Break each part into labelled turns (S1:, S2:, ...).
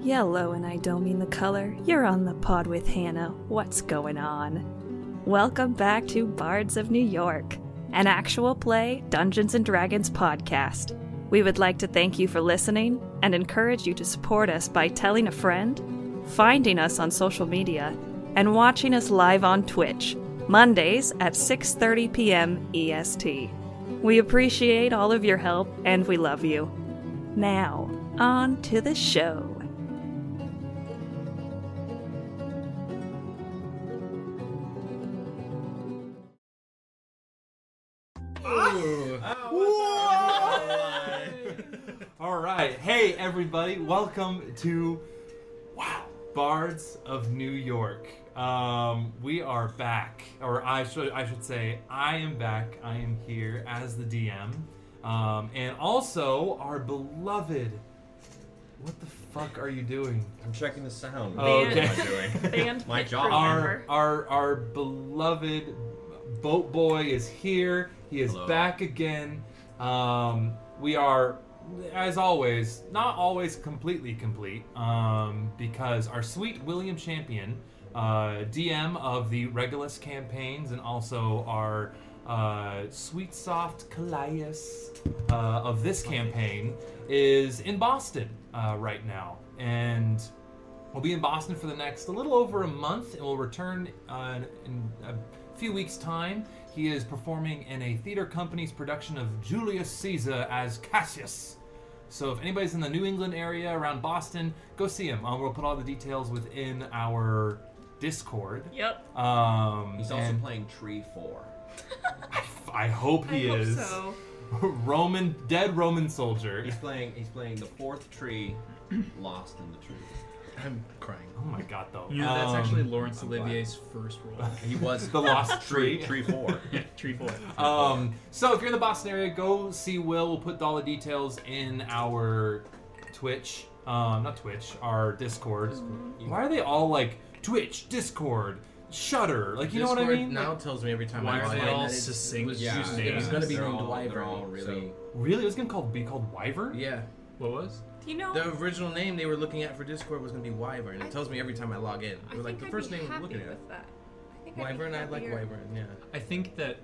S1: Yellow, and I don't mean the color. You're on the pod with Hannah. What's going on? Welcome back to Bards of New York, an actual play Dungeons and Dragons podcast. We would like to thank you for listening and encourage you to support us by telling a friend, finding us on social media, and watching us live on Twitch, Mondays at 6:30 p.m. EST. E We appreciate all of your help and we love you. Now, on to the show.
S2: Oh,
S3: All right. Hey, everybody. Welcome to Wow Bards of New York. Um, we are back, or I should I should say I am back. I am here as the DM, um, and also our beloved. What the fuck are you doing?
S4: I'm checking the sound.
S3: Oh,
S4: What
S3: okay.
S4: am I doing? My job.
S3: Our our our beloved boat boy is here. He is
S4: Hello.
S3: back again. Um, we are, as always, not always completely complete um, because our sweet William Champion, uh, DM of the Regulus campaigns, and also our uh, sweet soft Callias uh, of this campaign is in Boston uh, right now, and We'll be in Boston for the next a little over a month, and we'll return uh, in a few weeks' time. He is performing in a theater company's production of Julius Caesar as Cassius. So if anybody's in the New England area around Boston, go see him. Uh, we'll put all the details within our Discord.
S5: Yep.
S3: Um,
S4: He's also
S3: and
S4: playing Tree 4.
S3: I hope he is Roman dead Roman soldier.
S4: He's playing he's playing the fourth tree lost in the tree.
S2: I'm crying.
S3: Oh my god, though.
S2: You know, that's
S3: Um,
S2: actually Laurence
S4: glad.
S2: Olivier's first role.
S4: He was
S3: The lost
S4: tree
S3: tree.
S4: tree 4.
S2: yeah, Tree Boy.
S3: Um, so if you're in the Boston area, go see Will. We'll put all the details in our Twitch, um, not Twitch, our Discord.
S6: Mm-hmm.
S3: Why are they all like Twitch, Discord, Shutter? Like you know what I mean?
S6: Now
S3: Like,
S6: tells me every time
S2: Why
S6: I
S2: are they
S6: log in
S2: all
S6: that it's-
S2: succinct
S6: It was,
S2: Yeah,
S6: used-
S2: yeah.
S6: it was going to be
S4: They're
S6: named
S4: all-
S6: Wyvern.
S4: They're all really
S3: really, it was gonna called be called Wyvern.
S6: so- yeah.
S2: What was?
S5: Do you know?
S6: The original name they were looking at for Discord was going to be Wyvern. It tells me every time I log in.
S5: I
S6: We're like
S5: think
S6: the
S5: I'd
S6: first
S5: be
S6: name we're
S5: happy
S6: looking at.
S5: with that. I think I'd be
S6: Wyvern, I like
S5: happier.
S6: Wyvern. Yeah.
S2: I think that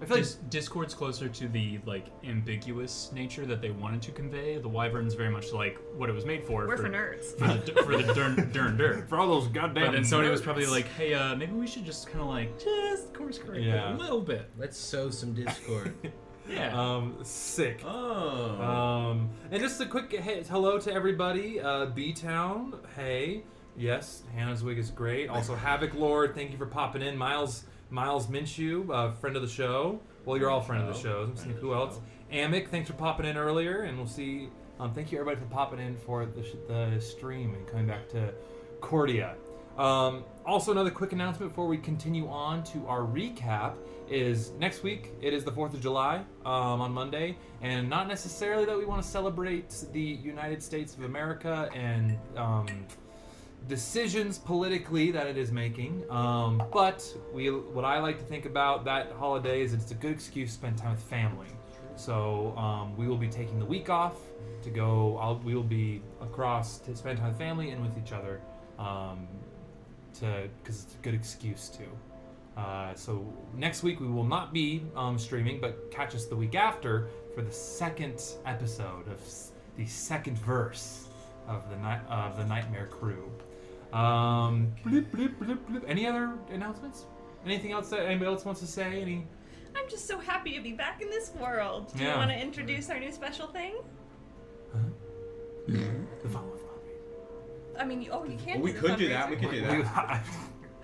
S3: I feel like
S2: dis- Discord's closer to the like ambiguous nature that they wanted to convey. The Wyvern's very much like what it was made for.
S5: We're for nerds.
S2: For the, for the dern, dern der.
S3: for all those goddamn.
S2: But then somebody was
S3: nerds.
S2: probably like, "Hey, uh, maybe we should just kind of like just course correct
S3: Yeah.
S2: it a little bit."
S6: Let's sow some Uh, Discord.
S2: Yeah.
S3: um, sick.
S6: oh.
S3: Um, and just a quick he- hello to everybody. Uh, B Town, hey, yes, Hannah's wig is great. Also, Havoc Lord, thank you for popping in. Miles Miles Minshew, uh, friend of the show. Well, you're all Oh, friend of the show. Let's see who else? Amic, thanks for popping in earlier, and we'll see. Um, thank you everybody for popping in for the, sh- the stream and coming back to Cordia. Um, also, another quick announcement before we continue on to our recap is next week. It is the Fourth of July um, on Monday, and not necessarily that we want to celebrate the United States of America and um, decisions politically that it is making. Um, but we, what I like to think about that holiday is it's a good excuse to spend time with family. So um, we will be taking the week off to go. I'll, we will be across to spend time with family and with each other. Um, to because it's a good excuse to. Uh, so next week we will not be um, streaming, but catch us the week after for the second episode of s- the second verse of the night of the Nightmare Crew. Um, bloop, bloop, bloop, bloop. Any other announcements? Anything else that anybody else wants to say? Any?
S5: I'm just so happy to be back in this world. Do
S3: Yeah.
S5: you want to introduce our new special thing?
S3: The follow
S5: I mean, you- oh, you can't.
S4: Well, we
S5: the
S4: could do that.
S5: fundraiser.
S4: We could do that.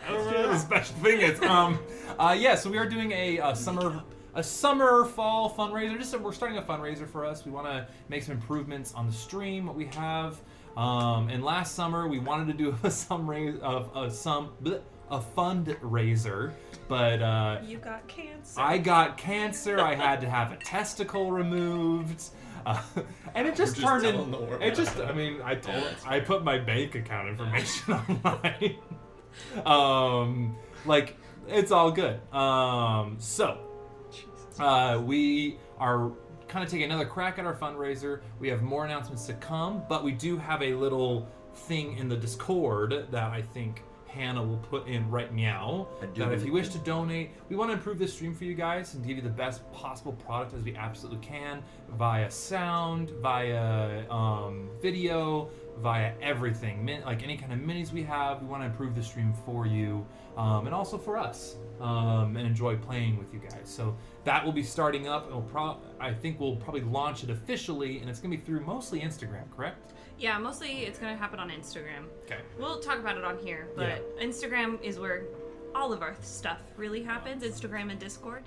S3: I don't know what the special thing is. Um, uh, yeah, so we are doing a uh, summer a summer fall fundraiser. Just we're starting a fundraiser for us. We want to make some improvements on the stream what we have. Um, and last summer we wanted to do a sum raise of a sum bleh, a fundraiser, but uh,
S5: You got cancer.
S3: I got cancer. I had to have a testicle removed. Uh, and it just,
S6: just
S3: turned
S6: telling the
S3: in.
S6: world.
S3: It just, I mean, I told,
S6: Yeah, that's
S3: I put my bank account information online. um, like, it's all good. Um, so, uh, we are kind of taking another crack at our fundraiser. We have more announcements to come, but we do have a little thing in the Discord that I think Hannah will put in right now.
S4: I do
S3: that if
S4: believe
S3: you wish to donate, we want to improve this stream for you guys and give you the best possible product as we absolutely can via sound, via um, video, via everything. Min- like any kind of minis we have, we want to improve the stream for you um, and also for us um, and enjoy playing with you guys. So that will be starting up. It'll pro- I think we'll probably launch it officially, and it's going to be through mostly Instagram, correct?
S5: yeah, mostly it's gonna happen on Instagram.
S3: Okay.
S5: We'll talk about it on here, but Instagram is where all of our stuff really happens. Instagram and Discord.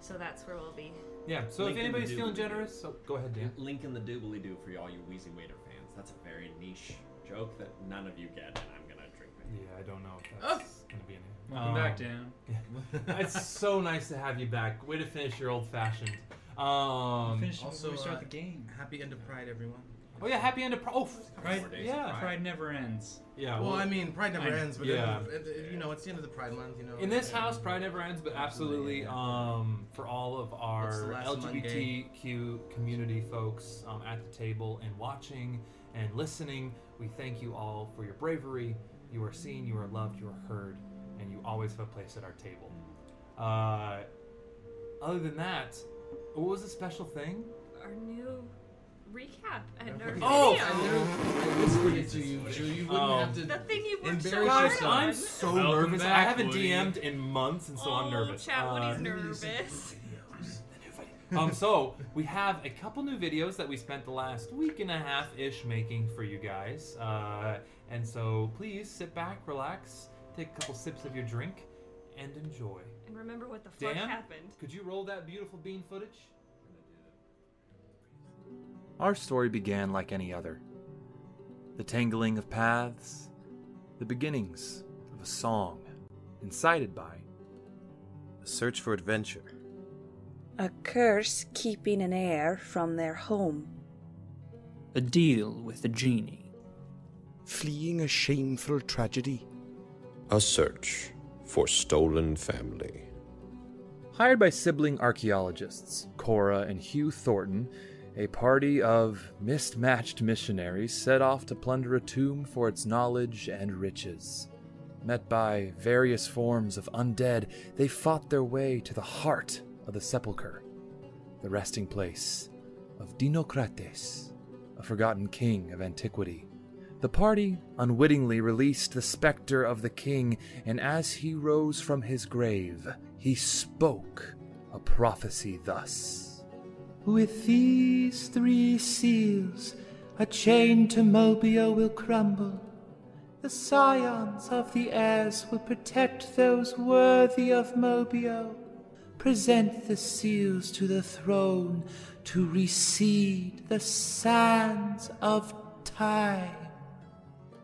S5: So that's where we'll be.
S3: Yeah. So
S4: Link
S3: if
S4: in the
S3: anybody's
S4: doobly
S3: feeling
S4: doo.
S3: generous, so go ahead, Dan.
S4: Link in the doobly doo for all you Wheezy Waiter fans. That's a very niche joke that none of you get, and I'm gonna drink
S3: Yeah,
S4: it.
S3: I don't know if that's going to be anything.
S2: Welcome back, Dan.
S3: Um, it's so nice to have you back. Way to finish your old fashioned. Um,
S2: Finish
S6: also,
S2: also, we start
S6: uh,
S2: the game.
S6: Happy end of Pride, everyone.
S3: oh yeah, happy end of pro- oh,
S2: Pride,
S4: Four days of
S3: yeah,
S4: Pride.
S2: Pride never ends.
S3: yeah.
S6: Well, I mean, Pride never
S2: I-
S6: ends, but
S3: yeah.
S6: it- it- it- you know, it's the end of the Pride month. You know.
S3: in this
S6: and-
S3: house, pride never ends, but absolutely, um, for all of
S6: It's the
S3: our
S6: last
S3: LGBTQ community folks um, at the table and watching and listening, we thank you all for your bravery. You are seen, you are loved, you are heard, and you always have a place at our table. Uh, other than that, what was the special thing?
S5: Our new recap and our
S3: Oh!
S5: video.
S6: I literally- I whispered it to you, so you wouldn't
S3: Oh.
S6: have to.
S5: The thing you worked so
S6: Embarrass
S5: hard
S3: Guys,
S5: on.
S3: I'm so
S2: Welcome
S3: nervous. I
S2: back,
S3: haven't
S2: Woody.
S3: DM'd in months, and so
S5: Oh,
S3: I'm nervess.
S5: Chat, Woody's
S3: Uh,
S5: nervous.
S3: um, so we have a couple new videos that we spent the last week and a half ish making for you guys, uh, and so please sit back, relax, take a couple sips of your drink, and enjoy.
S5: And remember what the fuck
S3: Dan?
S5: happened.
S3: Could you roll that beautiful bean footage?
S7: Our story began like any other the tangling of paths, the beginnings of a song, incited by
S8: A search for adventure.
S1: A curse keeping an heir from their home.
S9: A deal with the genie.
S10: fleeing a shameful tragedy.
S8: A search for stolen family.
S7: Hired by sibling archaeologists Cora and Hugh Thornton, a party of mismatched missionaries set off to plunder a tomb for its knowledge and riches. Met by various forms of undead, they fought their way to the heart of the sepulchre, the resting place of Dinocrates, a forgotten king of antiquity. The party unwittingly released the specter of the king, and as he rose from his grave, he spoke a prophecy thus
S10: With these three seals, a chain to Mobio will crumble. The scions of the heirs will protect those worthy of Mobio. Present the seals to the throne to recede the sands of time.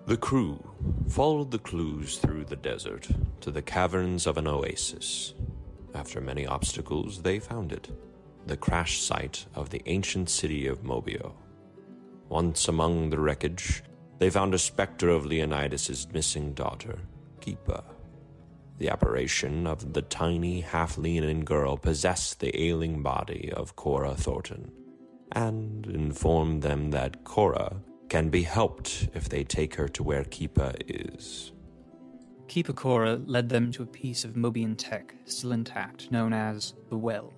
S8: The crew followed the clues through the desert to the caverns of an oasis. After many obstacles, they found it the crash site of the ancient city of Mobio. Once among the wreckage, they found a specter of Leonidas's missing daughter, Keepa. The apparition of the tiny, half leaning girl possessed the ailing body of Cora Thornton and informed them that Cora can be helped if they take her to where Keepa is.
S9: Kipakora led them to a piece of Mobian tech still intact, known as the Well.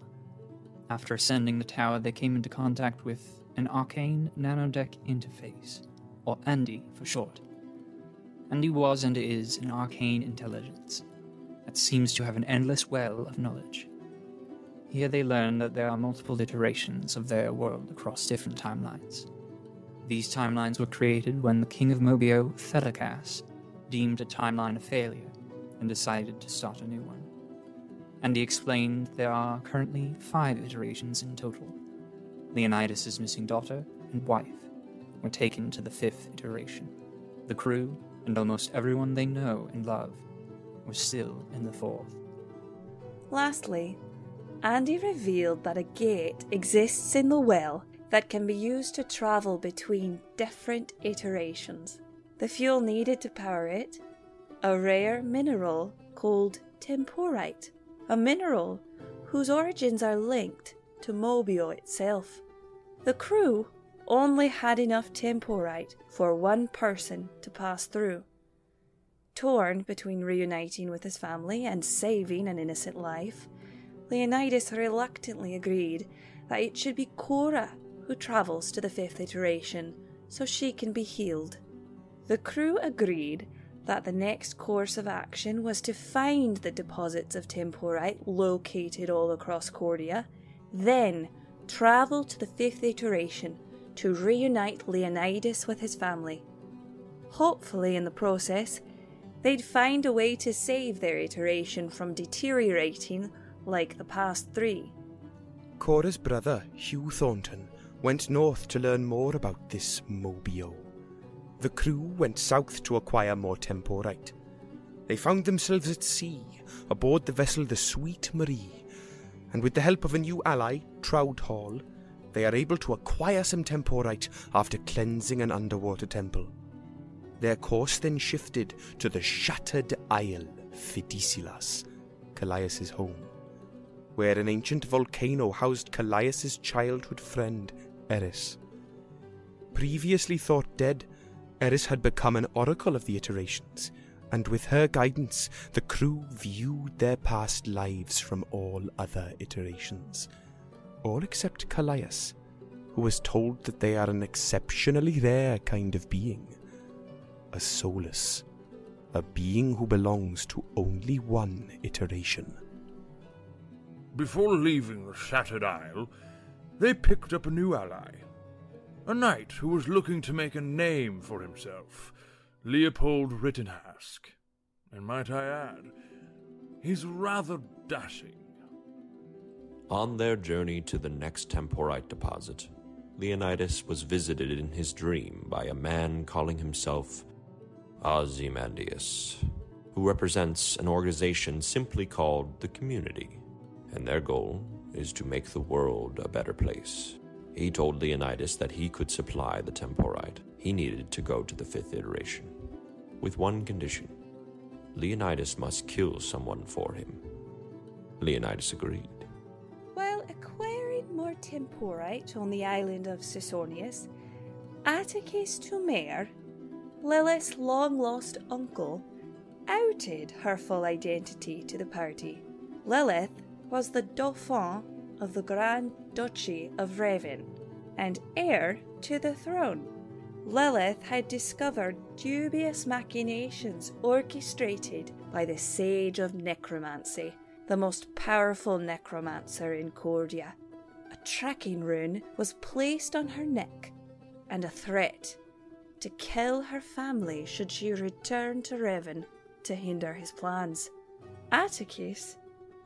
S9: After ascending the tower, they came into contact with an arcane nanodeck interface, or Andy for short. Andy was and is an arcane intelligence that seems to have an endless well of knowledge. Here they learn that there are multiple iterations of their world across different timelines. These timelines were created when the king of Mobio, Thelacas, deemed a timeline a failure and decided to start a new one. and he explained there are currently five iterations in total. Leonidas's missing daughter and wife were taken to the fifth iteration. The crew and almost everyone they know and love were still in the fourth.
S5: Lastly, Andy revealed that a gate exists in the well that can be used to travel between different iterations. The fuel needed to power it, a rare mineral called temporite, a mineral whose origins are linked to Mobio itself. The crew only had enough temporite for one person to pass through. Torn between reuniting with his family and saving an innocent life, Leonidas reluctantly agreed that it should be Cora who travels to the fifth iteration so she can be healed. The crew agreed that the next course of action was to find the deposits of temporite located all across Cordia, then travel to the fifth iteration to reunite Leonidas with his family. Hopefully, in the process, they'd find a way to save their iteration from deteriorating like the past three.
S11: Cora's brother, Hugh Thornton, went north to learn more about this Mobio. The crew went south to acquire more temporite. They found themselves at sea, aboard the vessel the Sweet Marie, and with the help of a new ally, Troudhall, they are able to acquire some temporite after cleansing an underwater temple. Their course then shifted to the shattered isle, Fidicilas, Callias's home, where an ancient volcano housed Callias's childhood friend, Eris. Previously thought dead, Eris had become an oracle of the iterations, and with her guidance, the crew viewed their past lives from all other iterations. All except Callias, who was told that they are an exceptionally rare kind of being. A soulless a being who belongs to only one iteration.
S12: Before leaving the Shattered Isle, they picked up a new ally. A knight who was looking to make a name for himself, Leopold Rittenhask. And might I add, he's rather dashing.
S8: On their journey to the next temporite deposit, Leonidas was visited in his dream by a man calling himself Ozymandias, who represents an organization simply called the Community, and their goal is to make the world a better place. He told Leonidas that he could supply the temporite he needed to go to the fifth iteration, with one condition Leonidas must kill someone for him. Leonidas agreed.
S5: While acquiring more temporite on the island of Sisonius, Atticus Tumer Lilith's long lost uncle, outed her full identity to the party. Lilith was the Dauphin of the Grand Duchy of Revan and heir to the throne. Lilith had discovered dubious machinations orchestrated by the Sage of Necromancy, the most powerful necromancer in Cordia. A tracking rune was placed on her neck and a threat to kill her family should she return to Revan to hinder his plans. Atticus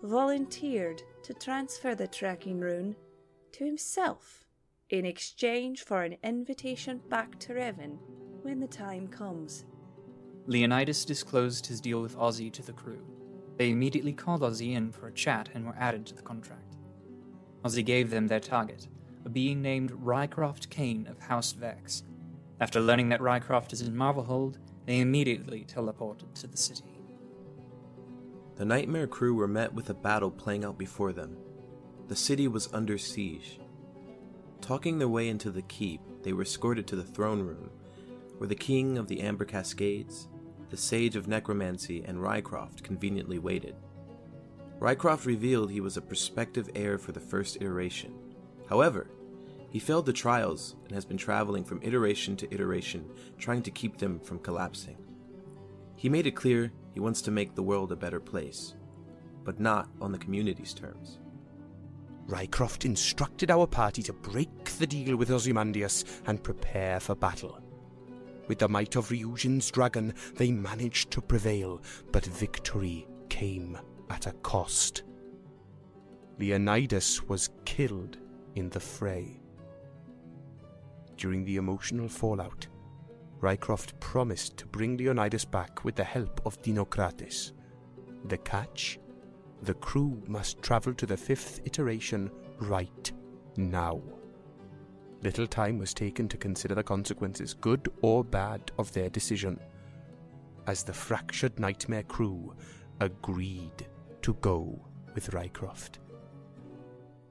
S5: volunteered to transfer the tracking rune to himself in exchange for an invitation back to Revan when the time comes.
S9: Leonidas disclosed his deal with Ozzy to the crew. They immediately called Ozzy in for a chat and were added to the contract. Ozzy gave them their target, a being named Rycroft Kane of House Vex, after learning that Rycroft is in Marvelhold, they immediately teleported to the city.
S13: The Nightmare crew were met with a battle playing out before them. The city was under siege. Talking their way into the keep, they were escorted to the throne room, where the King of the Amber Cascades, the Sage of Necromancy, and Rycroft conveniently waited. Rycroft revealed he was a prospective heir for the first iteration. However, he failed the trials and has been traveling from iteration to iteration, trying to keep them from collapsing. He made it clear he wants to make the world a better place, but not on the community's terms.
S11: Rycroft instructed our party to break the deal with Ozymandias and prepare for battle. With the might of Ryujin's dragon, they managed to prevail, but victory came at a cost. Leonidas was killed in the fray. During the emotional fallout, Rycroft promised to bring Leonidas back with the help of Dinocrates. The catch? The crew must travel to the fifth iteration right now. Little time was taken to consider the consequences, good or bad, of their decision, as the fractured nightmare crew agreed to go with Rycroft.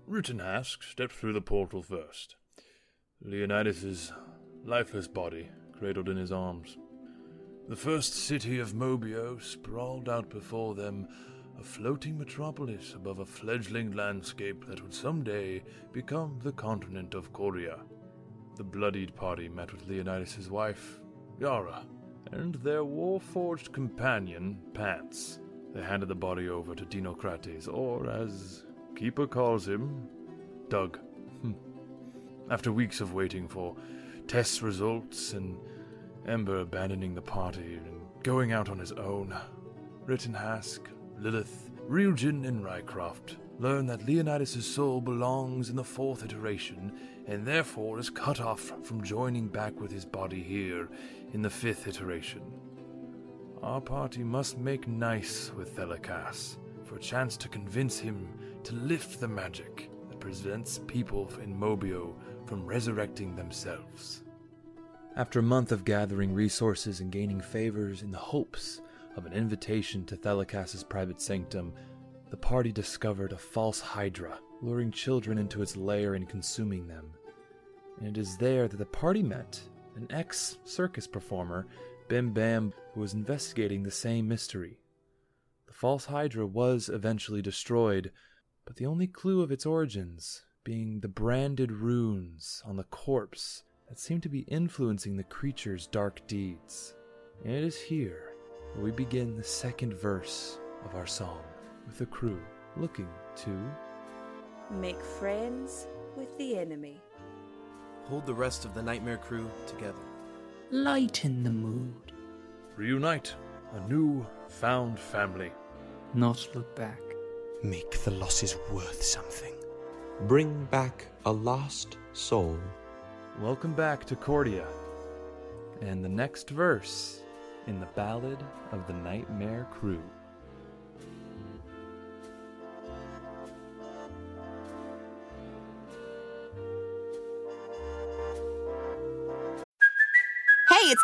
S12: Rittenhask stepped through the portal first. Leonidas's lifeless body cradled in his arms. The first city of Mobio sprawled out before them, a floating metropolis above a fledgling landscape that would someday become the continent of Korea. The bloodied party met with Leonidas's wife, Yara, and their war-forged companion, Pants. They handed the body over to Dinocrates, or as Keeper calls him, Doug. Hmm. After weeks of waiting for test results and Ember abandoning the party and going out on his own, Rittenhask, Lilith, Ryujin, and Rycroft learn that Leonidas' soul belongs in the fourth iteration and therefore is cut off from joining back with his body here in the fifth iteration. Our party must make nice with Thelakas for a chance to convince him to lift the magic that prevents people in Mobio from resurrecting themselves.
S3: After a month of gathering resources and gaining favors in the hopes of an invitation to Thelakas's private sanctum, the party discovered a false hydra, luring children into its lair and consuming them. And it is there that the party met an ex circus performer, Bim Bam, who was investigating the same mystery. The false hydra was eventually destroyed, but the only clue of its origins being the branded runes on the corpse that seemed to be influencing the creature's dark deeds. And it is here where we begin the second verse of our song, with the crew looking to.
S5: Make friends with the enemy.
S13: Hold the rest of the Nightmare crew together.
S9: Lighten the mood.
S12: Reunite a new found family.
S9: Not look back.
S11: Make the losses worth something.
S14: Bring back a lost soul.
S3: Welcome back to Cordia. And the next verse in the Ballad of the Nightmare Crew.
S15: Hey, it's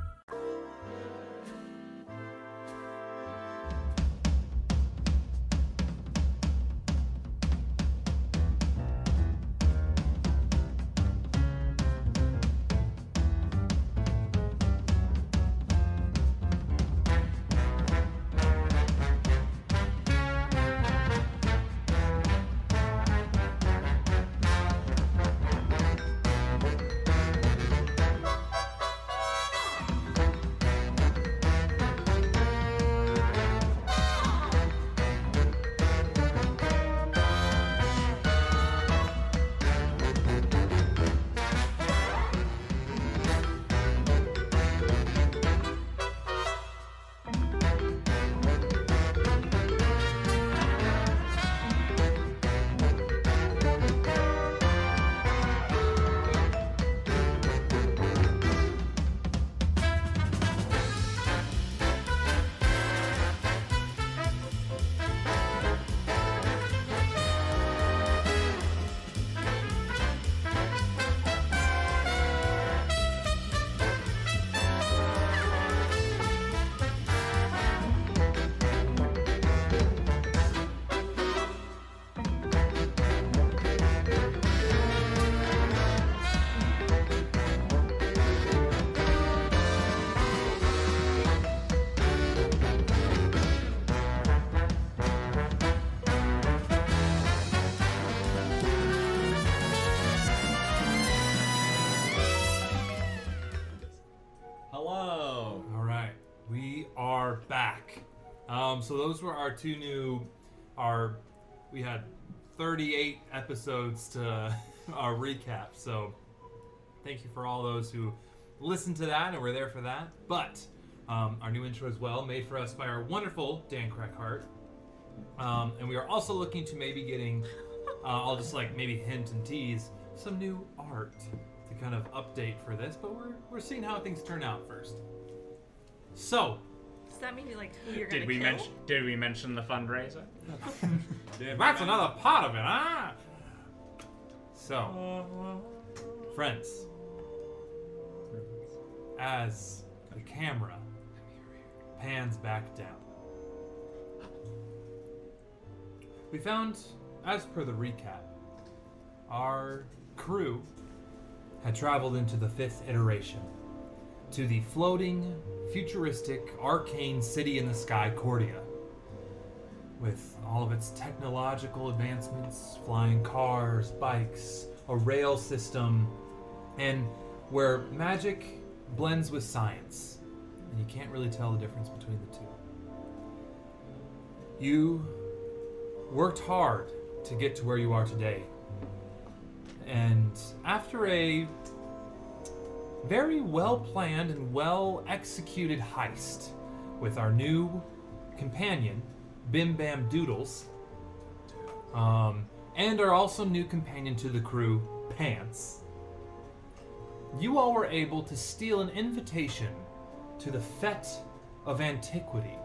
S3: are back. Um, so those were our two new. Our we had 38 episodes to our recap. So thank you for all those who listened to that and were there for that. But um, our new intro as well, made for us by our wonderful Dan Crackhart. Um, and we are also looking to maybe getting, uh, I'll just like maybe hint and tease some new art to kind of update for this. But we're we're seeing how things turn out first. So
S5: Does that mean you like who you're gonna
S2: Did we
S5: kill?
S2: mention? Did we mention the fundraiser?
S3: that's another part of it, ah. So, friends, as the camera pans back down, we found, as per the recap, our crew had traveled into the fifth iteration to the floating, futuristic, arcane city in the sky, Cordia with all of its technological advancements, flying cars, bikes, a rail system, and where magic blends with science, and you can't really tell the difference between the two. You worked hard to get to where you are today, and after a very well planned and well executed heist with our new companion, Bim Bam Doodles, um, and our also new companion to the crew, Pants. You all were able to steal an invitation to the Fete of Antiquity,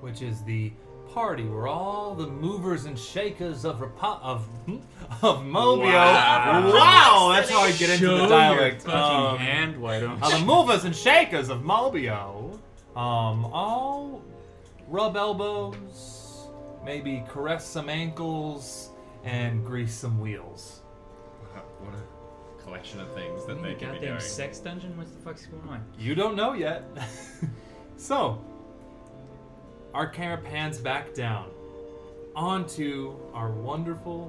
S3: which is the party where all the movers and shakers of Repo- of of Mobio.
S2: Wow.
S3: Wow, that's how I get into
S2: Show
S3: the
S2: your
S3: dialect.
S2: fucking hand, why don't
S3: uh, the
S2: you?
S3: movers and shakers of Mobio. Um, all rub elbows, maybe caress some ankles, and grease some wheels.
S4: What a collection of things that they can be
S2: Goddamn
S4: doing.
S2: sex dungeon. What the fuck's going on?
S3: You don't know yet. so, our camera pans back down onto our wonderful,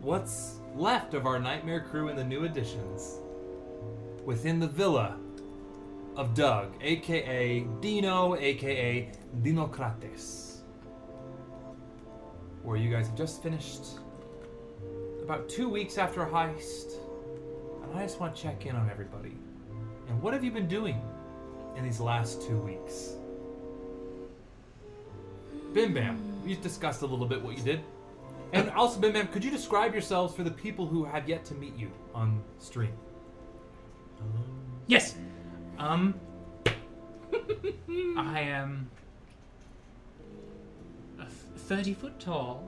S3: what's left of our nightmare crew in the new additions within the villa of Doug, aka Dino, aka Dinocrates, where you guys have just finished about two weeks after a heist. And I just want to check in on everybody. And what have you been doing in these last two weeks? Bim Bam, we discussed a little bit what you did. And also, Bim Bam, could you describe yourselves for the people who have yet to meet you on stream?
S2: Yes. Um. I am a f- thirty foot tall.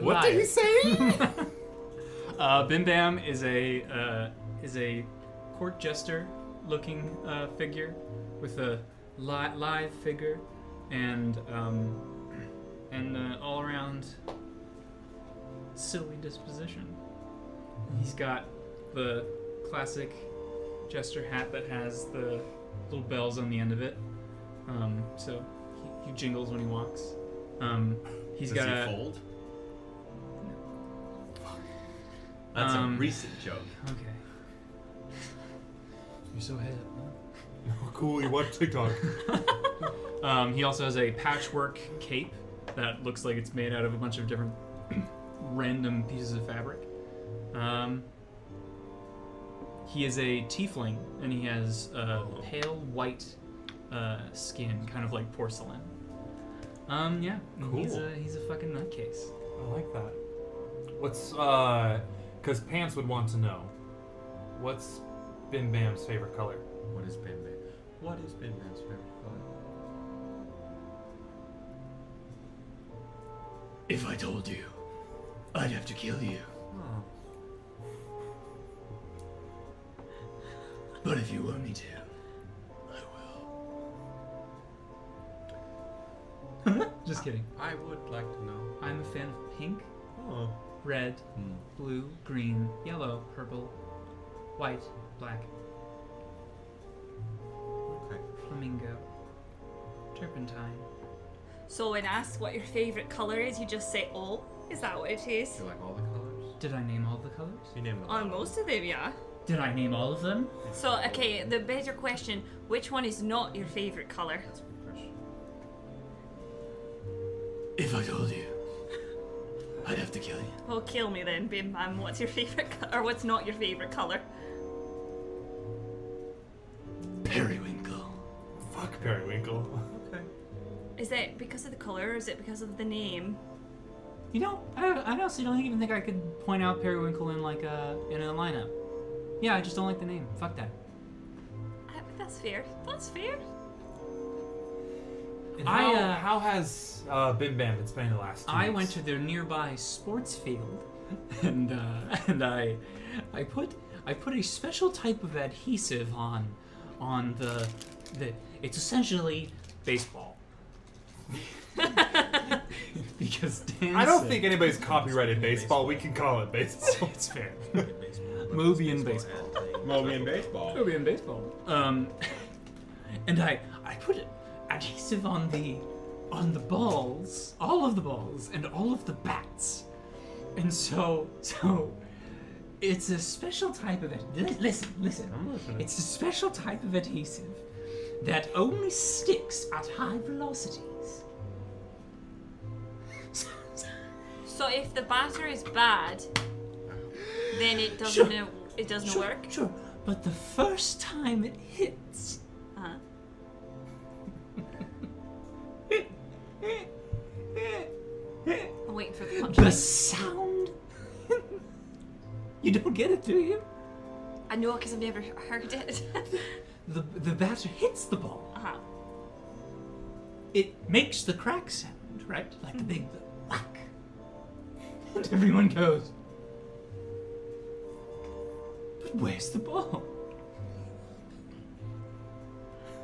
S10: What did he
S2: Goliath. uh, Bim Bam is a uh, is a court jester looking uh, figure with a li- live figure and um, and uh, all around silly disposition. He's got the classic jester hat that has the little bells on the end of it. Um, so he, he jingles when he walks. Um, he's
S4: Does he
S2: got a
S4: fold? That's a recent joke.
S2: Um, Okay. You're so hip.
S3: cool, you watch TikTok.
S2: um, he also has a patchwork cape that looks like it's made out of a bunch of different random pieces of fabric. Um, he is a tiefling, and he has uh, pale white uh, skin, kind of like porcelain. Um, yeah, and he's
S3: Cool.
S2: a he's a fucking nutcase.
S3: I like that. What's, uh, because Pants would want to know, what's Bim Bam's favorite color?
S4: What is Bim Bam? What is Bim Bam's favorite color?
S10: If I told you, I'd have to kill you.
S3: Oh,
S10: But if you want me to,
S2: Just kidding.
S4: I would like to know.
S2: I'm a fan of pink, red, blue, green, yellow, purple, white, black. Flamingo. Turpentine.
S5: So when asked what your favorite color is, you just say all. Is that what it is?
S4: Do you like all the colors?
S2: Did I name all the colors?
S4: You named
S5: On most of them, yeah.
S2: Did I name all of them?
S5: So, okay, the better question which one is not your favorite color?
S16: If I told you, I'd have to kill you.
S5: Well, kill me then, Bim Bam. What's your favorite co- or what's not your favorite color?
S16: Periwinkle.
S3: Fuck periwinkle.
S5: Is it because of the color or is it because of the name?
S2: You know, I, I honestly don't even think I could point out Periwinkle in like a in a lineup. Yeah, I just don't like the name. Fuck that.
S5: I, that's fair. That's fair.
S3: And
S2: I,
S3: how,
S2: uh,
S3: how has uh, Bim Bam been spending the last two
S2: I
S3: weeks?
S2: went to their nearby sports field, and uh, and I I put I put a special type of adhesive on on the the it's essentially baseball. because Dan
S3: I don't
S2: said-
S3: think anybody's copyrighted baseball. We can call it baseball.
S2: it's fair. Moby and baseball.
S4: Moby and baseball.
S2: Moby and baseball. Um, and I I put adhesive on the on the balls, all of the balls, and all of the bats. And so so it's a special type of adhesive. Listen, listen. It's a special type of adhesive that only sticks at high velocities.
S5: So if the batter is bad, then it doesn't
S2: Sure.
S5: it doesn't
S2: Sure,
S5: work.
S2: Sure, but the first time it hits,
S5: Uh-huh. I'm waiting for the
S2: the
S5: punchline.
S2: sound. you don't get it, do you?
S5: I know because I've never heard it.
S2: The the batter hits the ball.
S5: uh-huh.
S2: It makes the crack sound, right? Like the big the whack. And everyone goes. But where's the ball?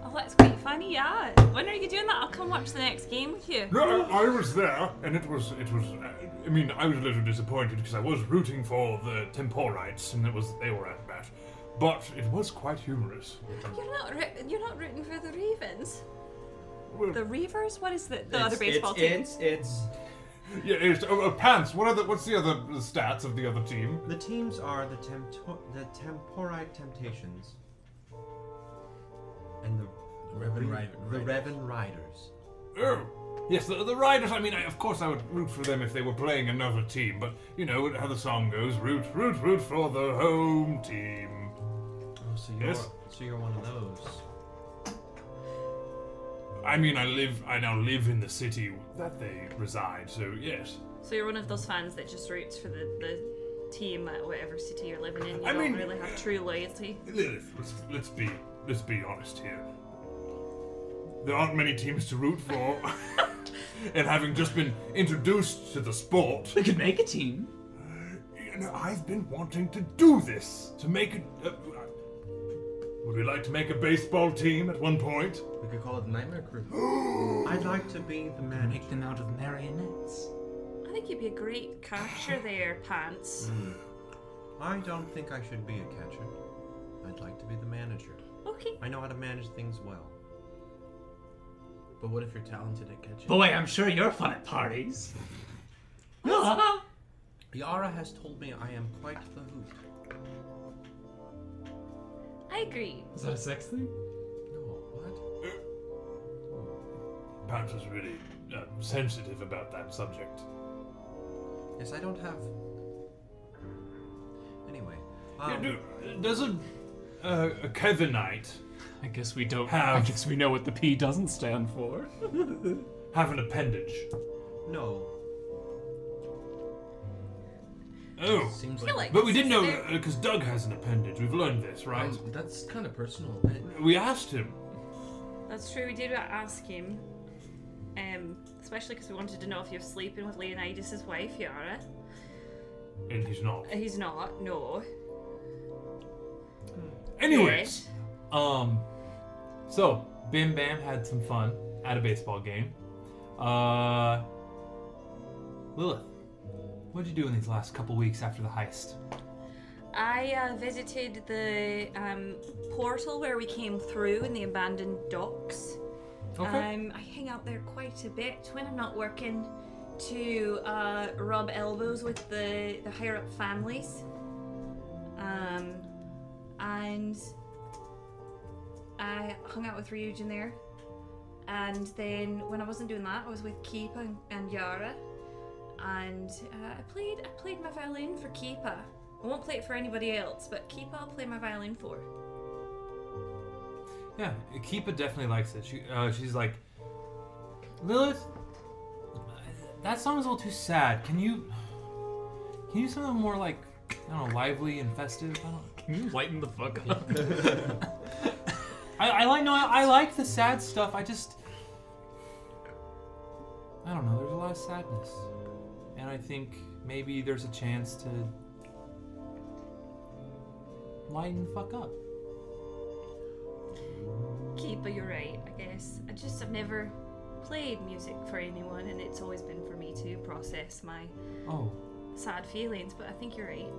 S5: Oh, that's quite funny, yeah. When are you doing that? I'll come watch the next game with you.
S12: No, I, I was there, and it was it was. I mean, I was a little disappointed because I was rooting for the Temporites, and it was they were at bat, but it was quite humorous.
S5: You're not ri- you're not rooting for the Ravens.
S12: Well-
S5: the Reavers? What is the, the
S12: It's-
S5: other baseball
S12: it's-
S5: team?
S12: it's- it's- Yeah, it's, oh, oh, pants. What are the what's the other stats of the other team?
S14: The teams are the Tempto- the Temporite Temptations and the
S6: Revan
S14: Re-
S6: Ri-
S14: the Revan Riders.
S12: Oh, yes, the, the Riders. I mean, I, of course, I would root for them if they were playing another team, but you know how the song goes: root, root, root for the home team.
S14: Oh, so you're
S12: Yes.
S14: so you're one of those.
S12: I mean, I live. I now live in the city that they reside. So yes.
S5: So you're one of those fans that just roots for the, the team at whatever city you're living in. You
S12: I
S5: don't
S12: mean-
S5: really have true loyalty.
S12: Lilith, let's, let's be let's be honest here. There aren't many teams to root for, and having just been introduced to the sport, we
S2: could make a team.
S12: And I've been wanting to do this to make it. Uh, would we like to make a baseball team at one point?
S14: We could call it the Nightmare Crew. I'd like to be the
S2: man. Make them out of marionettes.
S5: I think you'd be a great catcher there, Pants.
S4: Mm.
S14: Hmm. I don't think I should be a catcher. I'd like to be the manager.
S5: Okay.
S14: I know how to manage things well.
S6: But what if you're talented at catching?
S2: Boy, I'm sure you're fun at parties.
S14: Yara has told me I am quite the hoot.
S5: I agree.
S2: Is that a sex thing?
S12: Pants is Uh, really uh, sensitive about that subject.
S14: Yes, I don't have. Anyway,
S12: Yeah,
S14: um,
S12: do- does a, uh, a Kevinite?
S2: I guess we don't
S12: have.
S2: I guess we know what the P doesn't stand for.
S12: have an appendage.
S14: No.
S12: Oh.
S6: Seems
S5: I feel like
S12: but we
S5: this
S12: didn't
S5: is a
S12: know
S5: very-
S12: because Doug has an appendage. We've learned this, right?
S6: Um, that's kind of personal.
S12: We asked him.
S5: That's true. We did ask him, um, especially because we wanted to know if you're sleeping with Leonidas' wife, Yara.
S12: And he's not.
S5: He's not. No.
S3: Anyways, um, so Bim Bam had some fun at a baseball game. Uh, Lilith, what did you do in these last couple weeks after the heist?
S5: I uh, visited the um, portal where we came through in the abandoned docks.
S3: Okay.
S5: Um, I hang out there quite a bit when I'm not working to uh, rub elbows with the, the higher up families. Um, and I hung out with Ryujin there. And then when I wasn't doing that, I was with Keepa and, and Yara. And uh, I played I played my violin for Keepa. I won't play it for anybody else, but Keepa I'll play my violin for.
S3: Yeah, Keepa definitely likes it. She, uh, she's like, Lilith, that song's a little too sad. Can you, can you do something more like, I don't know, lively and festive? I don't.
S2: Can you lighten the fuck up?
S3: I, I like no, I, I like the sad stuff. I just, I don't know. There's a lot of sadness, and I think maybe there's a chance to lighten the fuck up.
S5: Keepa, you're right, I guess. I just have never played music for anyone, and it's always been for me to process my
S3: Oh,
S5: sad feelings, but I think you're right.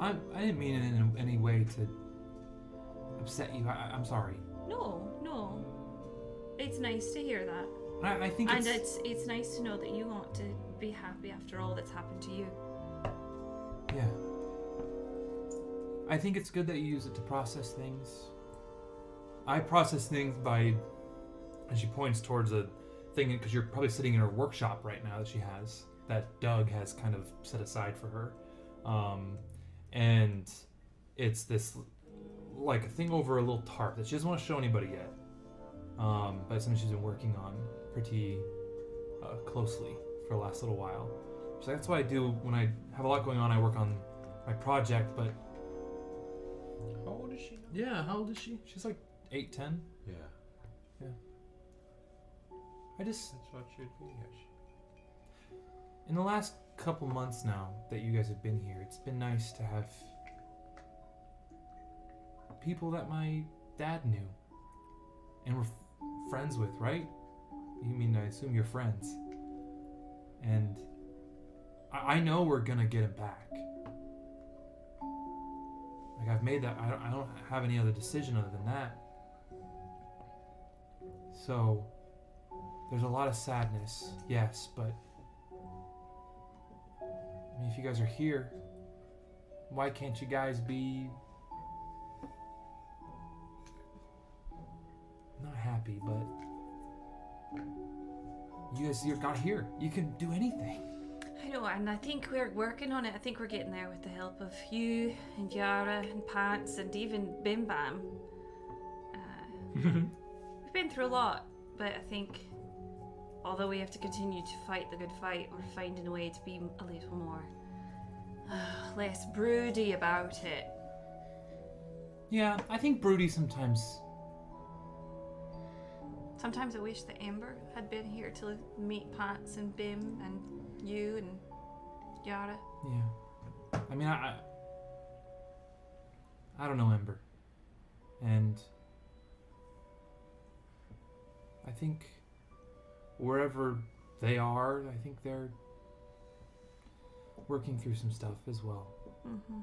S3: I, I didn't mean it in any way to upset you. I, I'm sorry.
S5: No, no. It's nice to hear that.
S3: I- I think
S5: and
S3: it's-
S5: it's it's nice to know that you want to be happy after all that's happened to you.
S3: Yeah. I think it's good that you use it to process things. I process things by, and she points towards a thing because you're probably sitting in her workshop right now that she has that Doug has kind of set aside for her, um, and it's this like a thing over a little tarp that she doesn't want to show anybody yet, um, but it's something she's been working on pretty uh, closely for the last little while. So that's what I do when I have a lot going on. I work on my project, but how old is she? Yeah, how old is she? She's like eight, ten.
S14: Yeah.
S3: Yeah. I just.
S14: That's what you'd be, actually.
S3: In the last couple months now that you guys have been here, it's been nice to have people that my dad knew and were f- friends with, right? You mean I assume you're friends. And I, I know we're gonna get him back. Like I've made that. I don't, I don't have any other decision other than that. So there's a lot of sadness, yes, but I mean, if you guys are here, why can't you guys be not happy, but you guys you got here. You can do anything.
S5: I know, and I think we're working on it. I think we're getting there with the help of you and Yara and Pants and even Bim Bam. We've been through a lot, but I think although we have to continue to fight the good fight, we're finding a way to be a little more less broody about it.
S3: Yeah, I think broody sometimes.
S5: Sometimes I wish that Amber had been here to meet Pants and Bim and you and Yara.
S3: Yeah, I mean, I. I, I don't know Ember, and I think wherever they are, I think they're working through some stuff as well.
S5: Mm-hmm.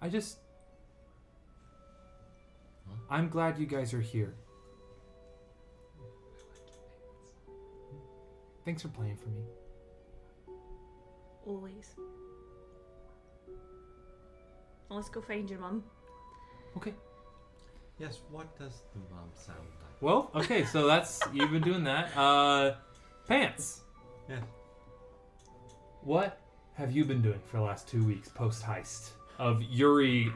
S3: I just. I'm glad you guys are here. Thanks for playing for me.
S5: Always. Well, let's go find your mum.
S3: Okay.
S14: Yes, what does the mom sound like?
S3: Well, okay, so that's. You've been doing that. Uh, pants.
S14: Yeah.
S3: What have you been doing for the last two weeks post heist of Yuri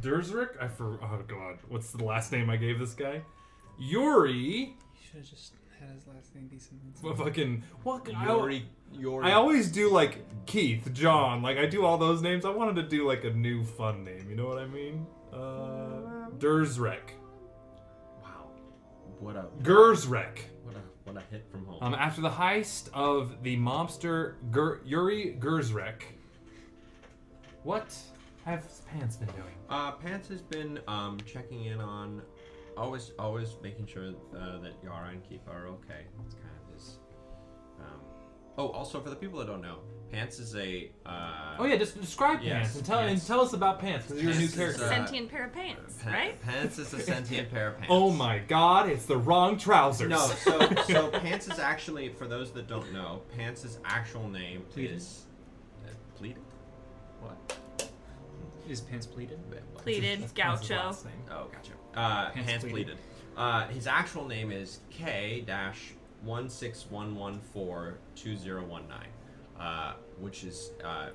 S3: Derzrik? I for oh god, what's the last name I gave this guy? Yuri.
S9: should have just had his last name be something.
S3: What fucking what? I-
S9: Yuri-
S3: I always do like Keith, John, like I do all those names. I wanted to do like a new fun name. You know what I mean? Uh, Derzrek.
S4: What a
S3: Gerzrek.
S4: What a what a hit from home.
S3: Um, after the heist of the mobster Ger- Yuri Gerzrek, what have Pants been doing?
S14: Uh, Pants has been um, checking in on, always always making sure uh, that Yara and Keepa are okay. It's kind of his um,
S4: Oh, also for the people that don't know, Pants is a. Uh,
S3: Oh yeah, just describe
S4: Yes,
S3: pants and tell and tell us about pants because you're a new
S4: Pants is,
S3: character.
S4: uh,
S5: Sentient pair of pants,
S4: Pa-
S5: right?
S4: Pants is a sentient pair of pants.
S3: Oh my god, it's the wrong trousers.
S4: No, so so Pants is actually for those that don't know, Pants' actual name
S2: Pleated.
S4: is uh, pleated. What?
S2: Is pants pleated?
S5: Pleated, That's Pants' gaucho. last name.
S4: Oh, gotcha. Uh,
S2: Pants
S4: pants,
S2: pleated.
S4: pleated. Uh, his actual name is K dash one six one one four two zero one nine, uh, which is uh,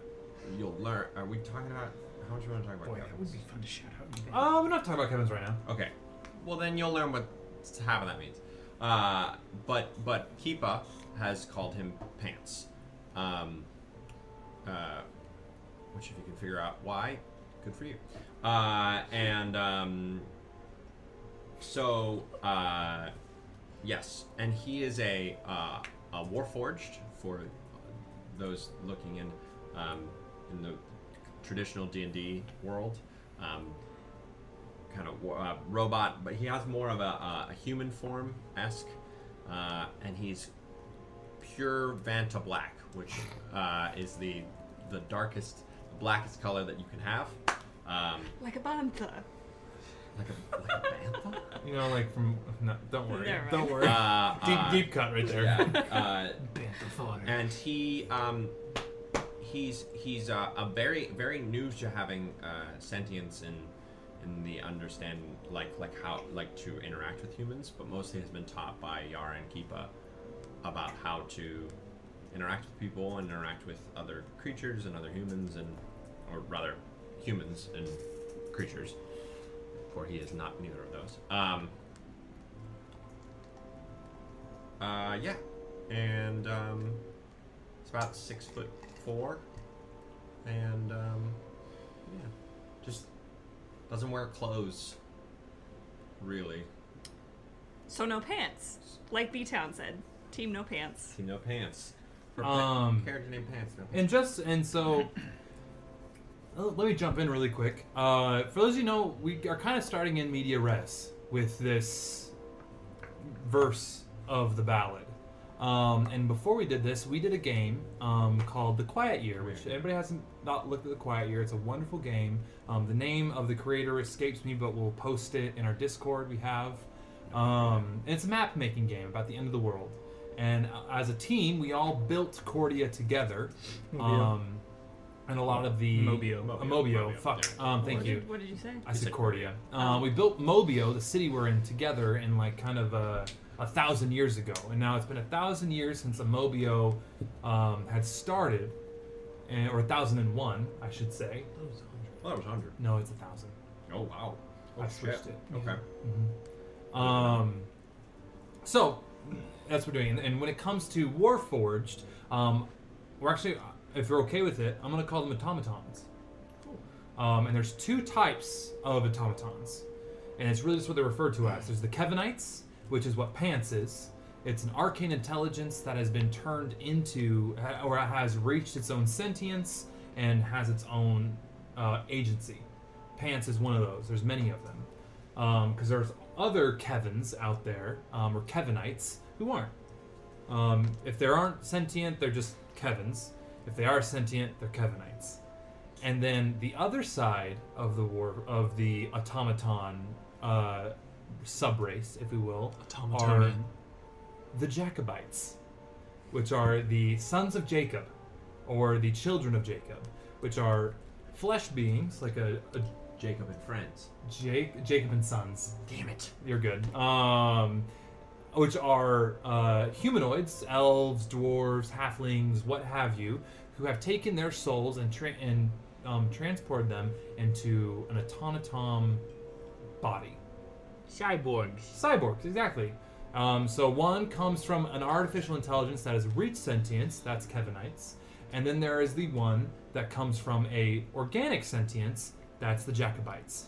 S4: you'll learn. Are we talking about how much we want to talk about?
S3: Boy, that
S4: Kevins?
S3: would be fun to shout out. Uh, we're not talking about Kevin's right now.
S4: Okay. Well, then you'll learn what half of that means. Uh, but but Keepa has called him Pants, um, uh, which if you can figure out why, good for you. Uh, and um, so uh, yes, and he is a uh, a Warforged for those looking in um, in the traditional D and D world. Um, kind of uh, robot, but he has more of a, uh, a human form esque, uh, and he's pure Vanta black, which uh, is the the darkest, blackest color that you can have. Um,
S5: Like a bantha.
S4: like a, like a bantha?
S3: You know, like from no, don't worry,
S5: Never mind.
S3: don't worry.
S4: Uh,
S3: deep
S4: uh,
S3: deep cut right there.
S4: yeah,
S2: Bantha
S4: uh,
S2: fodder.
S4: and he um, he's he's uh, a very very new to having uh, sentience and and the understand like like how like to interact with humans, but mostly has been taught by Yara and Keepa about how to interact with people and interact with other creatures and other humans and or rather humans and creatures. For he is not neither of those. Um, uh, yeah, and um, it's about six foot four, and um, yeah, just doesn't wear clothes. Really,
S5: So no pants, like B Town said. Team no pants.
S4: see no pants. For a
S3: Um,
S4: character named Pants. No pants.
S3: And just and so, uh, let me jump in really quick. Uh, for those of you who know, we are kind of starting in media res with this verse of the ballad. Um, and before we did this, we did a game um, called The Quiet Year, which anybody hasn't not looked at The Quiet Year. It's a wonderful game. Um, the name of the creator escapes me, but we'll post it in our Discord. We have. Um, and it's a map making game about the end of the world. And uh, as a team, we all built Cordia together.
S2: Mobile.
S3: Um, and a lot of the
S2: Mobio.
S3: uh, Mobio,
S2: Mobio.
S3: fuck.
S2: Yeah.
S3: Um, thank
S2: What
S3: you.
S2: did- what did you say? Oh.
S3: I
S2: You
S3: said
S2: said
S3: Cordia. Uh, we built Mobio, the city we're in, together in like kind of a, a thousand years ago, and now it's been a thousand years since a Mobio um, had started, and, or a thousand and one, I should say.
S4: Well, that was hundred.
S3: No, it's a thousand.
S4: Oh wow! Oh,
S3: I
S4: shit.
S3: switched it.
S4: Okay.
S3: Mhm. Um, so that's what we're doing. And, and when it comes to Warforged, um, we're actually, if you're okay with it, I'm going to call them automatons. Um, and there's two types of automatons, and it's really just what they're referred to as. There's the Kevinites, which is what Pants is. It's an arcane intelligence that has been turned into, ha- or has reached its own sentience and has its own uh, agency. Pants is one of those. There's many of them, because Um, there's other Kevins out there, um, or Kevinites, who aren't. Um, if they aren't sentient, they're just Kevins. If they are sentient, they're Kevinites. And then the other side of the war of the automaton uh, subrace, if we will, are
S2: Automatonian.
S3: the Jacobites, which are the sons of Jacob, or the children of Jacob, which are flesh beings like a, a
S4: Jacob and friends.
S3: Jake, Jacob and Sons.
S4: Damn it.
S3: You're good. Um, which are uh, humanoids, elves, dwarves, halflings, what have you, who have taken their souls and tra- and um, transported them into an automaton body. Cyborgs. Cyborgs, exactly. Um, so one comes from an artificial intelligence that has reached sentience. That's Kevinites, and then there is the one that comes from a organic sentience. That's the Jacobites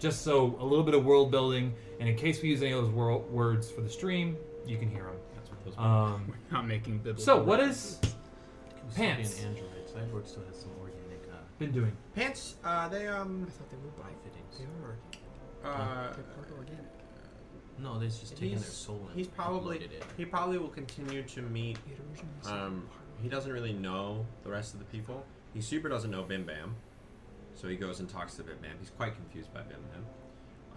S3: just so a little bit of world building, and in case we use any of those wor- words for the stream, you can hear them. That's what those um, We're not making
S2: biblical
S3: So what is
S14: Cyborg
S3: pants
S14: An android. Cyborg still has some organic. Uh,
S3: been doing?
S4: Pants. Uh, they um.
S14: I thought they were bifittings.
S4: Uh,
S14: They're part organic.
S17: No, that's just taking their
S4: He's-
S17: soul.
S4: He's probably he probably will continue to meet.
S3: Uh,
S4: Um, he doesn't really know the rest of the people. He super doesn't know Bim Bam, so he goes and talks to Bim Bam. He's quite confused by Bim Bam.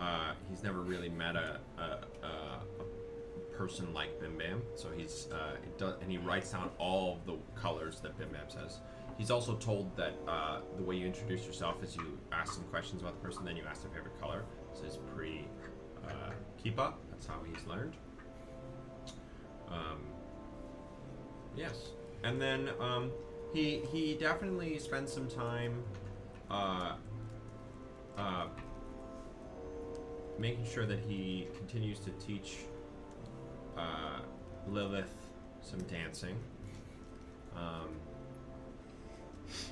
S4: Uh, he's never really met a, a, a, a person like Bim Bam, so he's uh, it does, and he writes down all of the colors that Bim Bam says. He's also told that uh, the way you introduce yourself is you ask some questions about the person, then you ask their favorite color. So it's pretty uh, keep up. That's how he's learned. Um, yes, and then um, he he definitely spends some time uh, uh, making sure that he continues to teach uh, Lilith some dancing. Um,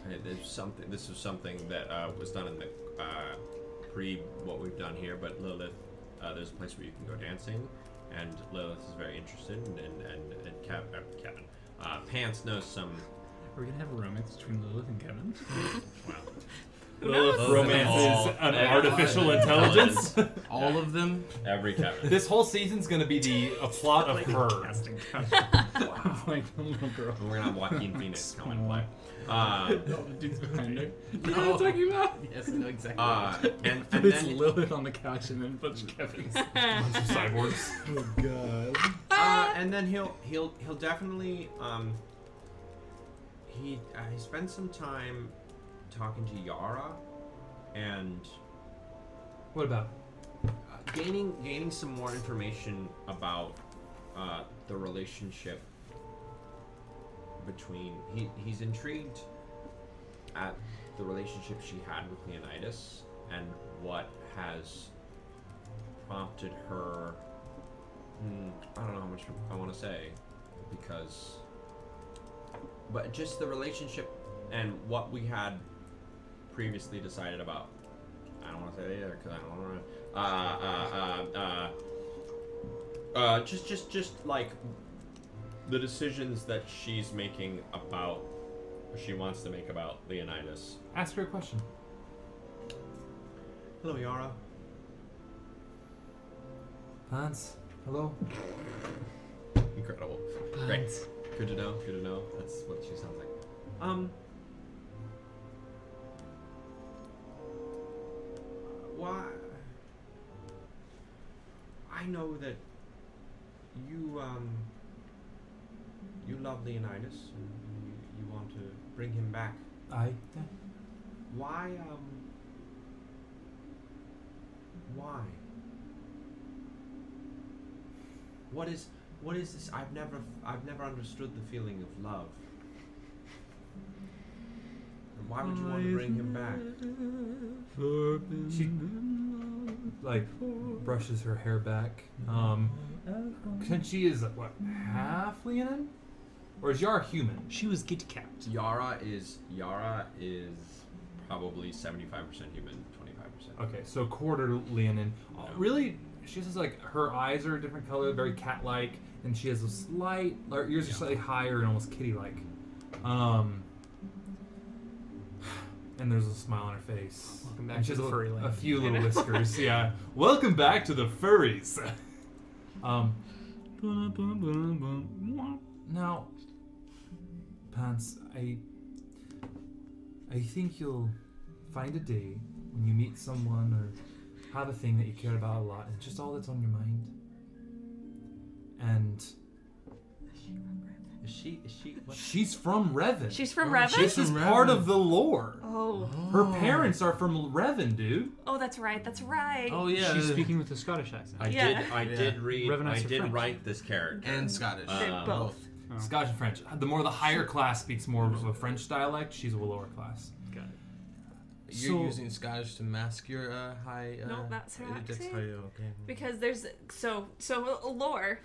S4: and there's something. This is something that uh, was done in the uh, pre what we've done here, but Lilith. Uh, there's a place where you can go dancing, and Lilith is very interested, and and and, and Kev, uh, Kevin uh, Pants knows some.
S2: Are we gonna have a romance between Lilith and Kevin?
S4: wow.
S3: Lilith romance is an artificial intelligence.
S4: All of them. Every Kevin.
S3: This whole season's gonna be the a plot of her.
S2: wow. like a little girl.
S4: We're gonna have Joaquin Phoenix come and
S2: play.
S4: Uh,
S2: dude's behind her. You know
S4: No.
S2: what I'm talking about?
S4: Yes, I know exactly Uh, what you're and- talking and
S2: it's
S4: then-
S2: Lilith on the couch and then a bunch of Kevins. bunch
S4: of cyborgs.
S2: Oh god.
S4: uh, and then he'll he'll he'll definitely um, he uh, he spends some time talking to Yara and
S3: What about?
S4: uh, gaining gaining some more information about uh, the relationship between he he's intrigued at the relationship she had with Leonidas and what has prompted her. Hmm, I don't know how much I want to say because, but just the relationship and what we had previously decided about. I don't want to say that either because I don't want to. Uh, uh, uh, uh, uh, just, just, just like the decisions that she's making about, or she wants to make about Leonidas.
S3: Ask her a question.
S4: Hello, Yara.
S3: Hans, hello.
S4: Incredible. Great. Good to know. Good to know. That's what she sounds like. Um. Why? I know that you um. You love Leonidas, and you, you want to bring him back.
S3: I.
S4: Why um. Why? What is what is this? I've never I've never understood the feeling of love. And why would you want to bring him back?
S3: She like brushes her hair back. Um, since she is what half Leonin, or is Yara human?
S2: She was git capped.
S4: Yara is Yara is probably seventy five percent human, twenty five percent.
S3: Okay, so quarter Leonin. Uh, Really, she says like her eyes are a different color, very
S2: Mm-hmm.
S3: cat-like, and she has a slight. Her ears are slightly higher and almost kitty-like. Um, and there's a smile on her face.
S2: Welcome back
S3: and she
S2: to
S3: has
S2: the
S3: a,
S2: furry
S3: a
S2: land.
S3: few
S2: I
S3: little
S2: know.
S3: whiskers. Yeah. Welcome back to the furries. um. Now, Pants, I I think you'll find a day when you meet someone or have a thing that you care about a lot and just all that's on your mind. And
S4: Is she is she what?
S3: she's from Revan.
S5: She's from
S3: Oh,
S5: Revan?
S3: This
S5: She's
S3: is
S5: from
S3: part
S5: Revan.
S3: of the lore.
S5: Oh.
S3: Her parents are from Revan, dude.
S5: Oh, that's right. That's right.
S9: she's speaking with a Scottish accent.
S4: I did I did read
S9: Revenites
S4: I
S9: are
S4: did
S9: French.
S4: write this character Um,
S9: And Scottish.
S5: They're both.
S3: Scottish and French. The more the higher class speaks more of a French dialect, she's a lower class. Got it.
S6: You're using Scottish to mask your uh, high. Uh,
S5: No, that's her
S6: uh,
S5: accent.
S6: dexterity. Okay.
S5: Because there's so so lore.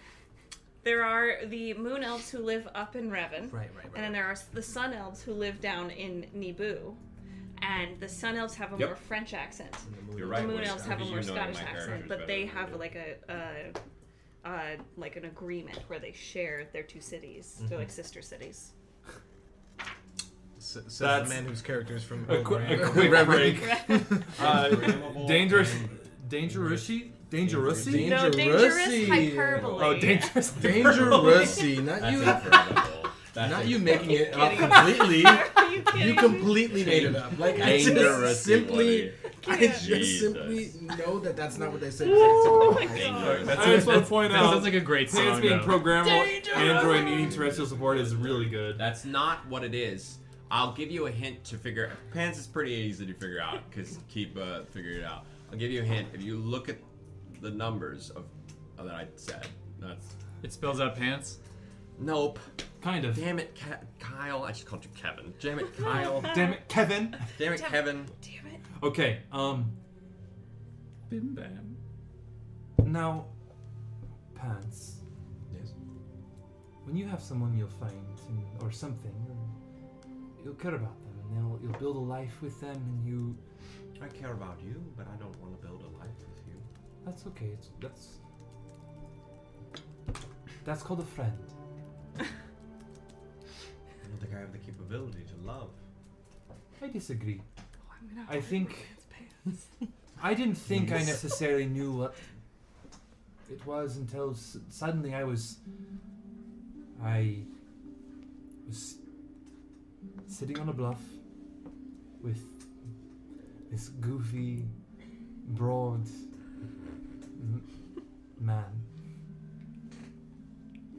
S5: There are the moon elves who live up in
S6: Right,
S5: Revan,
S6: right, right.
S5: and then there are the sun elves who live down in Nibu, and the sun elves have a
S4: Yep.
S5: more French accent.
S4: And the moon You're right,
S5: The moon
S4: Liz,
S5: elves have a
S4: because
S5: more
S4: you know my
S5: Scottish
S4: characters
S5: accent,
S4: better
S5: but they
S4: than I
S5: have like a, a, uh like an agreement where they share their two cities. They're like
S6: Mhm.
S4: Mm-hmm.
S5: sister cities.
S6: S- says
S3: That's-
S6: the man whose character is from
S3: a, qu-
S6: Overland.
S3: a quick
S6: Reverend.
S3: break. uh, dangerous, Dangerushi
S14: Dangerousy?
S3: No, dangerous hyperbole.
S14: Oh, dangerous.
S13: Dangerousy, not you. not you making it up completely. you, completely made it up. Like I just
S4: Dangerousy,
S13: simply, I just
S4: Jesus.
S13: simply know that that's not what they said.
S14: That's I just want to point out.
S18: sounds like a great
S14: Hands
S18: song,
S14: being
S18: though.
S14: programmable,
S18: Dangerous.
S14: Android needing terrestrial support is really good.
S4: That's not what it is. I'll give you a hint to figure. Pants is pretty easy to figure out because keep uh, figuring it out. I'll give you a hint. If you look at the numbers of, of that I said, that's
S18: It spells out pants.
S4: Nope.
S14: Kind of.
S4: Damn it, Ke- Kyle. I just called you Kevin. Damn it, Kyle.
S14: Damn it, Kevin.
S4: Damn it, Kevin.
S14: Okay. Um.
S18: Bim bam.
S14: Now, pants. Yes. When you have someone you'll find and, or something, or you'll care about them and they'll you'll build a life with them and you.
S2: I care about you, but I don't want to build a life with you.
S14: That's okay. It's that's. That's called a friend.
S2: I don't think I have the capability to love.
S14: I disagree.
S3: Oh, I'm gonna
S14: I think. I didn't think I
S2: Yes.
S14: necessarily knew what it was until s- suddenly I was. I was sitting on a bluff with this goofy, broad m- man.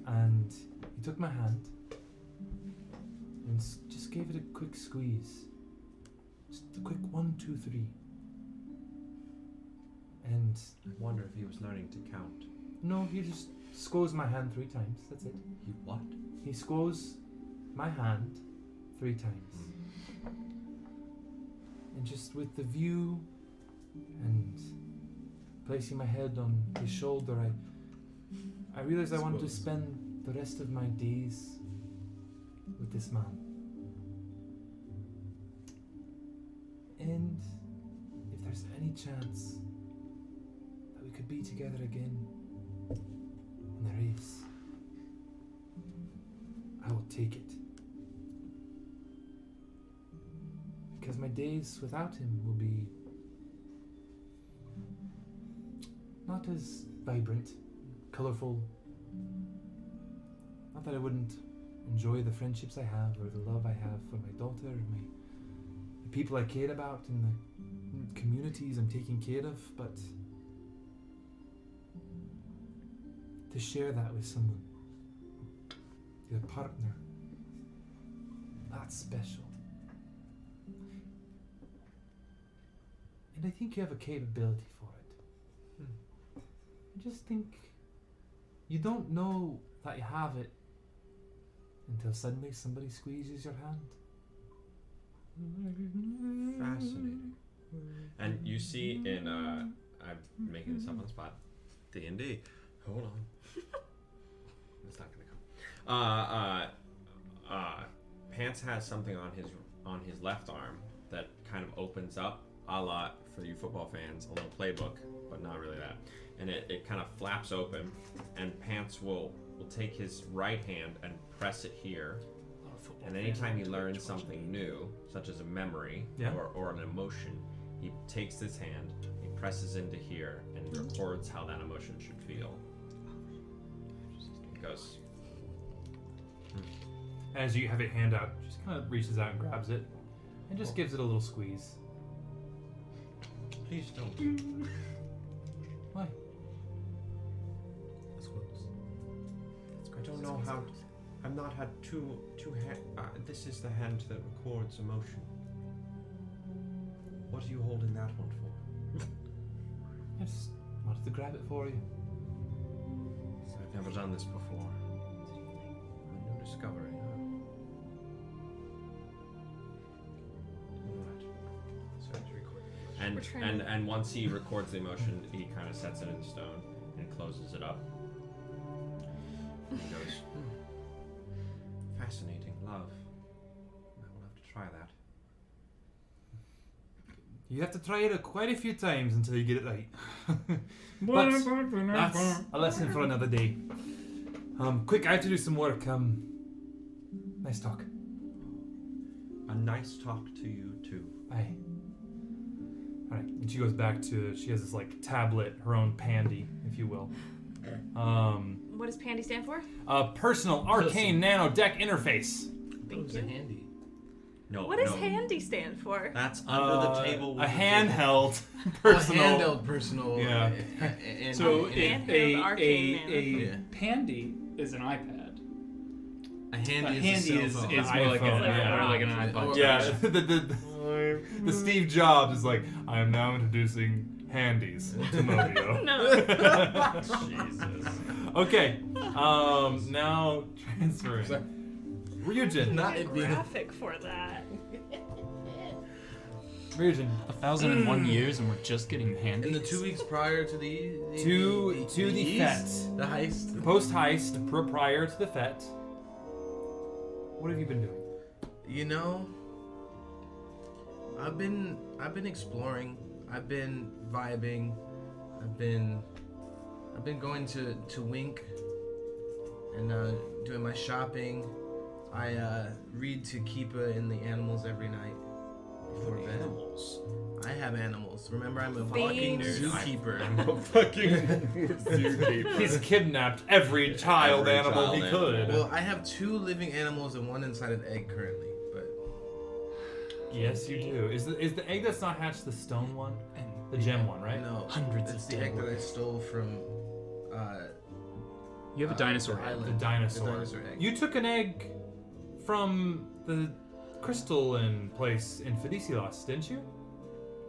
S14: And he took my hand and s- just gave it a quick squeeze. Just a quick one, two, three. And
S2: I wonder if he was learning to count.
S14: no, he just squoze my hand three times. That's it.
S2: He what?
S14: He squoze my hand three times. And just with the view and placing my head on his shoulder, I I realized I wanted to
S19: Squoze.
S14: spend the rest of my days with this man. And if there's any chance that we could be together again, and there is, I will take it. Because my days without him will be not as vibrant, colorful. Not that I wouldn't enjoy the friendships I have or the love I have for my daughter or my the people I care about and the communities I'm taking care of, but to share that with someone, your partner, that's special. And I think you have a capability for it.
S2: Hmm.
S14: I just think you don't know that you have it until suddenly somebody squeezes your hand.
S4: Fascinating. And you see in uh, I'm making this up on the spot. D and D. Hold on. That's not gonna come. Uh, uh, uh, Pants has something on his on his left arm that kind of opens up a lot for you football fans, a little playbook, but not really that. And it, it kind of flaps open, and Pants will will take his right hand and press it here. And anytime he learns something new, such as a memory
S14: Yeah.
S4: or, or an emotion, he takes this hand, he presses into here, and
S2: Mm-hmm.
S4: records how that emotion should feel. It goes.
S14: Hmm. As you have it hand out, just kind of reaches out and grabs it, and just gives it a little squeeze.
S2: Please don't.
S14: Why?
S2: That's close. I don't know how. I've not had two two hand. Uh, this is the hand that records emotion. What are you holding that one for?
S14: I just wanted to grab it for you.
S2: So I've never done this before. A new discovery, huh? Alright. So it's recording.
S4: And
S2: We're trying
S4: and
S2: to-
S4: and once he records the emotion, he kind of sets it in stone and closes it up. And he goes,
S2: Fascinating love. I will have to try that.
S14: You have to try it quite a few times until you get it right. but that's a lesson for another day. Um, quick, I have to do some work. Um, nice talk.
S2: A nice talk to you too.
S14: Aye.
S3: All right. And she goes back to she has this like tablet, her own pandy, if you will. Um,
S5: What does Pandy stand for?
S3: a personal arcane nano deck interface.
S5: Thank you. Handy.
S3: No.
S5: what does Handy stand for?
S4: That's under the table with
S3: Uh, A
S4: the
S3: handheld
S4: table. A
S3: personal.
S4: handheld personal, uh,
S3: Yeah.
S4: a- a- and-
S2: so
S4: and-
S2: a,
S4: Handheld
S2: a,
S4: arcane
S2: a, a
S4: nano. Yeah.
S2: pandy is an iPad.
S4: A handy,
S2: a handy
S4: is,
S2: is,
S4: a cell phone.
S2: is more like, an,
S3: yeah.
S2: more like an iPod.
S3: Yeah, the, the, the, the Steve Jobs is like, I am now introducing handies to Mobio.
S2: No.
S3: Jesus. Okay, um, now transferring. Ryujin.
S5: graphic for that.
S3: Ryujin.
S2: A thousand and one years, and we're just getting handy.
S13: In the two weeks prior to the, the
S3: to to the
S13: feast,
S3: fete.
S13: the heist,
S3: Post heist, pr- prior to the fete. What have you been doing?
S13: You know, I've been I've been exploring. I've been vibing. I've been I've been going to to Wink and uh, doing my shopping. I uh, read to Keepa and the animals every night before bed. Animals. I have animals. Remember, I'm a fucking
S4: Fiends.
S13: zookeeper.
S4: I'm a fucking zookeeper.
S3: He's kidnapped every child
S13: Every
S3: animal
S13: child
S3: he
S13: animal.
S3: could.
S13: Well, I have two living animals and one inside an egg currently, but
S3: yes, you do. Is the, is the egg that's not hatched the stone one? The gem one, right?
S13: No. It's the egg that I stole from. Uh,
S3: You
S13: have a uh, dinosaur the egg. island.
S3: The dinosaur.
S13: The dinosaur egg.
S3: You took an egg from the crystalline place in Fedicilos, didn't you?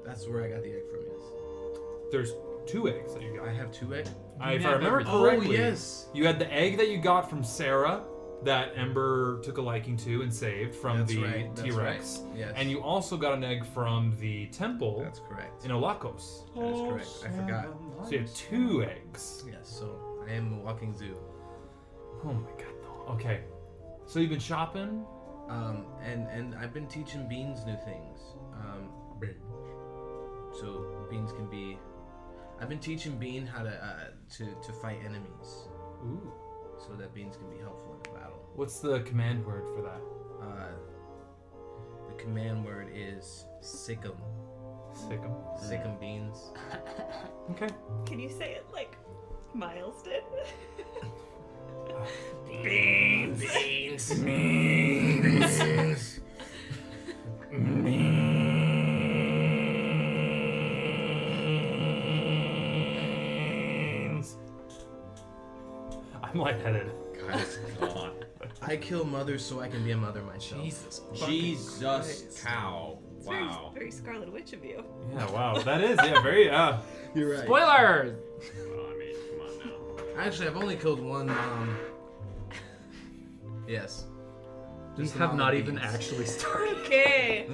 S13: That's where I got the egg from. Yes.
S3: There's two eggs that you got. I
S13: have two eggs.
S3: if
S13: You
S3: I
S13: have
S3: remember
S13: everything. Oh,
S3: correctly,
S13: yes.
S3: You had the egg that you got from Sarah that Ember took a liking to and saved from
S13: That's
S3: the
S13: right, that's
S3: T Rex.
S13: right, yes.
S3: And you also got an egg from the temple. That's
S13: correct.
S3: In Olakos.
S13: That is correct. I forgot.
S3: So you have two eggs.
S13: Yes. So I am a walking zoo.
S3: Oh my god. No. Okay. So you've been shopping.
S13: Um, and and I've been teaching beans new things. Um, so beans can be. I've been teaching Bean how to uh, to to fight enemies.
S3: Ooh.
S13: So that beans can be helpful in a battle.
S3: What's the command word for that?
S13: Uh, the command word is sickum.
S3: Sickum.
S13: Sickum beans.
S3: Okay.
S5: Can you say it like Miles did?
S14: Beans. Beans. Beans.
S3: Beans. I'm lightheaded.
S13: Guys, come on. I kill mothers so I can be a mother myself. Jesus.
S4: Jesus cow.
S5: It's very,
S13: Wow.
S5: very Scarlet Witch of you.
S3: Yeah, wow, that is yeah, very uh
S13: You're right.
S2: Spoilers!
S13: Well, I mean, come on now. Actually, I've only killed one um, mom. Yes.
S2: We
S13: Just the
S2: have
S13: mom
S2: not
S13: of
S2: even
S13: beans.
S2: actually started.
S5: Okay.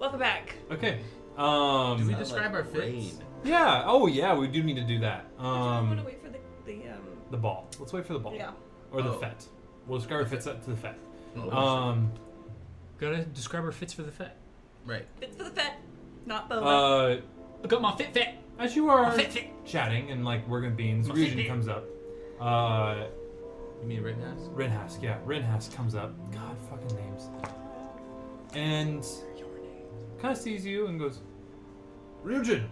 S5: Welcome back.
S3: Okay. Um
S13: Did we describe our fits?
S3: Yeah, oh yeah, we do need to do that.
S5: I'm gonna
S3: Um
S5: wait for the, the um.
S3: the ball. Let's wait for the ball.
S5: Yeah.
S3: Or the
S5: Oh.
S3: fet. We'll describe our fits up to the fet.
S2: Oh.
S3: Um
S2: Gotta describe our fits for the fit.
S13: Right.
S5: Fits for the fet, not Boba.
S3: uh
S2: I got my fit fit.
S3: As you are
S2: fit, fit.
S3: chatting and like working beans,
S2: My
S3: Ryujin
S2: Fitbit.
S3: comes up. Uh,
S13: you mean Rinhask?
S3: Rinhask, yeah. Rinhask comes up. God, fucking names. And kind of sees you and goes, Ryujin,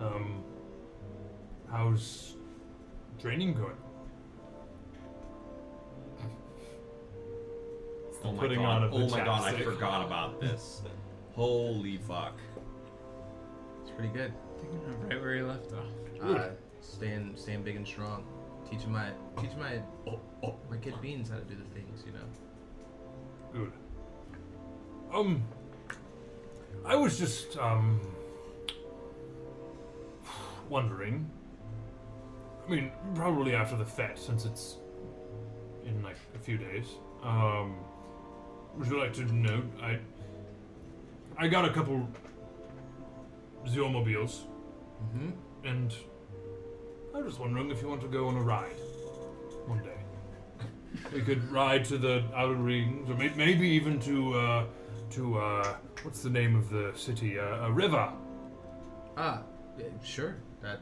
S3: um, how's training going?
S4: Oh my
S3: Putting
S4: god.
S3: on of the
S4: oh my god, I
S3: chapstick.
S4: forgot about this. Holy fuck.
S13: It's pretty good.
S2: Right where you left off.
S13: Uh, staying, staying big and strong. Teaching my, teaching my,
S3: Oh,
S13: my kid beans how to do the things, you know.
S3: Good. Um, I was just um wondering. I mean, probably after the fete, since it's in like a few days. Um, would you like to know? I I got a couple Zeomobiles,
S13: Mhm.
S3: and I was wondering if you want to go on a ride one day. We could ride to the Outer Rings, or may- maybe even to uh, to uh, what's the name of the city? Uh, a river.
S13: Ah, yeah, sure. That,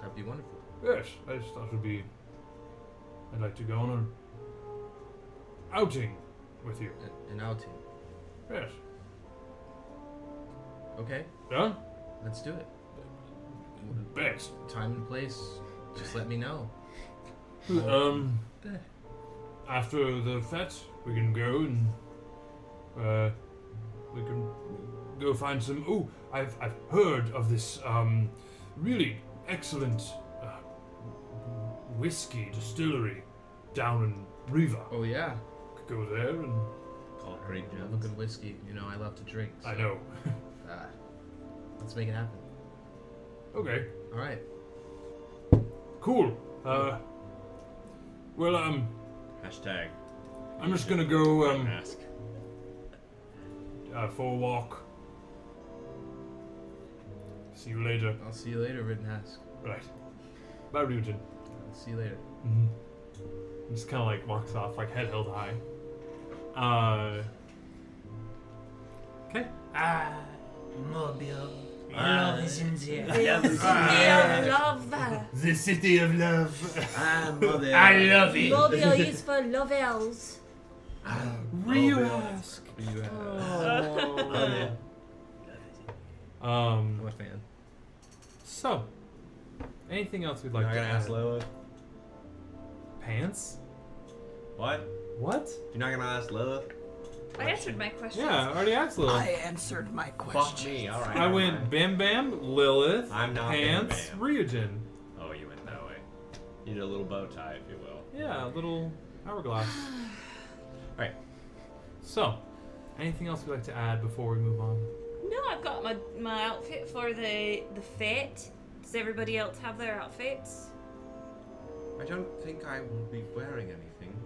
S13: that'd be wonderful.
S3: Yes, I just thought it would be. I'd like to go on an outing with you.
S13: An outing.
S3: Yes.
S4: Okay.
S3: Yeah?
S4: Let's do it.
S3: Bet.
S4: Time and place. Just let me know.
S3: Um, after the fete, we can go and uh, we can go find some. Oh, I've I've heard of this um, really excellent uh, whiskey distillery down in Riva.
S4: Oh yeah,
S3: could go there and
S4: call it great job. Look at whiskey. You know I love to drink.
S3: I know.
S4: Ah, let's make it happen.
S3: Okay.
S4: All right.
S3: Cool. Uh, well, um,
S4: Hashtag.
S3: I'm just gonna go um, uh, for a walk. See you later.
S4: I'll see you later, Rittenhouse.
S3: Right. Bye, Rugen.
S4: See you later.
S3: Mm-hmm. Just kind of like walks off, like head held high. Uh. Okay.
S20: Ah, Mobile.
S5: Ah.
S20: Love is in the
S5: The
S20: air.
S5: city
S20: Ah.
S5: of love.
S20: The city of love.
S4: Ah,
S20: Mobile. I love it.
S5: Mobile is for lovers.
S3: Real ask.
S4: You have.
S5: Oh.
S4: yeah.
S3: Um,
S4: I'm a fan.
S3: So, anything else we'd like
S4: You're
S3: to
S4: not gonna ask
S3: add?
S4: Lola?
S3: Pants?
S4: What?
S3: What?
S4: You're not gonna ask Lilith?
S5: I answered my question.
S3: Yeah, I already asked Lilith.
S20: I answered my
S4: Fuck
S20: question.
S4: me. All right.
S3: I went Bam Bam, Lilith,
S4: I'm not Bam
S3: Pants, Ryujin.
S4: Oh, you went that way. You did a little bow tie, if you will.
S3: Yeah, a little hourglass.
S4: Alright.
S3: So, anything else we'd like to add before we move on?
S5: No, I've got my my outfit for the the fete. Does everybody else have their outfits?
S4: I don't think I will be wearing anything.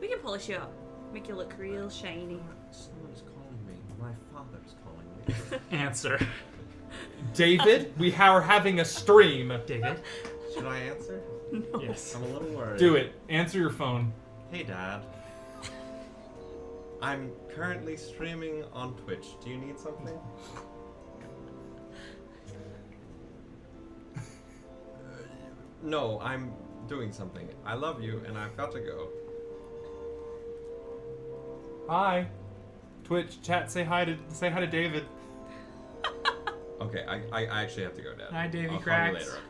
S5: We can polish you up, make you look real shiny.
S4: Someone's calling me. My father's calling me.
S2: Answer.
S3: David, we are having a stream. David?
S4: Should I answer?
S5: No.
S2: Yes.
S4: I'm a little worried.
S3: Do it. Answer your phone.
S4: Hey, Dad. I'm currently streaming on Twitch. Do you need something? no, I'm doing something. I love you, and I've got to go.
S3: Hi. Twitch chat, say hi to say hi to David.
S4: Okay, I, I, I actually have to go, Dad.
S2: Hi, Davy
S4: I'll call
S2: Cracks.
S4: you later,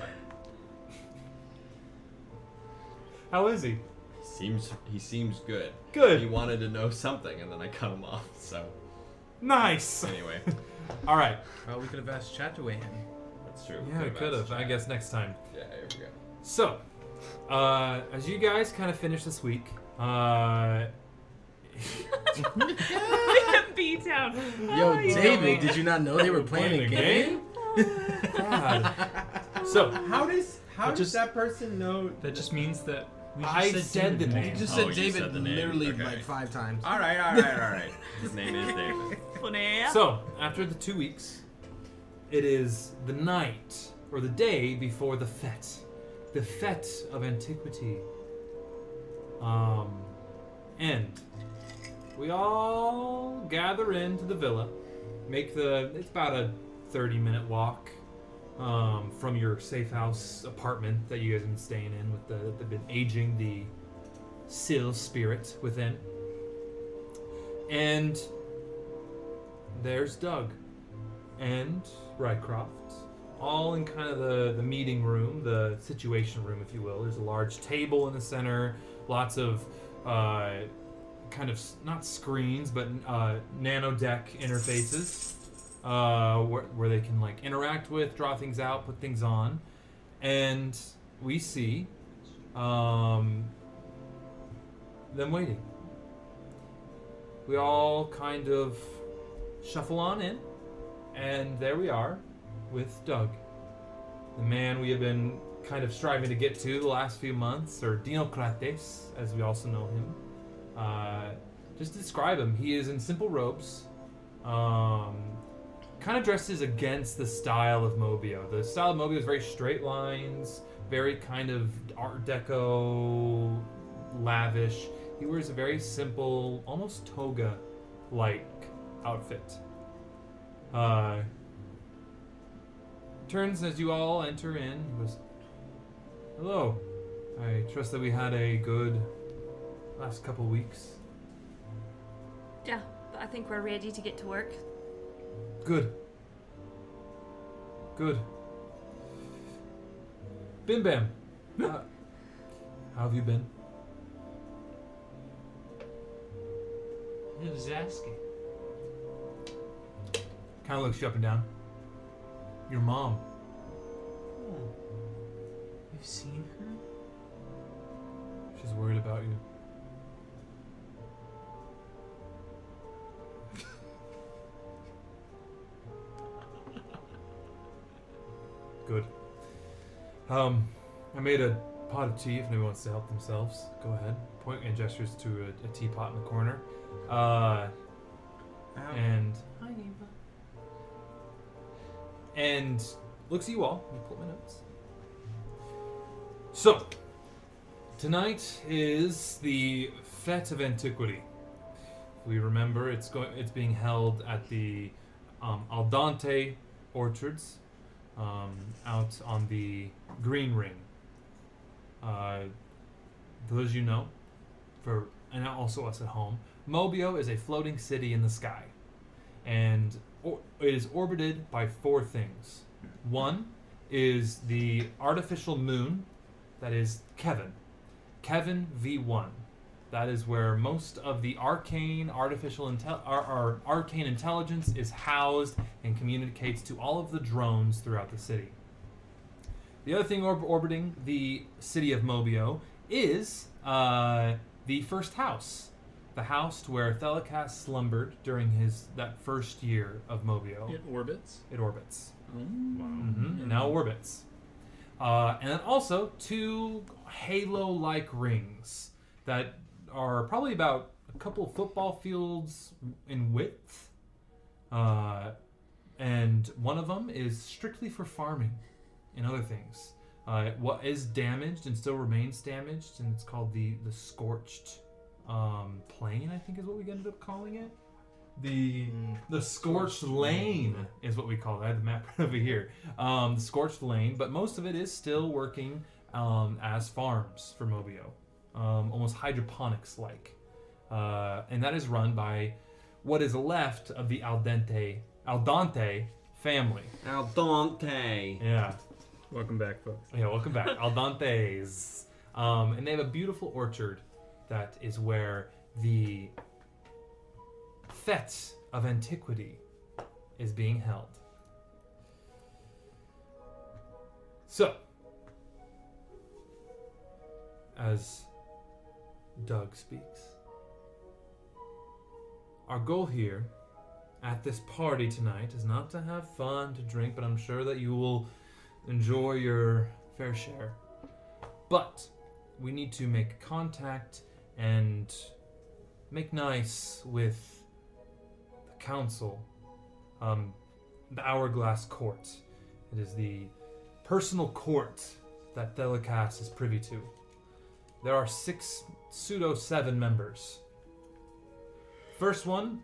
S4: okay?
S3: How is he?
S4: Seems he seems good.
S3: Good.
S4: He wanted to know something, and then I cut him off. So
S3: Nice.
S4: Anyway.
S3: All right.
S4: Well, we could have asked Chat to weigh in. That's true.
S3: Yeah, could
S4: asked
S3: have. I
S4: Chat.
S3: guess next time.
S4: Yeah, here we go.
S3: So, uh, as you guys kind of finish this week, uh,
S1: B Town.
S5: Oh,
S6: Yo, David, did you not know they were playing a
S3: Playing a
S6: game?
S3: so
S4: how does how
S2: That
S4: does
S2: just-
S4: that person know?
S2: That just means that we just
S6: I
S2: said, David's name. Oh,
S6: You just said David literally like five times.
S4: All right, all right, all right. His name is David.
S5: Funny.
S3: So, after the two weeks, it is the night or the day before the fete, the fete of antiquity. Um, and we all gather into the villa, make the it's about a thirty-minute walk um, from your safe house apartment that you guys have been staying in with the they've been aging the seal spirit within, and there's Doug and Rycroft, all in kind of the, the meeting room, the situation room, if you will. There's a large table in the center, lots of uh, kind of s- not screens, but uh, nano deck interfaces uh, where, where they can like interact with, draw things out, put things on. And we see um, them waiting. We all kind of shuffle on in, and there we are with Doug, the man we have been kind of striving to get to the last few months, or Dinocrates, as we also know him. Uh, just describe him. He is in simple robes, um, kind of dresses against the style of Mobio. The style of Mobio is very straight lines, very kind of Art Deco, lavish. He wears a very simple, almost toga like outfit. Uh, turns as you all enter in. He goes, Hello. I trust that we had a good last couple weeks.
S5: Yeah, but I think we're ready to get to work.
S3: Good. Good. Bim Bam. Uh, how have you been?
S2: It was asking.
S3: Kind of looks you up and down. Your mom.
S2: You've seen her?
S3: She's worried about you. Good. Um, I made a pot of tea if anyone wants to help themselves. Go ahead. Point and gestures to a, a teapot in the corner. Uh, and
S2: Hi, neighbor.
S3: and looks at you all. Let me pull up my notes. So, tonight is the Fete of Antiquity. We remember it's going. It's being held at the um, Aldante Orchards, um, out on the Green Ring. Uh, those you know, for and also us at home, Mobio is a floating city in the sky, and or, it is orbited by four things. One is the artificial moon, that is Kevin, Kevin V1. That is where most of the arcane artificial intel, our, our arcane intelligence is housed and communicates to all of the drones throughout the city. The other thing orb- orbiting the city of Mobio is uh, the first house, the house to where Thelicast slumbered during his that first year of Mobio.
S2: It orbits? Mm-hmm.
S3: It orbits.
S2: Wow.
S3: Mhm, It now orbits. Uh, and then also two halo-like rings that are probably about a couple football fields in width. Uh, and one of them is strictly for farming and other things. Uh, what is damaged and still remains damaged, and it's called the the scorched um, plain. I think is what we ended up calling it. The the scorched lane is what we call it. I have the map right over here. Um, the scorched lane, but most of it is still working um, as farms for Mobio, um, almost hydroponics like, uh, and that is run by what is left of the Aldente Aldante family. Aldante. Yeah.
S2: Welcome back, folks.
S3: Yeah, welcome back. Aldantes. Um, and they have a beautiful orchard that is where the fete of antiquity is being held. So, as Doug speaks, our goal here at this party tonight is not to have fun, to drink, but I'm sure that you will enjoy your fair share. But we need to make contact and make nice with the council, um, the Hourglass Court. It is the personal court that Delicas is privy to. There are six pseudo seven members. First one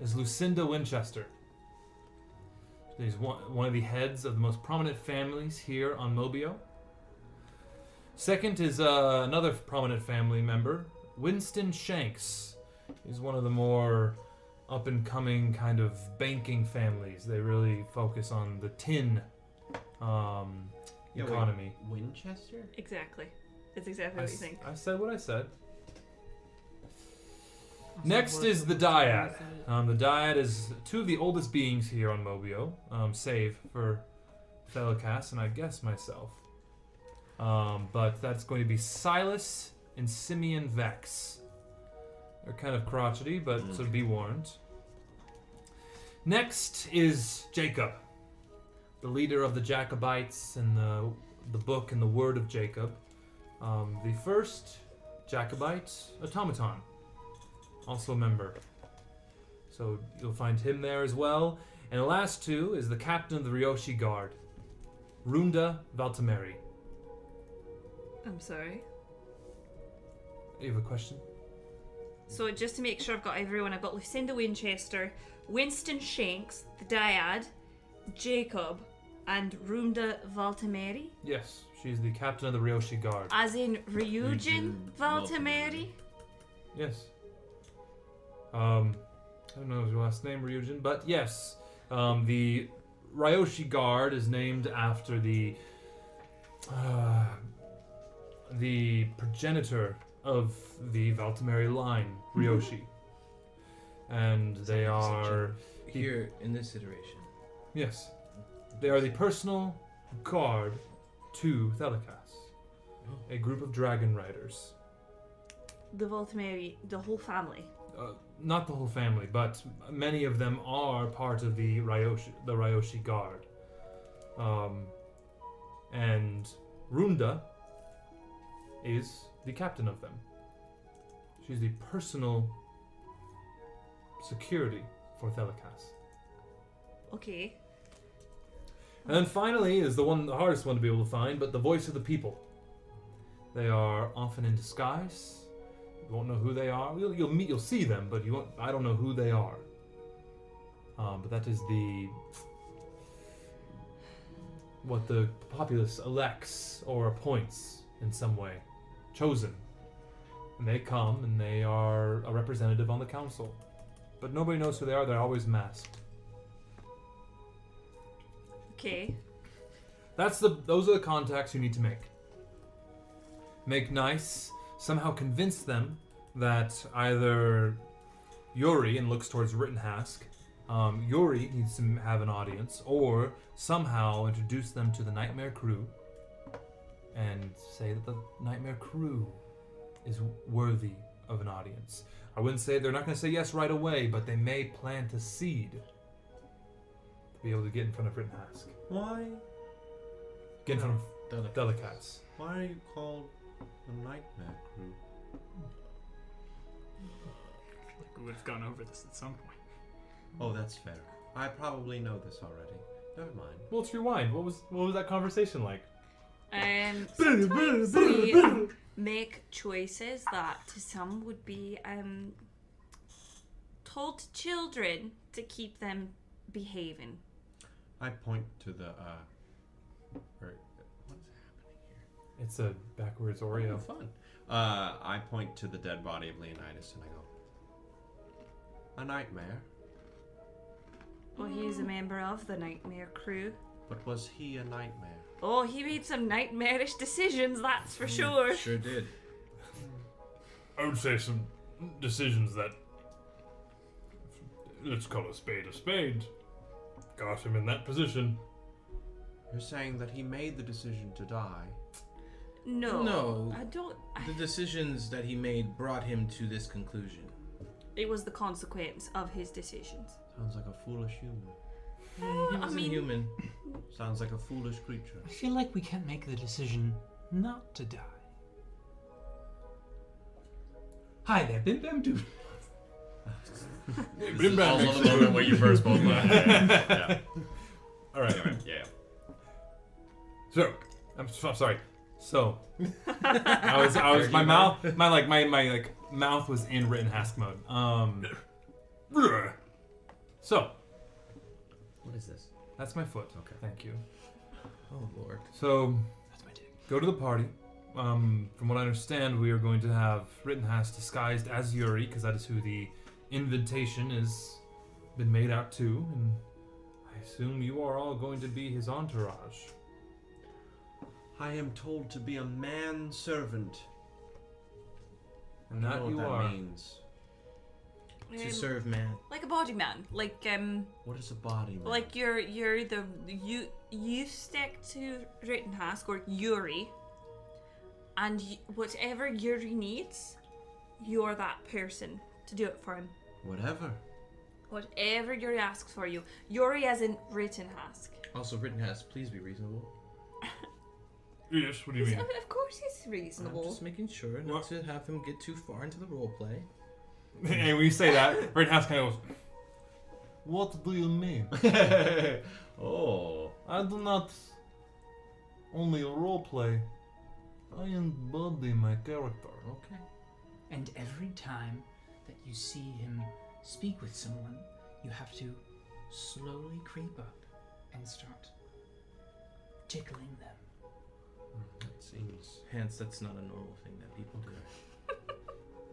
S3: is Lucinda Winchester. She's one, one of the heads of the most prominent families here on Mobio. Second is uh, another prominent family member, Winston Shanks. He's one of the more up and coming kind of banking families. They really focus on the tin um,
S4: Yeah, wait,
S3: economy.
S4: Winchester?
S5: Exactly. That's exactly
S3: I
S5: what you
S3: s-
S5: think.
S3: I said what I said. Next is the Dyad. Um, the Dyad is two of the oldest beings here on Mobio, um, save for Thelicast and I guess myself. Um, but that's going to be Silas and Simeon Vex. They're kind of crotchety, but so be warned. Next is Jacob, the leader of the Jacobites and the, the book and the word of Jacob. Um, the first Jacobite automaton, also a member. So you'll find him there as well. And the last two is the captain of the Ryoshi Guard, Runda Valtameri.
S5: I'm sorry.
S3: You have a question?
S5: So just to make sure I've got everyone, I've got Lucinda Winchester, Winston Shanks, the Dyad, Jacob, and Runda Valtameri.
S3: Yes, she's the captain of the Ryoshi Guard.
S5: As in Ryujin Valtameri?
S3: Yes. Um, I don't know his last name, Ryujin, but yes. Um, the Ryoshi Guard is named after the uh, the progenitor of the Valtameri line,
S13: Mm-hmm.
S3: Ryoshi, and they are
S13: Here in this iteration.
S3: Yes. They are the personal guard to Thelikas,
S13: Oh.
S3: a group of dragon riders.
S5: The Voltameri, the whole family.
S3: Uh, not the whole family, but many of them are part of the Ryoshi, the Ryoshi guard. Um, and Runda is the captain of them. She's the personal security for Thelikas.
S5: Okay.
S3: And then finally is the one, the hardest one to be able to find, but the voice of the people. They are often in disguise. You won't know who they are. You'll, you'll meet, you'll see them, but you won't. I don't know who they are. Um, but that is the what the populace elects or appoints in some way, chosen. And they come and they are a representative on the council, but nobody knows who they are. They're always masked.
S5: Okay.
S3: That's the those are the contacts you need to make. Make nice, somehow convince them that either Yuri and looks towards Rittenhask. Um, Yuri needs to have an audience, or somehow introduce them to the Nightmare Crew, and say that the Nightmare Crew is worthy of an audience. I wouldn't say they're not going to say yes right away, but they may plant a seed to be able to get in front of Rittenhask.
S14: Why?
S3: Get in front of Delicats.
S14: Why are you called the Nightmare Crew?
S2: We would have gone over this at some point.
S4: Oh, that's fair. I probably know this already. Never mind.
S3: Well, let's rewind. What was what was that conversation like?
S5: Um,
S3: Boo, boo,
S5: sometimes
S3: boo,
S5: we um,
S3: boo.
S5: make choices that to some would be um, told to children to keep them behaving.
S4: I point to the. Uh, or, what's
S3: It's a backwards Oreo.
S4: Oh, fun. Uh, I point to the dead body of Leonidas and I go, a nightmare.
S5: Well, he is a member of the Nightmare Crew.
S4: But was he a nightmare?
S5: Oh, he made some nightmarish decisions, that's
S12: Mm.
S5: for Mm, sure.
S4: Sure did.
S21: I would say some decisions that, let's call a spade a spade, got him in that position.
S4: You're saying that he made the decision to die.
S5: No.
S13: No.
S5: I don't.
S13: The decisions that he made brought him to this conclusion.
S5: It was the consequence of his decisions.
S4: Sounds like a foolish human.
S5: Uh,
S13: He
S5: I
S13: wasn't
S5: mean-
S13: human.
S4: Sounds like a foolish creature.
S22: I feel like we can't make the decision not to die. Hi there, Bim Bam Doo.
S3: This
S13: Bim
S3: is
S13: Bam
S3: all
S13: makes
S3: of the
S13: sense.
S3: moment where you first both laughed.
S21: Yeah.
S3: All right.
S21: Anyway,
S4: yeah.
S3: So, I'm, so- I'm sorry. So, I was, I was, my mouth, my like, my, my like mouth was in written hask mode. Um. So.
S13: What is this?
S3: That's my foot. Okay. Thank you.
S13: Oh lord.
S3: So, go to the party. Um, from what I understand, we are going to have Rittenhouse disguised as Yuri, because that is who the invitation has been made out to, and I assume you are all going to be his entourage.
S4: I am told to be a man servant.
S3: And that
S4: know
S3: you
S4: what that
S3: are.
S4: means.
S5: Um,
S13: serve man.
S5: Like a body man. Like, um.
S4: What is a body man?
S5: Like you're you're the you you stick to Rittenhask or Yuri, and y whatever Yuri needs, you're that person to do it for him.
S4: Whatever.
S5: Whatever Yuri asks for you, Yuri as in Rittenhask.
S13: Also, Rittenhouse, please be reasonable.
S21: yes, what do you
S5: He's-
S13: mean?
S5: Of course, he's
S13: I'm
S5: reasonable.
S13: just making sure not to have him get too far into the role play.
S21: and when you say that, Rittenhouse kind of goes, What do you mean?
S4: oh.
S21: I do not only roleplay, I embody my character.
S22: Okay. And every time that you see him speak with someone, you have to slowly creep up and start tickling them.
S13: That seems. Hence, that's not a normal thing that people do.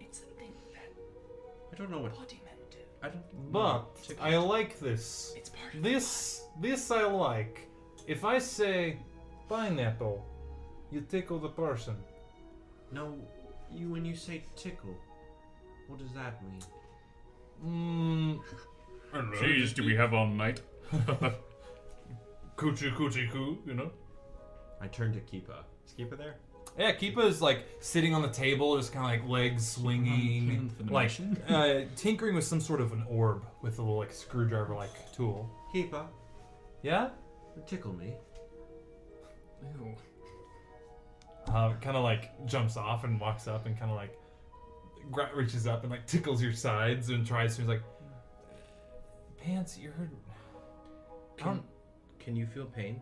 S22: It's something that
S4: I don't know what
S22: body men do.
S13: I don't.
S3: But
S13: Chicken.
S3: I like this. It's part of this. This I like. If I say pineapple, you tickle the person.
S14: No, you when you say tickle, what does that mean?
S3: Mm, I don't know.
S14: Jeez, do we
S3: have all night?
S4: Ah,
S3: coochie coochie coo, you know?
S4: I turn to Keepa. Is Keepa there?
S12: Yeah, Keepa's like sitting on the table, just kind of like legs swinging,
S4: for the
S12: like
S4: mission.
S12: uh, tinkering with some sort of an orb with a little like screwdriver like tool.
S14: Keeper,
S12: Yeah?
S14: tickle me.
S2: Ew.
S3: Uh, kind of like jumps off and walks up and kind of like gra- reaches up and like tickles your sides and tries to. He's like, Pants, you're.
S14: Can, can you feel pain?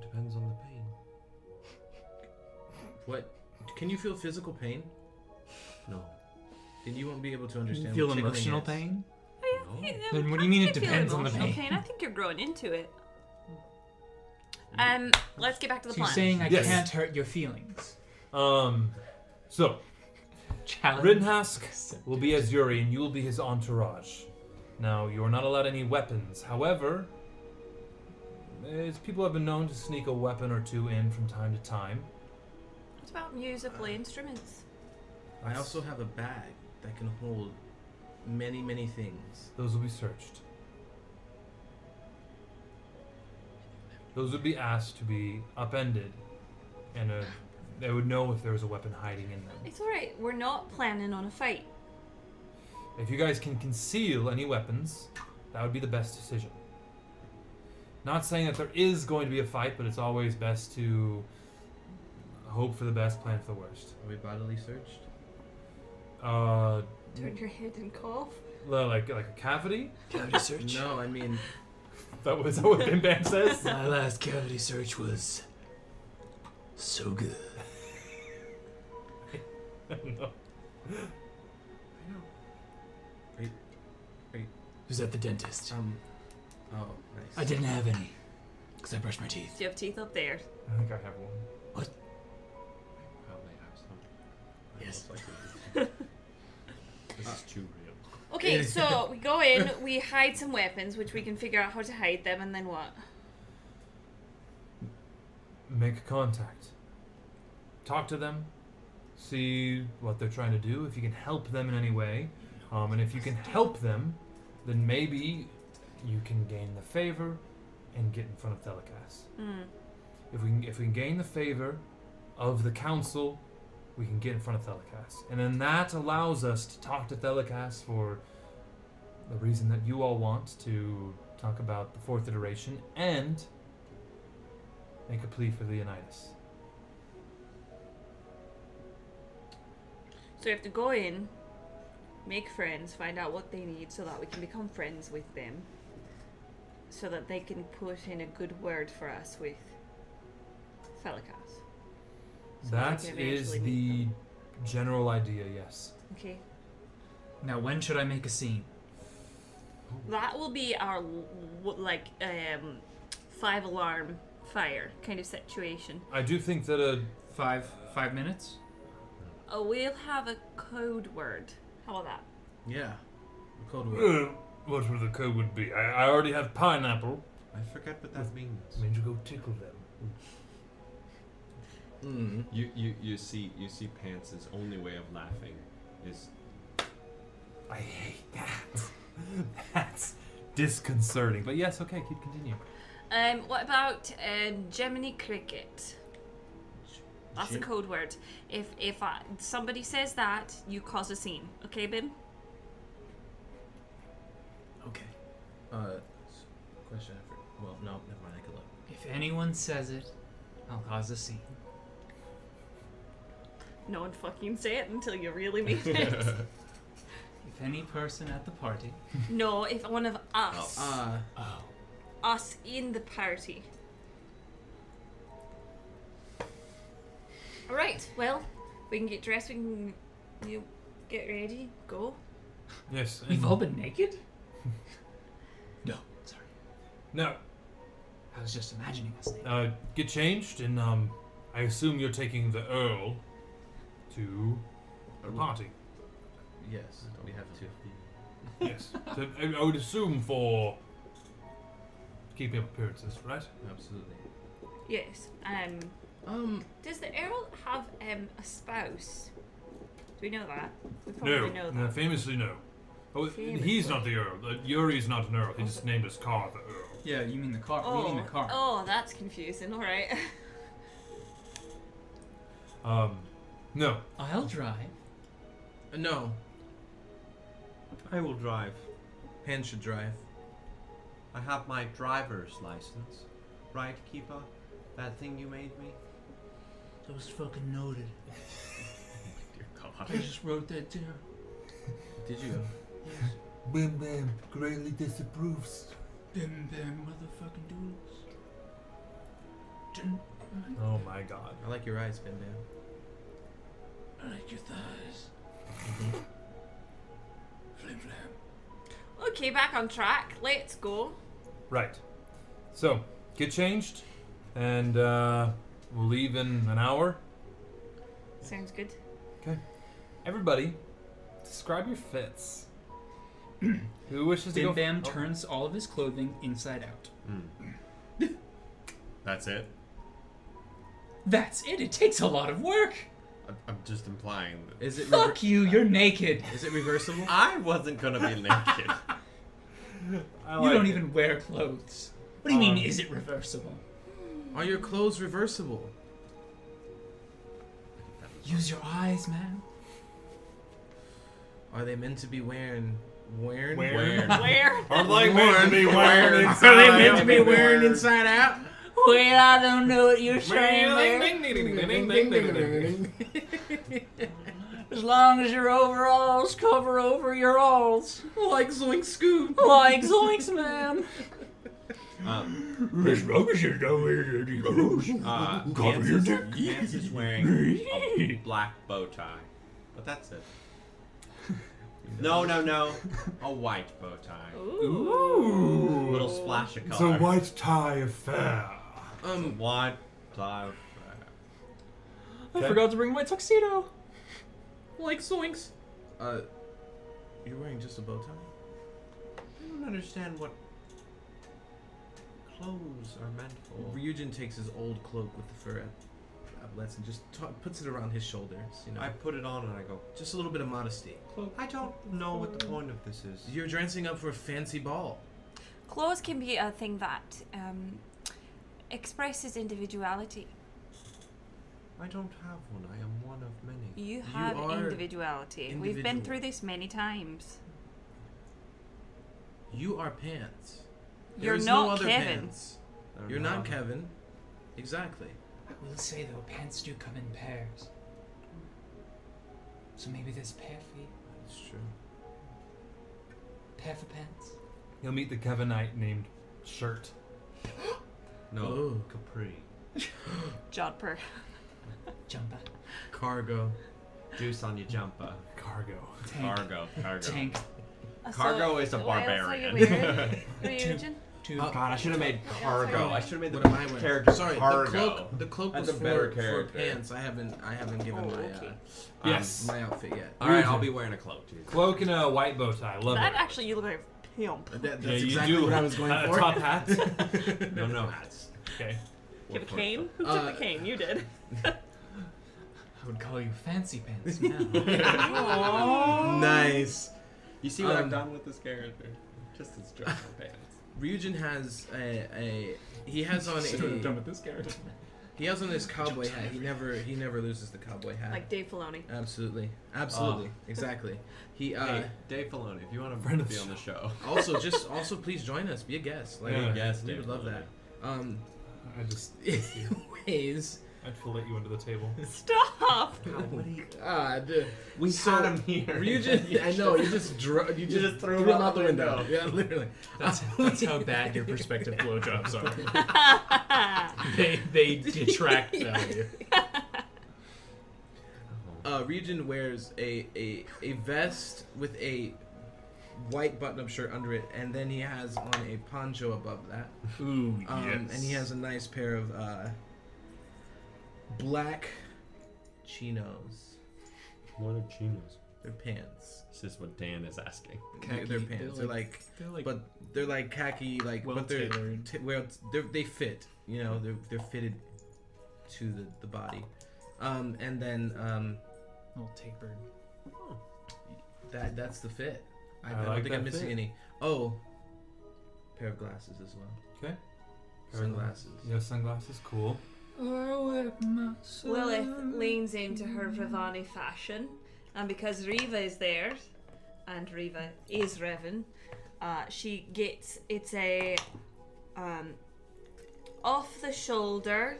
S14: Depends on the pain. What? Can you feel physical pain? No. Then you won't be able to understand.
S2: feel
S14: what tickling
S2: emotional
S14: is.
S2: pain?
S13: Oh.
S5: Then
S2: what do you mean it
S5: I feel
S2: depends on the
S5: emotional
S2: pain?
S5: I think you're growing into it.
S13: Mm.
S5: Um, let's get back to the
S2: So you're
S5: plan.
S2: saying I
S12: Yes.
S2: can't hurt your feelings.
S3: Um, so. Rittenhask will be as Yuri and you will be his entourage. Now, you are not allowed any weapons. However, as people have been known to sneak a weapon or two in from time to time.
S5: What about musical instruments?
S13: I also have a bag that can hold many, many things.
S3: Those will be searched. Those would be asked to be upended, and uh they would know if there was a weapon hiding in them.
S5: It's alright, we're not planning on a fight.
S3: If you guys can conceal any weapons, that would be the best decision. Not saying that there is going to be a fight, but it's always best to hope for the best, plan for the worst.
S14: Are we bodily searched?
S3: Uh,
S13: Mm.
S5: Turn your head and cough.
S3: li- like like a cavity?
S13: Cavity search?
S14: No, I mean.
S3: That was that what Bim Bam says.
S13: My last cavity search was so good.
S3: no.
S13: It was at the dentist.
S14: Um. Oh, nice.
S13: I didn't have any because I brushed my teeth.
S5: Do you have teeth up there?
S3: I think I have one.
S13: What?
S4: Probably have some.
S13: Yes.
S4: this is too real.
S5: Okay, so we go in, we hide some weapons, which we can figure out how to hide them, and then what?
S3: Make contact. Talk to them. See what they're trying to do. If you can help them in any way, um, and if you can help them, then maybe you can gain the favor and get in front of Thelikas.
S5: Mm.
S3: If we can, if we can gain the favor of the council, we can get in front of Thelikas, and then that allows us to talk to Thelikas for the reason that you all want to talk about the fourth iteration and make a plea for Leonidas.
S5: So we have to go in, make friends, find out what they need so that we can become friends with them. So that they can put in a good word for us with Felikas. So
S3: that
S5: we can
S3: is
S5: eventually meet
S3: the general idea, yes.
S5: Okay.
S2: Now, when should I make a scene?
S5: That will be our l- w- like um five alarm fire kind of situation.
S3: I do think that a
S2: five five minutes.
S5: Oh, we'll have a code word. How about that?
S13: Yeah. The code
S3: Uh,
S13: word.
S3: what would the code would be? I, I already have pineapple.
S14: I forget what that means.
S3: Means you go tickle them.
S4: You, you you see you see Pants' only way of laughing is
S3: I hate that. That's disconcerting. But yes, okay, keep continue.
S5: Um, what about um, Gemini cricket? That's a
S3: Gem-
S5: code word. If if I, somebody says that, you cause a scene. Okay, Bim?
S13: Okay. Uh, s- question effort. Well, no, never mind. I could look.
S2: If anyone says it, I'll cause a scene.
S5: No one fucking say it until you really mean it.
S2: If any person at the party.
S5: no, if one of us,
S2: Oh,
S13: Uh,
S2: ah.
S5: us in the party. All right. Well, we can get dressed. We can you know, get ready. Go.
S3: Yes.
S2: We've all been naked?
S13: no,
S2: sorry.
S3: No.
S2: I was just imagining us naked.
S3: Uh, get changed, and um, I assume you're taking the Earl to the party.
S13: Yes, we have two.
S21: yes. So I, I would assume for keeping up appearances, right?
S13: Absolutely.
S5: Yes. Um. Does the Earl have um a spouse? Do we know that? We
S21: No,
S5: probably know that.
S21: no, famously no. Oh, he's
S5: Famously.
S21: not the Earl. Uh, Yuri's not an Earl. He just named his car the Earl.
S2: Yeah, you mean the car.
S5: Oh,
S2: We mean the car.
S5: oh, that's confusing. All right.
S21: Um, no.
S2: I'll drive.
S13: Uh, No.
S14: I will drive. Pan should drive. I have my driver's license. Right, Keeper? That thing you made me?
S13: That was fucking noted.
S14: Dear
S13: I just wrote that down.
S14: Did you?
S10: Bim Bim greatly disapproves.
S13: Bim bam motherfucking doodles.
S21: Oh my god.
S14: I like your eyes, Ben Man.
S13: I like your thighs. Flim flam.
S5: okay, back on track. Let's go.
S21: Right. So, get changed, and uh, we'll leave in an hour.
S5: Sounds good.
S21: Okay. Everybody, describe your fits. Who wishes to
S2: Bim
S21: go? oh.
S2: Bam turns all of his clothing inside out.
S4: That's it.
S2: That's it. It takes a lot of work.
S4: I- I'm just implying that.
S13: Is it
S2: Fuck you. You're naked.
S13: Is it reversible?
S4: I wasn't gonna be naked.
S2: you
S13: like
S2: don't
S13: it.
S2: even wear clothes. What do you
S13: Um,
S2: mean? Is it reversible?
S13: Are your clothes reversible?
S2: Use your eyes, man.
S13: Are they meant to be wearing wearing
S2: Wearing. Wearing.
S13: Are
S2: they meant to be wearing inside
S13: Are they meant to be
S2: out?
S13: wearing inside out?
S2: Well, I don't know what you're
S13: As long as your overalls cover over your alls. Like Zoink Scoop. Like Zoinks, man.
S4: Um,
S13: This rubbish is nowhere near
S4: Uh,
S13: Cover
S4: Nance
S13: your
S4: is-
S13: dick.
S4: Nance is wearing a black bow tie, but that's it. No, no, no, a white bow tie.
S10: Ooh.
S4: little splash of
S10: It's
S4: color.
S10: a white tie affair.
S4: Um, white tie. affair.
S2: I forgot to bring my tuxedo.
S13: Like Zoinks. Uh, you're wearing just a bow tie?
S14: I don't understand what clothes are meant for.
S13: Ryujin takes his old cloak with the fur ab- ablets and just t- puts it around his shoulders. You know,
S14: I put it on and I go,
S13: just a little bit of modesty.
S14: I don't know what the point of this is.
S13: You're dressing up for a fancy ball.
S5: Clothes can be a thing that um, expresses individuality.
S14: I don't have one. I am one of many.
S5: You have individuality. We've been through this many times.
S13: You are pants. There
S5: You're
S13: is
S5: not
S13: no other
S5: Kevin.
S13: pants.
S14: They're
S13: You're not
S14: not.
S13: Kevin. Exactly.
S22: I will say though, pants do come in pairs. So maybe there's pair feet,
S13: That's true.
S22: pair for pants.
S21: You'll meet the Kevinite named Shirt.
S14: No,
S13: Ooh.
S14: Capri.
S5: Jodhpur.
S22: Jumper.
S13: Cargo.
S14: Juice on your jumper.
S21: Cargo.
S22: Tank.
S4: Cargo. Cargo.
S22: Tank.
S4: Cargo is a
S5: what else are
S4: barbarian.
S5: you wearing? What are you,
S13: Two-
S5: Jin?
S13: two-
S4: Oh, God, I should have made cargo. I should have made the
S13: What am I wearing?
S4: character
S13: Sorry,
S4: cargo.
S13: the cloak. The cloak
S4: That's
S13: was
S4: a better
S13: for, for
S4: character.
S13: pants. I haven't. I haven't given my uh, um,
S21: Yes.
S13: my outfit yet.
S4: All right, I'll be wearing a cloak too.
S21: Cloak and a white bow tie. Love
S5: That
S21: it.
S5: actually, you look like a pimp.
S13: That, that's
S21: yeah, you
S13: exactly
S21: do.
S13: what I was going
S21: a
S13: for.
S21: Uh, Top hat.
S4: No, no hats.
S21: Okay.
S5: You have a cane? Who took
S13: Uh,
S5: the cane? You did.
S22: I would call you fancy pants now.
S13: nice.
S4: You see what
S13: Um,
S4: I've done with this character? Just his dress and pants.
S13: Ryujin has a, a he has on
S4: Should've
S13: a
S4: done
S2: with this character.
S13: He has on his cowboy hat. He never he never loses the cowboy hat.
S5: Like Dave Filoni.
S13: Absolutely, absolutely,
S21: Ah.
S4: Oh.
S13: exactly. He uh,
S4: Hey, Dave Filoni, if you want to
S13: Friend of
S4: be
S13: the
S4: on the
S13: show.
S4: show,
S13: also just also please join us. Be a guest. Like
S4: Be a guest,
S13: we would
S4: Dave
S13: love
S4: Filoni.
S13: that. Um,
S21: I just.
S13: anyways, Oh
S21: I'd fillet you under the table.
S5: Stop!
S13: God.
S4: We
S13: so,
S4: had him here.
S13: Ryujin, I know you just dro- you just, threw, him out the window. Yeah, literally.
S2: That's, that's how bad your prospective blowjobs are. they they detract value.
S13: Uh, Region wears a, a a vest with a white button-up shirt under it, and then he has on a poncho above that.
S2: Ooh,
S13: Um, And he has a nice pair of uh, black chinos.
S4: What are chinos?
S13: Their pants.
S4: This is what Dan is asking.
S13: Khaki. Their pants. They're like,
S4: they're like-
S13: but they're like khaki, like but they're
S4: Well-tailored.
S13: t- well, they're, they fit. You know, they're they're fitted to the, the body, um, and then um,
S14: little tapered.
S13: that that's the fit. I,
S14: I
S13: I don't
S14: like
S13: think I'm
S14: that
S13: missing
S14: fit.
S13: any. Oh, pair of glasses as well.
S3: Okay.
S13: Sunglasses.
S3: Yeah, sunglasses. Cool.
S5: Lilith leans into her Ravani fashion, and because Riva is there, and Riva is Revan, uh, she gets it's a um, off the shoulder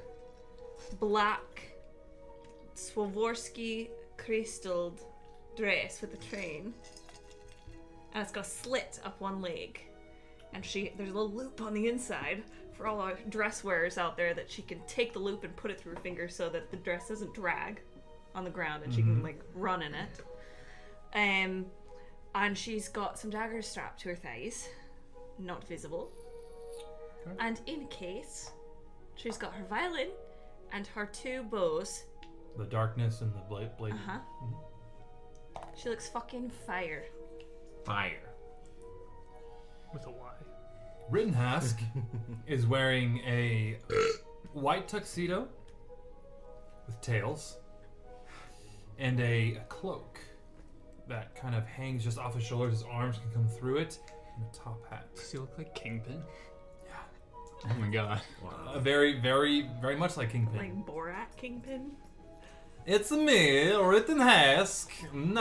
S5: black Swarovski crystalled dress with a train, and it's got a slit up one leg, and she there's a little loop on the inside for all our dress wearers out there that she can take the loop and put it through her finger so that the dress doesn't drag on the ground and she can
S9: Mhm.
S5: like run in it. Um, and she's got some daggers strapped to her thighs, not visible. And in a case, she's got her violin and her two bows.
S3: The darkness and the blade. blade.
S5: Uh huh. She looks fucking fire.
S4: Fire.
S14: With a Y.
S3: Rittenhask is wearing a white tuxedo with tails and a, a cloak that kind of hangs just off his shoulders. His arms can come through it, and a top hat. Does
S2: he look like Kingpin?
S3: Yeah. Oh my god. Uh, very, very, very much like Kingpin.
S5: Like Borat Kingpin.
S3: It's me, Rittenhask. No.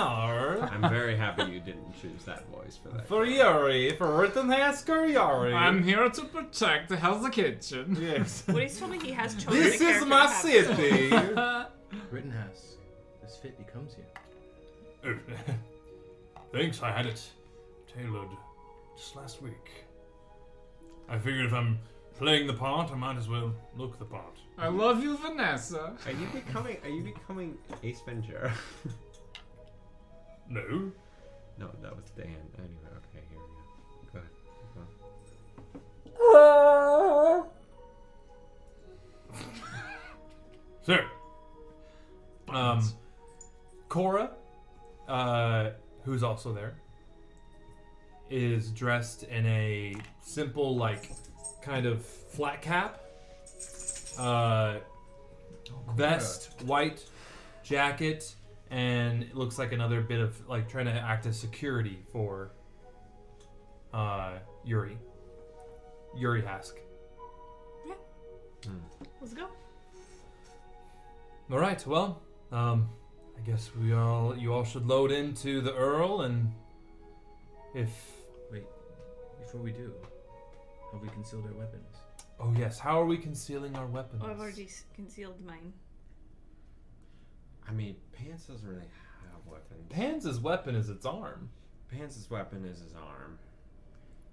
S4: I'm very happy you didn't choose that voice for that.
S3: For Yuri, for Rittenhask or Yuri.
S2: I'm here to protect the Hell's Kitchen.
S3: Yes.
S5: What he's told me he has chosen.
S3: This
S5: a
S3: is
S5: character
S3: my
S5: to have
S3: city.
S13: Rittenhouse, this fit becomes you.
S3: Oh, Thanks, I had it tailored just last week. I figured if I'm playing the part, I might as well look the part.
S2: I love you, Vanessa.
S4: Are you becoming? Are you becoming Ace Ventura?
S3: no.
S4: No, that was Dan. Anyway, okay, here we go. Go ahead. Go on.
S3: So, um, Cora, uh, who's also there, is dressed in a simple, like, kind of flat cap, uh, vest, white jacket, and it looks like another bit of, like, trying to act as security for uh, Yuri. Yuri Hask.
S5: Let's go.
S3: All right. Well, um, I guess we all you all should load into the Earl, and if
S13: Wait, before we do, have we concealed our weapons?
S3: oh yes, how are we concealing our weapons?
S5: Oh, I've already s- concealed mine.
S4: I mean, Pants doesn't really have weapons.
S3: Pans' weapon is its arm.
S4: Pants' weapon is his arm.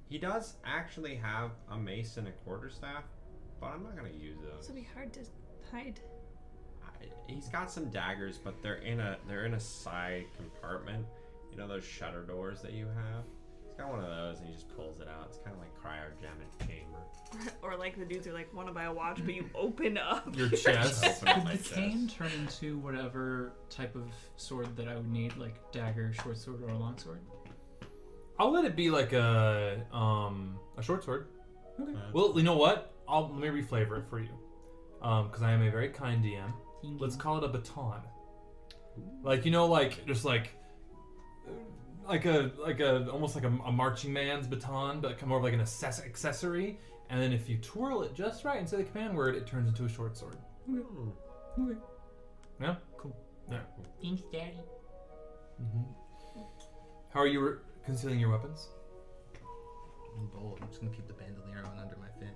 S4: He does actually have a mace and a quarterstaff, but I'm not gonna use
S5: This
S4: those.
S5: would be hard to hide.
S4: He's got some daggers, but they're in a they're in a side compartment. You know those shutter doors that you have. He's got one of those, and he just pulls it out. It's kind of like cryogenic chamber.
S5: or like the dudes who like want to buy a watch, but you open up
S4: Your chest.
S2: Could the cane turn into whatever type of sword that I would need, like dagger, short sword, or long sword?
S3: I'll let it be like a um a short sword. Okay. Well, you know what? I'll let me reflavor it for you, um, because I am a very kind DM. Let's call it a baton. Like you know, like just like like a like a almost like a, a marching man's baton, but more of like an access- accessory. And then if you twirl it just right and say the command word, it turns into a short sword.
S2: Okay.
S3: Yeah. Cool. Yeah.
S14: Thanks, Daddy.
S3: Mm-hmm. How are you re- concealing your weapons?
S13: I'm bold. I'm just gonna keep the bandolier on under my fit.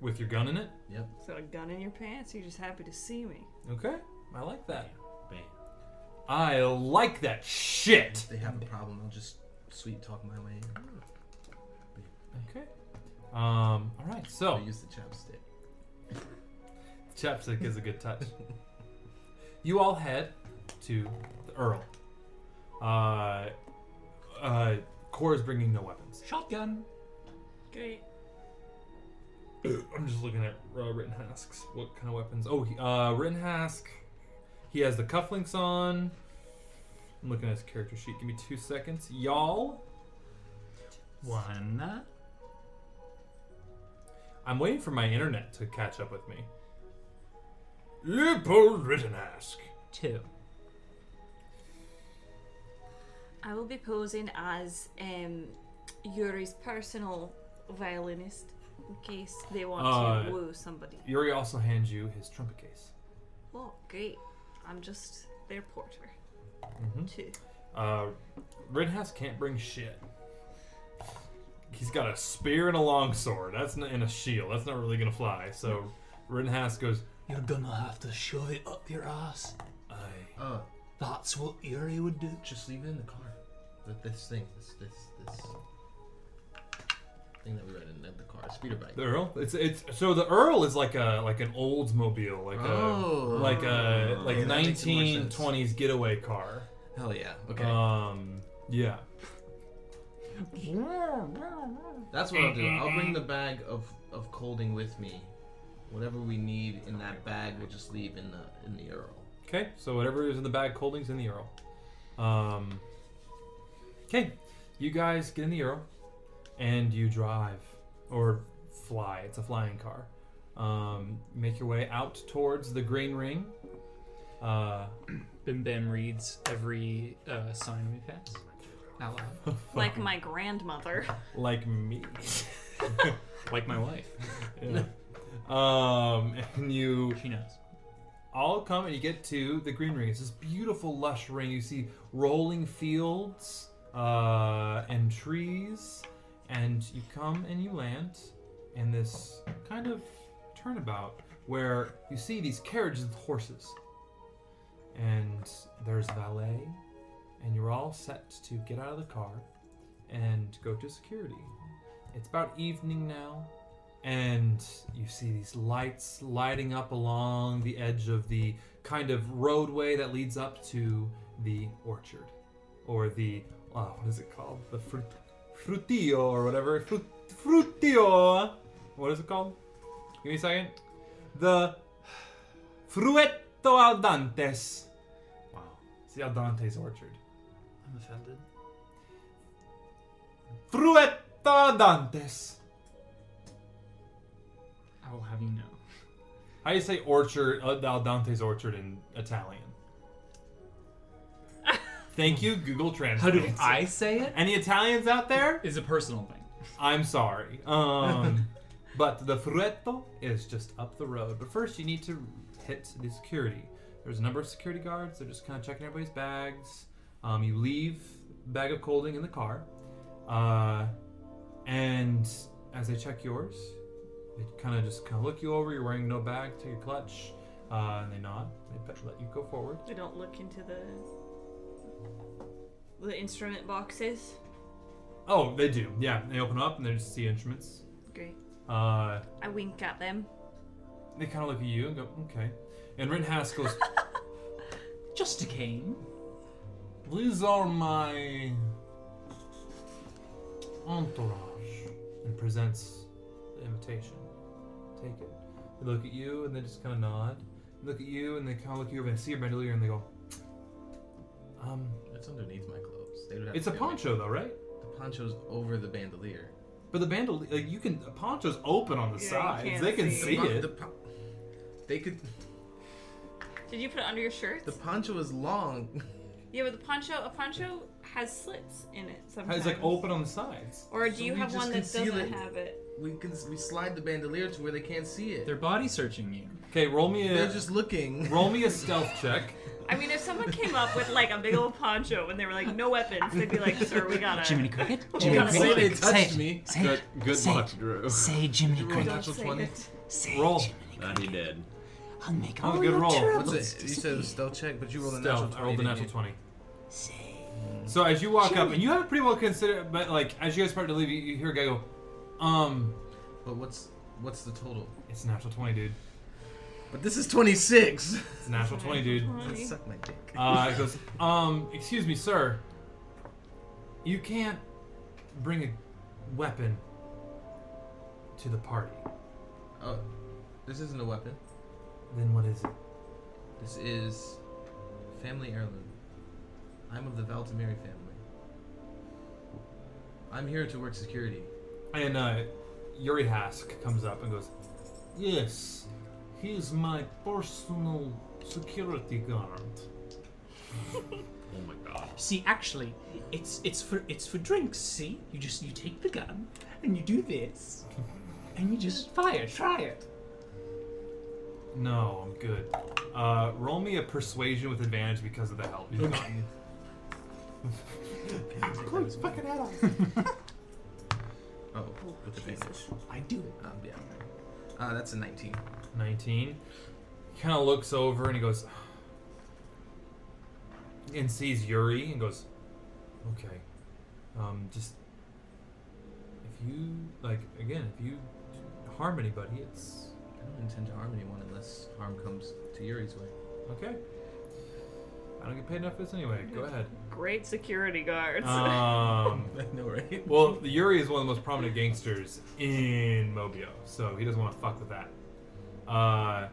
S3: With your gun in it?
S13: Yep.
S5: It's got a gun in your pants. You're just happy to see me.
S3: Okay. I like that. I like that shit.
S13: If they have a problem, I'll just sweet talk my way in.
S3: Okay. Um. All right. So
S13: I use the chapstick.
S3: Chapstick is a good touch. you all head to the Earl. Uh, uh, Cora's bringing no weapons.
S2: Shotgun.
S5: Great.
S3: I'm just looking at uh, Rittenhask's. What kind of weapons? Oh, he, uh, Rittenhask. He has the cufflinks on. I'm looking at his character sheet. Give me two seconds. Y'all.
S2: One.
S3: I'm waiting for my internet to catch up with me.
S21: Leopold Rittenask.
S2: Two.
S5: I will be posing as um, Yuri's personal violinist in case they want to
S3: Uh,
S5: woo somebody.
S3: Yuri also hands you his trumpet case.
S5: Oh, great. I'm just their porter.
S3: Mm-hmm.
S5: Two.
S3: Uh, Rittenhouse can't bring shit. He's got a spear and a longsword. That's not and a shield. That's not really gonna fly. So Rittenhouse goes.
S22: You're gonna have to shove it up your ass.
S3: Aye.
S13: Uh,
S22: That's what Yuri would do.
S13: Just leave it in the car. With this thing, this this this thing that we rode in at the car, speeder bike.
S3: The Earl. It's it's so the Earl is like a like an Oldsmobile, like
S13: Oh.
S3: a like a like
S13: Yeah, that makes more
S3: nineteen
S13: sense.
S3: twenties getaway car.
S13: Hell yeah. Okay.
S3: Um. Yeah.
S13: That's what I'll do. I'll bring the bag of of colding with me. Whatever we need in that bag, we'll just leave in the in the Earl.
S3: Okay. So whatever is in the bag, Colding's in the Earl. Um. Okay. You guys get in the Earl, and you drive or fly. It's a flying car. Um. Make your way out towards the Green Ring. Uh.
S2: Bim Bam reads every uh, sign we pass out loud.
S5: Like my grandmother.
S3: like me,
S2: like my wife.
S3: Yeah. Um, and you. She knows. All come and you get to the green ring. It's this beautiful, lush ring. You see rolling fields uh, and trees, and you come and you land in this kind of turnabout where you see these carriages with horses, and there's valet, and you're all set to get out of the car and go to security. It's about evening now, and you see these lights lighting up along the edge of the kind of roadway that leads up to the orchard, or the uh, what is it called? The fruit, frutillo or whatever. Fruit, frutillo. What is it called? Give me a second. The fruetto al dantes. Wow. It's the al dantes orchard.
S2: I'm offended.
S3: Fruetta Dantes.
S2: I will have you know.
S3: How do you say orchard, uh, Al Dante's orchard in Italian? Thank you, Google
S2: How
S3: Translate.
S2: do I say it?
S3: Any Italians out there?
S2: Is a personal thing.
S3: I'm sorry. Um, but the Fruetto is just up the road. But first, you need to hit the security. There's a number of security guards. They're just kind of checking everybody's bags. Um, you leave bag of colding in the car, uh, and as they check yours, they kind of just kind of look you over. You're wearing no bag. Take a clutch, uh, and they nod. They pe- let you go forward.
S5: We don't look into the the instrument boxes.
S3: Oh, they do. Yeah, they open up and they just see instruments.
S5: Great.
S3: Uh,
S5: I wink at them.
S3: They kind of look at you and go, okay. And Rittenhouse goes,
S2: Just a game.
S3: These are my entourage. And presents the invitation. Take it. They look at you and they just kind of nod. They look at you and they kind of look at you over and see your bandolier and they go, um.
S13: It's underneath my clothes. They would have
S3: It's
S13: to
S3: a
S13: be like-
S3: poncho though, right?
S13: The poncho's over the bandolier.
S3: But the bandolier, like you can, the poncho's open on the sides. They can see
S13: The pon-
S3: it.
S13: the pon- they could.
S5: Did you put it under your shirt?
S13: The poncho is long.
S5: Yeah, but the poncho a poncho has slits in it sometimes.
S13: like,
S3: open on the sides.
S5: Or do
S13: So
S5: you
S13: we
S5: have
S13: just
S5: one that doesn't
S13: conceal it.
S5: have it?
S13: We can we slide the bandolier to where they can't see it.
S2: They're body searching you.
S3: Okay, roll me a.
S13: They're just looking.
S3: Roll me a stealth check.
S5: I mean, if someone came up with like a big old poncho and they were like, no weapons, they'd be like, sir, we gotta.
S22: Jiminy Cricket?
S5: we
S22: Jiminy
S5: gotta
S22: Cricket?
S5: save Uh, it.
S22: Say it. Say it. Say it. Say Jiminy
S5: Roll
S22: Cricket.
S5: natural Say 20. it.
S22: Say
S3: Roll.
S4: That he did.
S22: I'll make
S3: That was
S22: all
S3: a good
S22: your
S3: roll.
S22: troubles
S13: What's it? You said it was stealth check, but you rolled a
S3: Stealth.
S13: natural 20.
S3: I rolled a
S13: didn't
S3: natural
S13: you?
S3: 20. So as you walk up, and you have it pretty well considered, but like as you guys start to leave, you, you hear a guy go, um.
S13: But what's what's the total?
S3: It's natural 20, dude.
S13: But this is 26.
S3: It's natural 20, dude.
S13: Suck my dick.
S3: Uh, he goes, um, excuse me, sir. You can't bring a weapon to the party.
S13: Oh, this isn't a weapon.
S3: Then what is it?
S13: This is family heirloom. I'm of the Valtameri family. I'm here to work security.
S3: And uh, Yuri Hask comes up and goes, Yes, he is my personal security guard.
S12: Oh my god.
S2: See, actually, it's it's for it's for drinks. See, you just you take the gun and you do this, and you just fire. Try it.
S3: No, I'm good. Uh, roll me a persuasion with advantage because of the help you've gotten.
S14: Close fucking head off.
S13: Oh, with advantage. I do it. Um, yeah. Uh, that's a 19.
S3: 19. He kind of looks over and he goes, and sees Yuri and goes, okay, um, just if you like again, if you harm anybody, it's
S13: I don't intend to harm anyone unless harm comes to Yuri's way.
S3: Okay. I don't get paid enough for this anyway. Go ahead.
S5: Great security guards.
S3: Um,
S13: no, right?
S3: Well, Yuri is one of the most prominent gangsters in Mobio, so he doesn't want to fuck with that. Uh,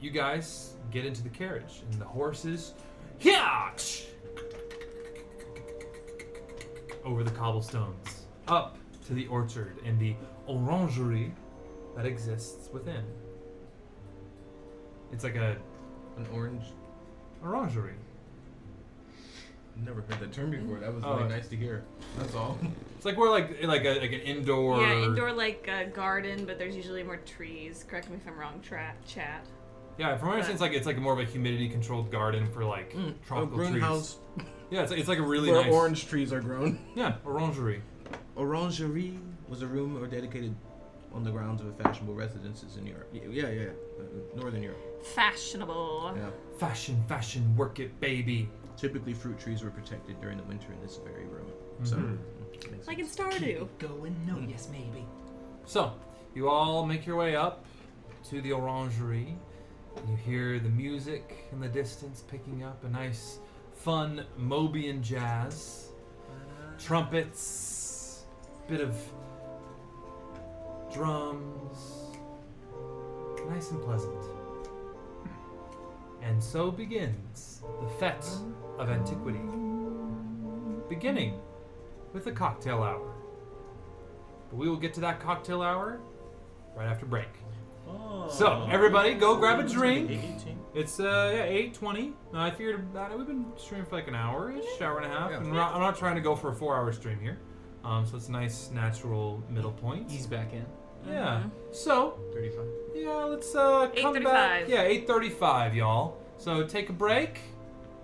S3: you guys get into the carriage, and the horses, yeah, over the cobblestones, up to the orchard and the orangery that exists within. It's like a
S13: an orange
S3: orangery.
S13: Never heard that term before. That was really
S3: Oh.
S13: nice to hear. That's all.
S3: It's like we're like like a, like an indoor.
S5: yeah, indoor like uh, garden, but there's usually more trees. Correct me if I'm wrong, tra- chat.
S3: Yeah, from what I understand, it's like it's like more of a humidity controlled garden for like
S13: Mm,
S5: Mm.
S3: tropical trees.
S13: greenhouse.
S3: Yeah, it's, it's like a really
S13: Where
S3: nice
S13: orange trees are grown.
S3: Yeah, orangery.
S13: Orangerie was a room or dedicated on the grounds of fashionable residences in Europe. Yeah, yeah, yeah. Uh, Northern Europe.
S5: Fashionable.
S13: Yeah.
S3: Fashion, fashion, work it, baby.
S13: Typically, fruit trees were protected during the winter in this very room.
S3: Mhm.
S13: So, makes
S5: Like in
S2: Keep
S5: Stardew.
S2: it going. No, yes, maybe.
S3: So, you all make your way up to the orangery. You hear the music in the distance picking up a nice, fun Mobian jazz. Trumpets, bit of drums. Nice and pleasant. And so begins the Fete of Antiquity, beginning with the cocktail hour. But we will get to that cocktail hour right after break. So everybody, go grab a drink. It's uh yeah eight twenty. I figured about it. We've been streaming for like an hour, ish, hour and a half. And we're not- I'm not trying to go for a four-hour stream here, um, so it's a nice natural middle point. He's
S2: back in.
S3: Yeah.
S5: Mm-hmm.
S3: So.
S13: Thirty-five.
S3: Yeah, let's uh come back.
S5: 8:35.
S3: Yeah, eight thirty-five, y'all. So take a break,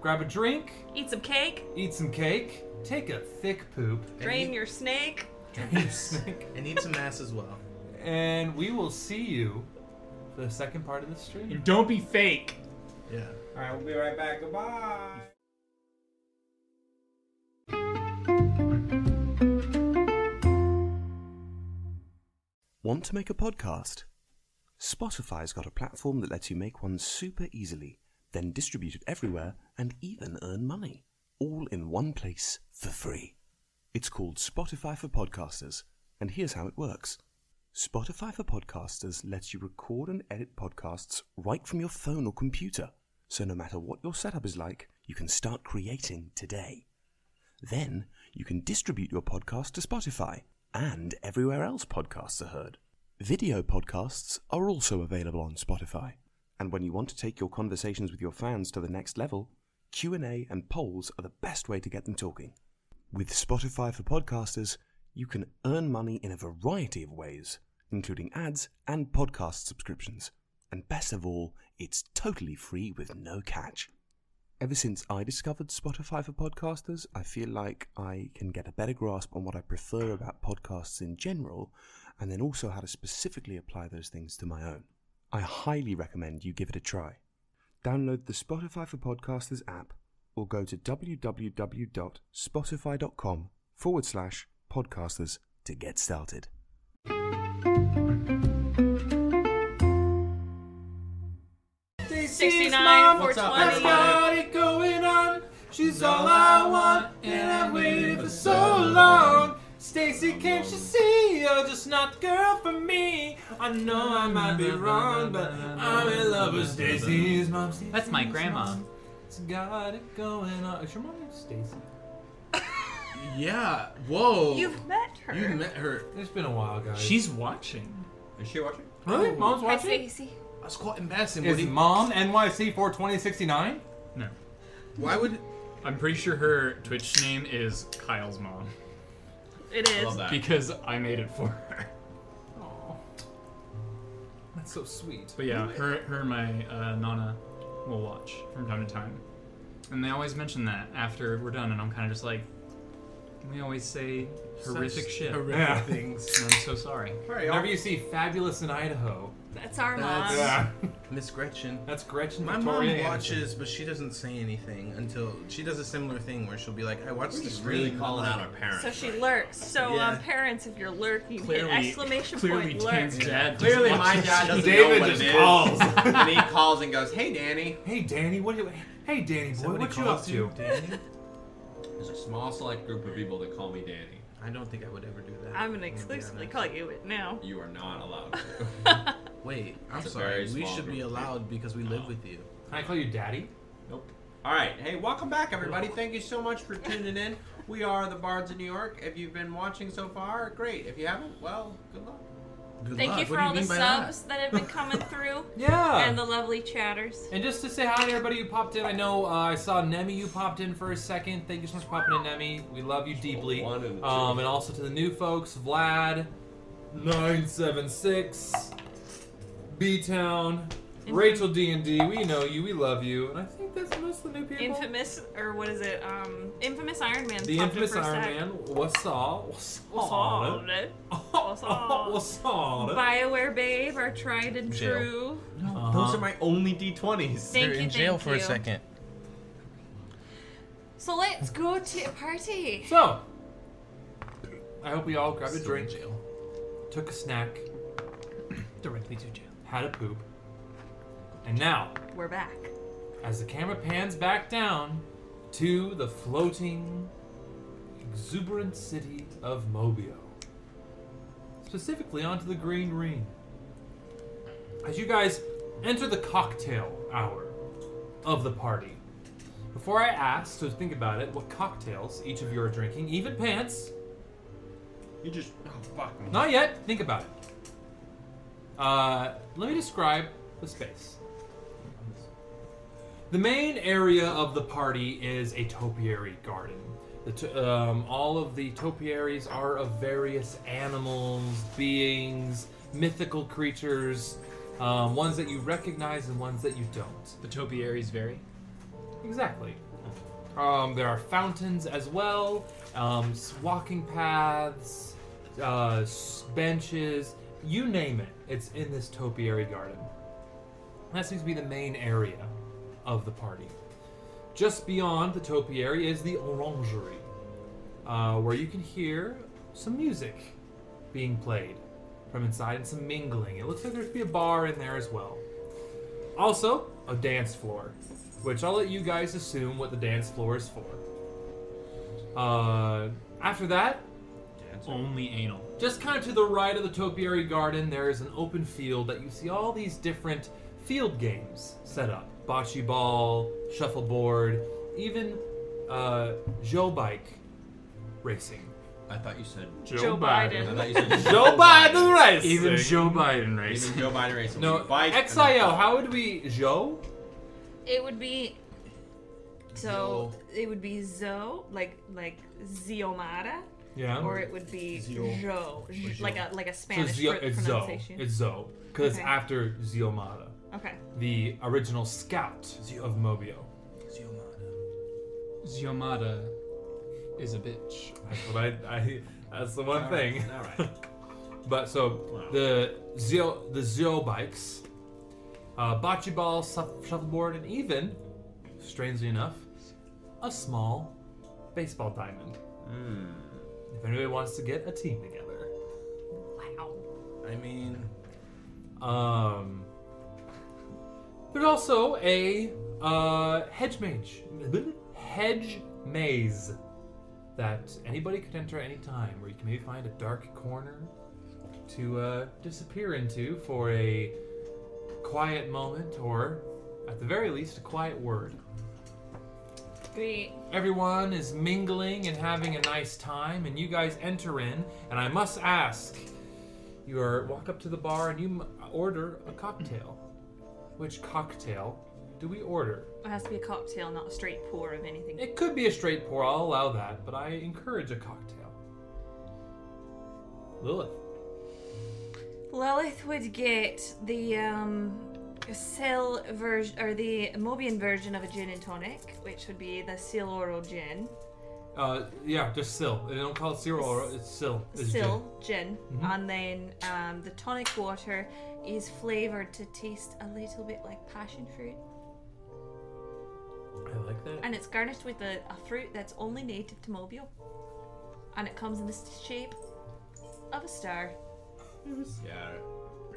S3: grab a drink,
S5: Eat some cake.
S3: eat some cake, take a thick poop,
S5: Drain your snake.
S13: and eat some ass as well.
S3: and we will see you for the second part of the stream.
S23: And don't be fake.
S13: Yeah.
S23: All right, we'll be right back. Goodbye.
S20: Want to make a podcast? Spotify's got a platform that lets you make one super easily, then distribute it everywhere and even earn money. All in one place for free. It's called Spotify for Podcasters, and here's how it works Spotify for Podcasters lets you record and edit podcasts right from your phone or computer, so no matter what your setup is like, you can start creating today. Then you can distribute your podcast to Spotify and everywhere else podcasts are heard. Video podcasts are also available on Spotify. And when you want to take your conversations with your fans to the next level, Q&A and polls are the best way to get them talking. With Spotify for podcasters, you can earn money in a variety of ways, including ads and podcast subscriptions. And best of all, it's totally free with no catch. Ever since I discovered Spotify for podcasters, I feel like I can get a better grasp on what I prefer about podcasts in general, and then also how to specifically apply those things to my own. I highly recommend you give it a try. Download the Spotify for Podcasters app or go to www.spotify.com forward slash podcasters to get started.
S14: This
S5: 69,
S14: What's up,
S5: 420.
S14: everybody? Got it going on. She's all I want, and I've waited for so long. Stacy, can't you see? You're just not the girl for me. I know I might be wrong, but I'm in love with Stacy's mom.
S2: That's my grandma.
S3: Cat's got it going on. uh, Is your mom named Stacy?
S13: Yeah. Whoa.
S5: You've met her.
S13: You met her.
S3: It's been a while, guys.
S2: She's watching.
S4: Is she watching?
S3: Really?
S5: Oh.
S3: Mom's watching?
S5: Stacy.
S13: That's quite embarrassing.
S3: Is mom NYC 42069?
S2: No.
S13: Why would?
S2: I'm pretty sure her Twitch name is Kyle's mom.
S5: It is.
S2: Because I made it for her.
S3: That's so sweet.
S2: But yeah, her, her and my uh, Nana will watch from time to time. And they always mention that after we're done, and I'm kind of just like, we always say horrific
S13: Such
S2: shit.
S13: horrific Yeah. things.
S2: And I'm so sorry.
S3: Whenever you see Fabulous in Idaho,
S5: That's our
S13: That's-
S5: mom.
S13: Miss Gretchen.
S3: That's Gretchen.
S13: My
S3: Victoria
S13: mom
S3: Anderson.
S13: watches, but she doesn't say anything until she does a similar thing where she'll be like, "I watched
S5: We're
S13: this."
S5: just really
S13: screen."
S5: calling
S4: out our parents.
S5: So she lurks. So
S13: Yeah.
S5: um, parents, if you're lurking,
S13: Clearly-
S5: hit exclamation
S13: clearly
S5: point lurk.
S13: Dan's dad
S4: Clearly, my dad doesn't know what it is. and he calls and goes, "Hey, Danny."
S3: Hey, Danny. What? You, hey, Danny boy.
S4: what
S3: What
S4: he
S3: you up
S4: calls
S3: to?
S4: you, Danny? There's a small select group of people that call me Danny.
S13: I don't think I would ever do that.
S5: I'm gonna exclusively call you it now.
S4: You are not allowed. to.
S13: Wait, I'm
S4: It's a
S13: sorry.
S4: very
S13: We
S4: small
S13: should be
S4: group.
S13: allowed because we live with you.
S3: Can I call you daddy?
S4: Nope. All right. Hey, welcome back, everybody. Thank you so much for tuning in. We are the Bards of New York. If you've been watching so far, great. If you haven't, well, good luck.
S5: Thank you for all the subs that? have been coming through.
S3: Yeah.
S5: And the lovely chatters.
S3: And just to say hi to everybody who popped in, I know uh, I saw Nemi, you popped in for a second. Thank you so much for popping in, Nemi. We love you deeply. Um, and also to the new folks, Vlad, 976, B Town, Rachel D&D, we know you, we love you. And I think that's most of the new people.
S5: Infamous, or what is it? Um, infamous Iron Man.
S3: the
S5: popped in
S3: infamous
S5: for a
S3: Iron
S5: sec.
S3: Man, what's all? What's
S5: What's all? What's all?
S3: What's all?
S5: Bioware Babe, our tried and
S13: Jail.
S5: true.
S13: Those
S3: Uh-huh.
S13: are my only d20s.
S5: Thank
S13: They're
S5: you,
S13: in jail
S5: thank
S13: for
S5: you.
S13: a second.
S5: So let's go to a party.
S3: So, I hope we all grabbed a
S13: Still in
S3: drink, took a snack,
S24: directly to jail,
S3: had a poop, and now,
S5: We're back.
S3: as the camera pans back down to the floating, exuberant city of Mobio, specifically onto the green ring, as you guys enter the cocktail hour of the party. Before I ask, so think about it, what cocktails each of you are drinking, even pants.
S4: You just oh fuck me.
S3: Not yet. Think about it. Uh, let me describe the space. The main area of the party is a topiary garden. The to- um, all of the topiaries are of various animals, beings, mythical creatures, um, ones that you recognize and ones that you don't.
S2: The topiaries vary?
S3: Exactly. Um, there are fountains as well, um, s- walking paths, uh, s- benches, you name it. It's in this topiary garden. And That seems to be the main area of the party. Just beyond the topiary is the orangery, uh, where you can hear some music being played from inside and some mingling. It looks like there could be a bar in there as well. Also, a dance floor, which I'll let you guys assume what the dance floor is for. Uh, after that,
S2: only anal.
S3: just kind of to the right of the topiary garden, there is an open field that you see all these different field games set up: bocce ball, shuffleboard, even uh, Joe bike racing.
S4: I thought you said
S2: Joe Joe Biden. Biden.
S4: I thought you said
S3: Joe Biden racing.
S2: Even Joe Biden racing.
S4: Even Joe Biden racing.
S3: No,
S4: You bike and-
S3: XIO. How would we Joe?
S5: It would be. So it would be Zo, like like Ziomara.
S3: Yeah.
S5: Or it would be
S3: Zio.
S5: Jo,
S3: Or Zio.
S5: like a like a Spanish
S3: so Zio,
S5: pro-
S3: it's Zo.
S5: pronunciation.
S3: It's Zo because
S5: Okay.
S3: it's after Ziomada.
S5: Okay.
S3: The original scout of Mobio.
S2: Ziomada is a bitch.
S3: That's what I, I that's the one
S2: All right,
S3: thing.
S2: all right.
S3: but so the Zio the Zio bikes, uh, bocce ball, shuff- shuffleboard, and even, strangely enough, a small baseball diamond. If anybody wants to get a team together.
S5: Wow.
S13: I mean,
S3: Um, there's also a uh, hedge mage, hedge maze that anybody could enter any time, where you can maybe find a dark corner to uh, disappear into for a quiet moment, or at the very least, a quiet word.
S8: Great.
S3: Everyone is mingling and having a nice time, and you guys enter in. And I must ask, you are walk up to the bar and you m- order a cocktail. Which cocktail do we order?
S8: It has to be a cocktail, not a straight pour of anything.
S3: It could be a straight pour. I'll allow that, but I encourage a cocktail. Lilith.
S5: Lilith would get the um, Sil version or the Mobian version of a gin and tonic, which would be the Sil Oro gin.
S3: Uh, yeah, just Sill. They don't call it Cyril, or it's Sill. It's
S5: Sil gin,
S3: Mhm.
S5: and then um, the tonic water is flavored to taste a little bit like passion fruit,
S3: gin. I like that.
S5: and it's garnished with a, a fruit that's only native to Mobile, and it comes in the s- shape of a star.
S3: Yeah.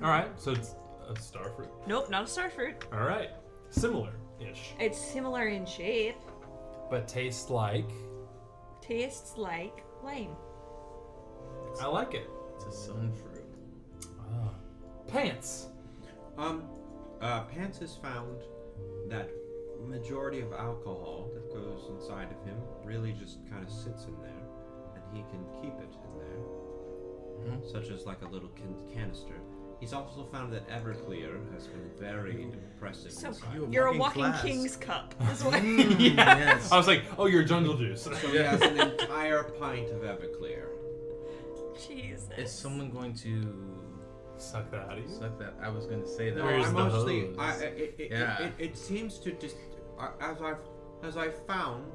S3: All right, so it's a starfruit.
S5: Nope, not a star fruit.
S3: All right, similar ish,
S5: It's similar in shape,
S3: but tastes like
S5: tastes like lime.
S3: I like it.
S13: It's a sun fruit.
S8: Ah.
S3: Pants.
S4: Um, uh, Pants has found that majority of alcohol that goes inside of him really just kind of sits in there, and he can keep it in there,
S3: Hmm?
S4: such as like a little can- canister. He's also found that Everclear has been very depressing.
S8: So
S4: inside. Mm,
S8: you're a walking king's cup. Is what
S4: yes.
S3: I was like, oh, you're jungle juice.
S4: So he has an entire pint of Everclear.
S5: Jesus.
S13: Is someone going to
S3: suck that out of you?
S13: Suck that. I was going to say that.
S4: No, I mostly, I, I, it, it,
S13: yeah.
S4: it, it seems to just as I've as I've found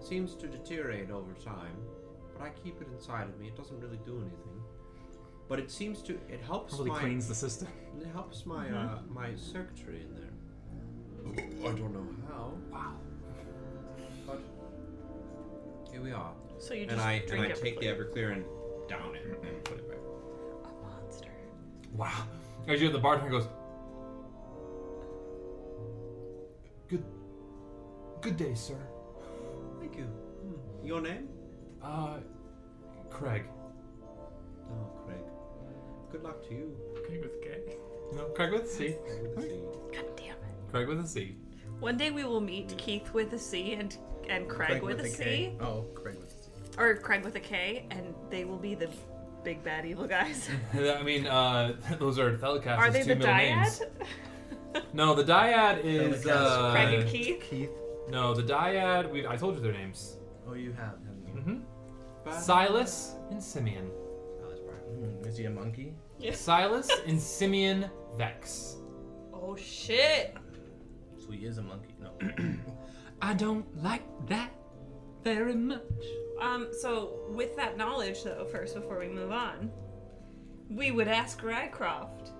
S4: seems to deteriorate over time, but I keep it inside of me. It doesn't really do anything, but it seems to it helps.
S14: Probably
S4: my,
S14: cleans the system.
S4: It helps my uh,
S14: Mhm.
S4: my circuitry in there. I don't know how. Wow. But here we are.
S8: So you
S4: and
S8: just
S4: I
S8: drink
S4: and I
S8: it
S4: take the
S8: quickly.
S4: Everclear and down it and put it back.
S3: Wow. As you the bartender goes, Good. Good day, sir.
S4: Thank you. Hmm. Your name?
S3: Uh, Craig.
S4: Oh, Craig. Good luck to you.
S14: Craig with K.
S3: No, Craig with a C.
S5: God damn it.
S3: Craig with a C.
S5: One day we will meet Keith with a C and and Craig, with, a C,
S13: K. Oh, Craig with a C.
S5: or Craig with a K, and they will be the big bad evil guys.
S3: I mean, uh, those are Thelecast's
S5: Are they
S3: two
S5: the
S3: middle names.
S5: dyad?
S3: No, the dyad is.
S5: Telecast.
S3: Uh,
S5: Craig and Keith?
S13: Keith.
S3: No, the dyad. We I told you their names.
S13: Oh, you have, haven't you?
S3: Mm-hmm. Silas and Simeon.
S13: Mm, Is he a monkey?
S3: Silas and Simeon Vex.
S5: Oh shit!
S13: So he is a monkey. No.
S2: I don't like that very much.
S5: Um, so with that knowledge though, first before we move on, we would ask Rycroft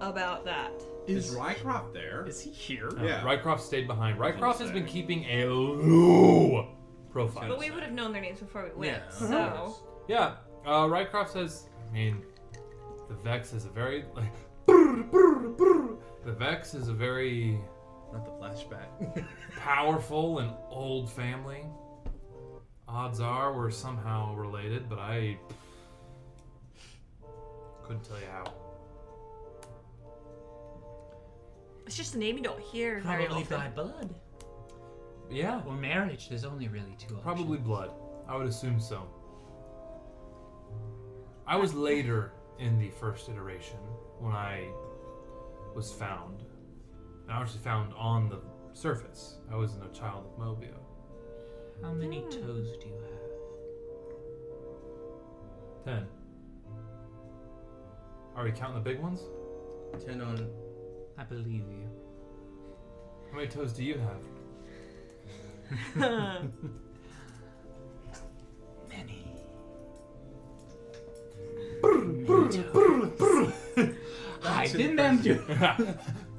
S5: about that.
S4: Is, Rycroft there? Is
S14: he here?
S3: No, Uh, Rycroft stayed behind. Rycroft has been keeping a low profile.
S5: But we would have known their names before we went.
S3: Yeah.
S5: So
S3: Yeah, uh, Rycroft says. I mean, the Vex is a very like. The Vex is a very
S13: not the flashback.
S3: powerful and old family. Odds are we're somehow related, but I couldn't tell you how.
S5: it's just a name you don't hear very
S2: Probably
S5: often.
S2: by blood.
S3: Yeah.
S2: Or marriage. There's only really two options.
S3: Probably blood. I would assume so. I was later in the first iteration when I was found. And I was found on the surface. I wasn't a child of Mobio.
S2: How many
S9: Hmm.
S2: toes do you
S3: Ten. Are we counting the big ones?
S13: Ten on.
S2: I believe you.
S3: How many toes do you have?
S2: have? Hi, Bim Bam
S3: Doodles.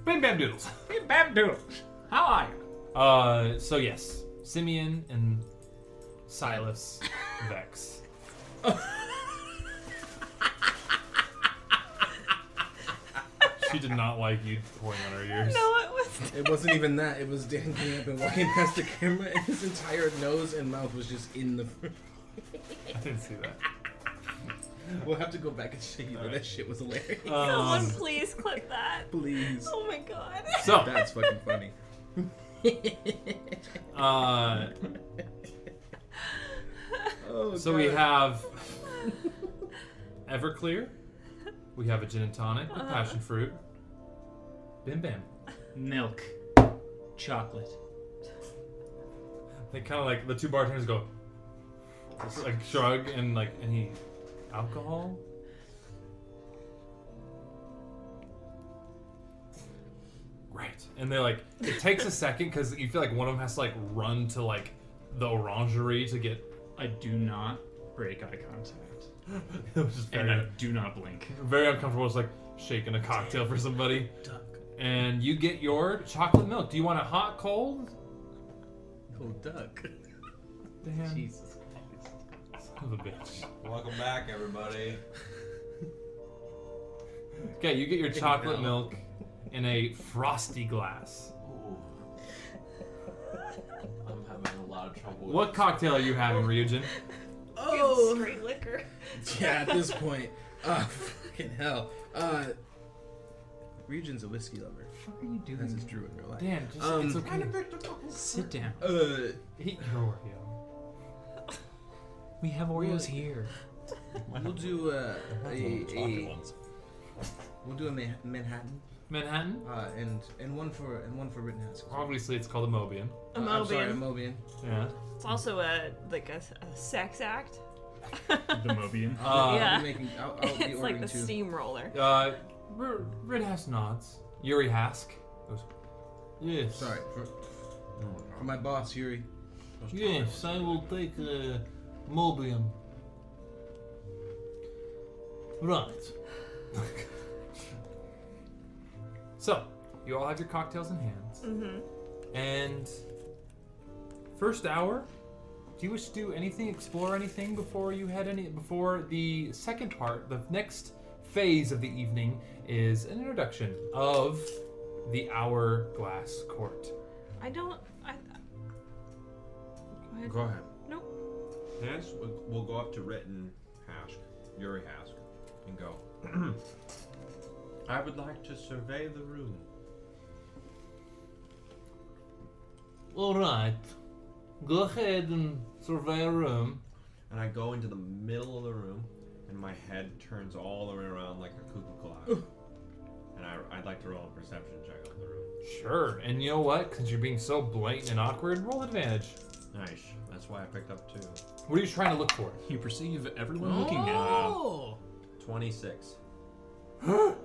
S3: Bim Bam Doodles.
S2: Bim Bam Doodles. How are you?
S3: Uh, so yes, Simeon and Silas Vex. she did not like you pulling on her ears.
S5: it was.
S13: It wasn't even that. It was Dan getting up and walking past the camera, and his entire nose and mouth was just in the.
S3: I didn't see that.
S13: We'll have to go back and show you. though. That shit was hilarious.
S5: Someone please clip that.
S13: Um, please.
S5: Oh my god.
S3: Um, So
S13: that's fucking funny.
S3: Uh,
S13: Oh,
S3: so we
S13: God.
S3: have Everclear. We have a gin and tonic
S13: Uh-huh.
S3: with passion fruit. Bim bam.
S2: Milk. Chocolate.
S3: They kind of like the two bartenders go, just, like shrug and like any alcohol. Right, and they like it takes a second because you feel like one of them has to like run to like the orangery to get.
S2: I do not break eye contact.
S3: it was just very,
S2: And I do not blink.
S3: Very uncomfortable, just like shaking a cocktail for somebody. And you get your chocolate milk. Do you want it hot, cold?
S13: Cold duck.
S3: Damn.
S13: Jesus
S3: Christ. Son of a bitch.
S4: Welcome back, everybody.
S3: Okay, you get your
S4: Fucking
S3: chocolate
S4: hell.
S3: milk in a frosty glass.
S25: I'm having a lot of trouble. with
S3: What cocktail are you having, Ryujin?
S13: Oh.
S5: straight liquor.
S13: Yeah, at this point, uh, fucking hell. Uh, Region's a whiskey lover. What
S2: are you doing?
S13: That's his drew in real life. Um,
S2: Dan, just- it's okay. Sit down.
S13: Uh,
S3: Eat your Oreo.
S2: We have Oreos here.
S13: We'll do uh, a,
S2: little chocolate
S13: a we'll do a Ma- Manhattan.
S3: Manhattan.
S13: Uh, and and one for and one for Rittenhouse.
S3: Obviously, it's called a Mobian.
S13: Uh, I'm sorry, a
S5: Mobian.
S13: Mobian.
S3: Yeah.
S5: It's also a like a, a sex act.
S2: The Mobian.
S3: Uh,
S5: yeah.
S13: making- I'll- I'll be
S5: it's like
S13: ordering
S5: the
S13: two.
S5: steamroller.
S3: Uh, R- Red Hask nods. Yuri Hask goes, Yes. Oh,
S13: Sorry for, for my boss Yuri.
S26: Yes, I will take uh, um, Mobium.
S3: Right. so, you all have your cocktails in hands.
S5: Mhm.
S3: And first hour, do you wish to do anything, explore anything before you head any before the second part, the next phase of the evening is an introduction of the hourglass court.
S5: I don't. I. I
S3: Go ahead.
S4: Hask will will go up to Ritten Hask, Yuri Hask, and go. I would like to survey the room.
S26: All right. Go ahead and survey a room.
S4: And I go into the middle of the room, and my head turns all the way around like a cuckoo clock. and I, I'd like to roll a perception check on the room.
S3: Sure, and you know what? Since you're being so blatant and awkward, roll advantage.
S4: Nice. That's why I picked up two.
S3: What are you trying to look for?
S2: You perceive everyone
S4: looking at
S13: Oh.
S4: 26.
S3: you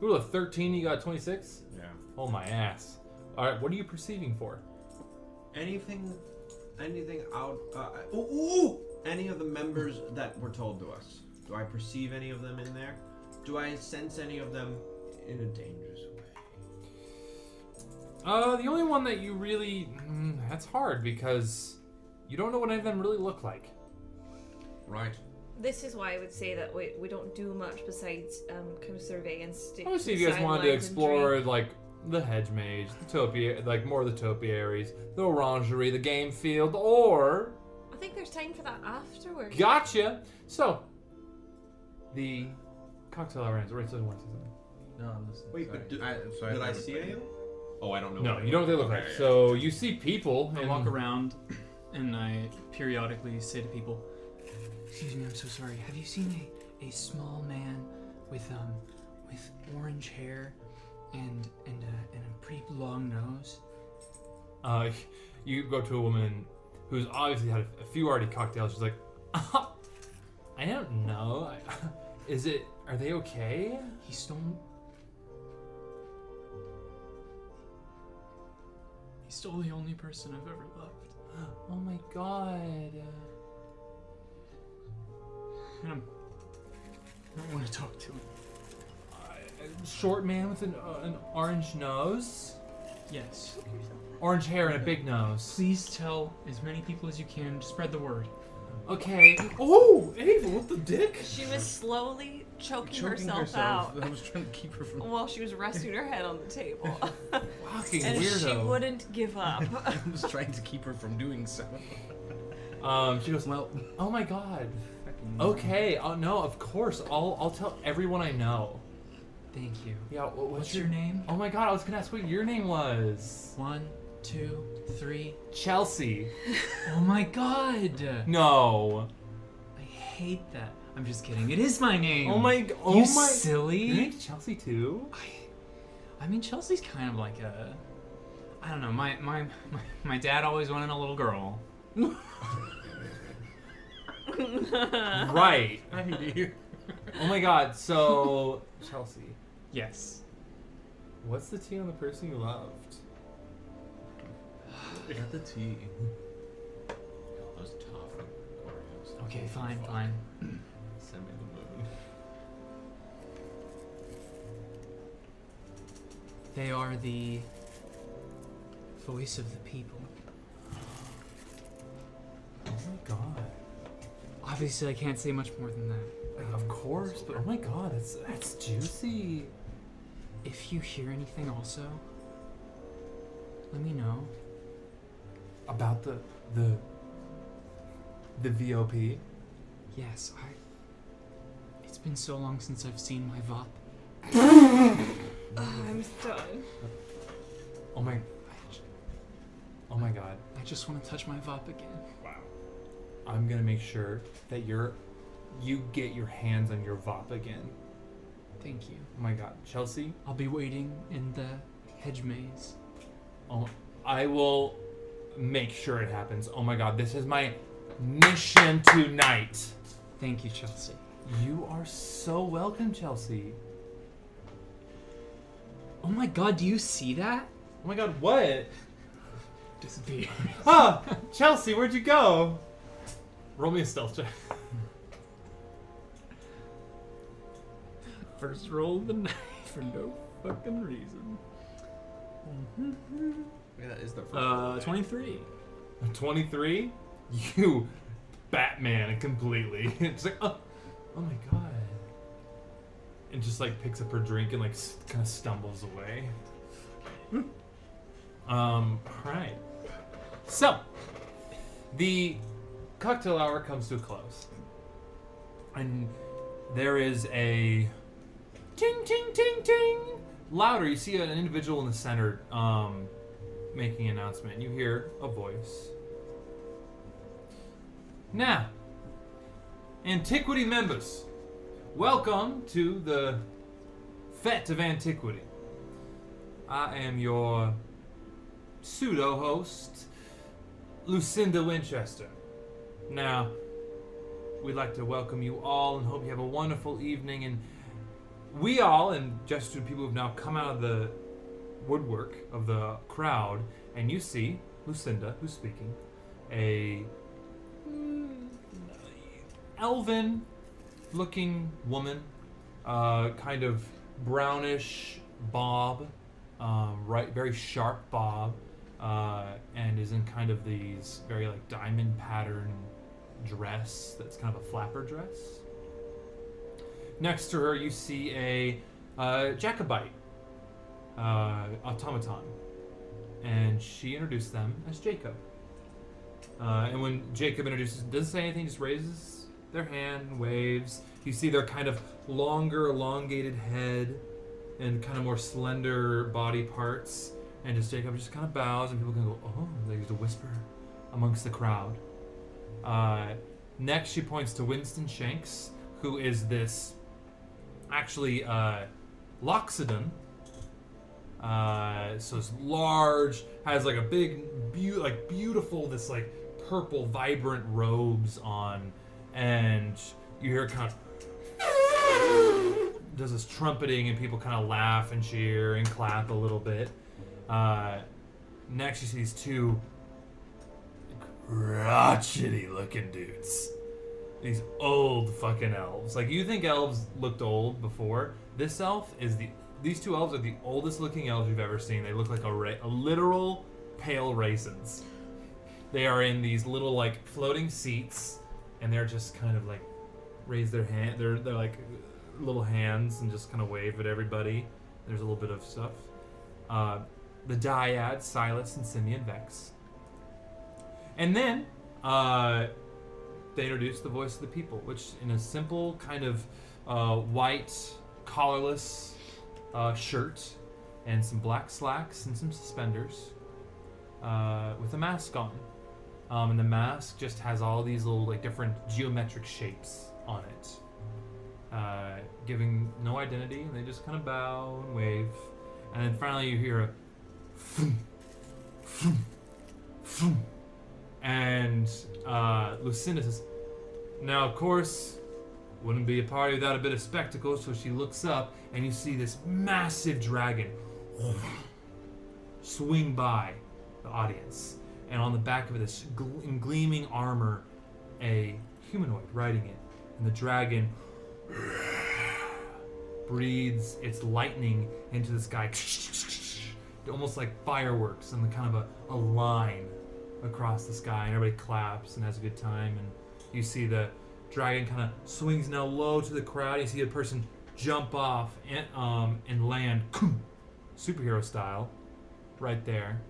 S3: rolled a 13, you got 26?
S4: Yeah.
S3: Oh my ass. Alright, what are you perceiving for?
S4: Anything, anything out? Uh, ooh, ooh, any of the members that were told to us? Do I perceive any of them in there? Do I sense any of them in a dangerous way?
S3: Uh, the only one that you really. Mm, that's hard because you don't know what any of them really look like.
S4: Right.
S27: This is why I would say that we, we don't do much besides um, kind of survey and stick.
S3: Obviously, if you guys wanted to
S27: sidelines and drink.
S3: explore, like, the hedge mage, the topiary, like, more of the topiaries, the orangery, the game field, or.
S27: I think there's time for that afterwards.
S3: Gotcha! So, the cocktail hour ends. Right, so one second.
S13: No, I'm listening.
S4: Wait,
S13: sorry.
S4: but do,
S13: I, I'm sorry,
S4: did I
S13: haven't
S4: see
S13: played
S4: any
S13: it.
S4: of them? Oh, I don't know.
S3: No,
S4: what
S3: you don't know what they look
S4: Okay,
S3: like.
S4: yeah.
S3: So you see people
S2: I
S3: and
S2: walk around and I periodically say to people, Excuse me, I'm so sorry. Have you seen a, a small man with um with orange hair and and a, and a pretty long nose?
S3: Uh, you go to a woman who's obviously had a, a few already cocktails. She's like, I don't know. I, is it? Are they okay?
S2: He stole. He's still the only person I've ever loved.
S3: Oh my god.
S2: And I'm, I don't want to talk to him.
S3: Uh, Short man with an, uh, an orange nose.
S2: Yes.
S3: Orange hair and a big nose.
S2: Please tell as many people as you can. to Spread the word.
S3: Okay. Oh, Ava, what the dick?
S5: She was slowly choking,
S2: Choking
S5: herself,
S2: herself.
S5: out
S13: I was trying to keep her from.
S5: while she was resting her head on the table.
S3: Fucking
S5: and she
S3: weirdo.
S5: wouldn't give up.
S13: I was trying to keep her from doing so.
S3: Um, she goes, well, oh my god. Okay. Oh no, of course. I'll I'll tell everyone I know.
S2: Thank you.
S3: Yeah. wha- What's,
S2: What's your name?
S3: Oh my god, I was gonna ask what your name was.
S2: One two, three.
S3: Chelsea.
S2: Oh my god!
S3: No.
S2: I hate that. I'm just kidding. It is my name.
S3: Oh my!
S2: You
S3: Oh my!
S2: Silly.
S3: You named Chelsea too.
S2: I mean, Chelsea's kind of like a. I don't know. My my my, my dad always wanted a little girl.
S3: right. Oh my God! So Chelsea.
S2: Yes.
S3: What's the T on the person you loved?
S4: Not the T.
S14: Those tough Oreos.
S2: Okay, fine, fine.
S14: Send me the moon.
S2: They are the voice of the people.
S3: Oh my God!
S2: Obviously, I can't say much more than that. Um,
S3: Of course, but oh my God, that's that's juicy.
S2: If you hear anything, also, let me know.
S3: About the the the VOP.
S2: Yes, I. It's been so long since I've seen my VOP.
S5: I'm done.
S3: Oh my. Oh my God!
S2: I just want to touch my VOP again. Wow.
S3: I'm gonna make sure that you're you get your hands on your VOP again.
S2: Thank you.
S3: Oh my God, Chelsea.
S2: I'll be waiting in the hedge maze.
S3: Oh, I will make sure it happens. Oh my God, this is my mission tonight.
S2: Thank you, Chelsea.
S3: You are so welcome, Chelsea.
S2: Oh my God, do you see that?
S3: Oh my God, what?
S2: Disappear.
S3: Huh, Chelsea, where'd you go? Roll me a stealth check.
S2: First roll of the night for no fucking reason. Mm-hmm.
S4: Yeah, that is the first.
S3: Uh,
S2: 23.
S3: 23? You Batman it completely. it's like, oh, oh my god. And just like picks up her drink and like s- kind of stumbles away. um, alright. So, the cocktail hour comes to a close. And there is a ting, ting, ting, ting. Louder, you see an individual in the center um, making an announcement. You hear a voice. Now, Antiquity members, welcome to the Fete of Antiquity. I am your pseudo host, Lucinda Winchester. Now, we'd like to welcome you all and hope you have a wonderful evening. And we all, and just to people who've now come out of the woodwork of the crowd, and you see Lucinda, who's speaking, a elven looking woman, uh, kind of brownish bob, um, right, very sharp bob, uh, and is in kind of these very like diamond pattern dress that's kind of a flapper dress. Next to her, you see a uh, Jacobite uh, automaton, and she introduced them as Jacob. Uh, and when Jacob introduces, doesn't say anything, just raises their hand, waves. You see their kind of longer, elongated head and kind of more slender body parts. And just Jacob just kind of bows, and people can go, oh, they used a whisper amongst the crowd. Uh, next, she points to Winston Shanks, who is this actually uh, Loxodon. Uh, so it's large, has like a big, be- like beautiful, this like purple, vibrant robes on, and you hear kind of does this trumpeting, and people kind of laugh and cheer and clap a little bit. Uh, next, you see these two crotchety looking dudes. These old fucking elves. Like you think elves looked old before. This elf is the these two elves are the oldest looking elves you've ever seen. They look like a, ra- a literal pale raisins. They are in these little like floating seats, and they're just kind of like raise their hand. They're they're like little hands and just kind of wave at everybody. There's a little bit of stuff. Uh, the dyad Silas and Simeon Vex, and then uh, they introduce the voice of the people, which in a simple kind of uh, white collarless uh, shirt and some black slacks and some suspenders uh, with a mask on, um, and the mask just has all these little like different geometric shapes on it, uh, giving no identity. And they just kind of bow and wave, and then finally you hear a, thump, thump, thump, and uh, Lucinda says, "Now, of course." Wouldn't be a party without a bit of spectacle, so she looks up and you see this massive dragon swing by the audience. And on the back of this gl- in gleaming armor, a humanoid riding it. And the dragon breathes its lightning into the sky, almost like fireworks, and the kind of a, a line across the sky. And everybody claps and has a good time. And you see the dragon kind of swings now low to the crowd. You see a person jump off and, um, and land superhero style right there.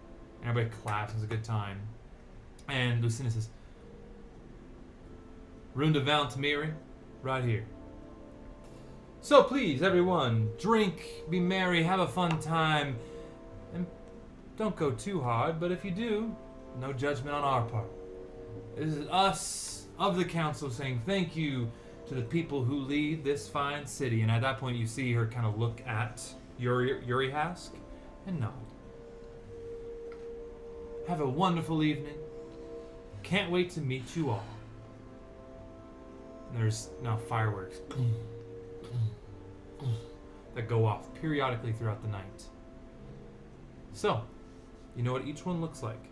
S3: And everybody claps, it's a good time. And Lucinda says, Rune de Valtamiri, right here. So please, everyone, drink, be merry, have a fun time, and don't go too hard, but if you do, no judgment on our part. This is us of the council saying thank you to the people who lead this fine city. And at that point, you see her kind of look at Yuri, Yuri Hask and nod. Have a wonderful evening. Can't wait to meet you all. There's now fireworks that go off periodically throughout the night. So, you know what each one looks like.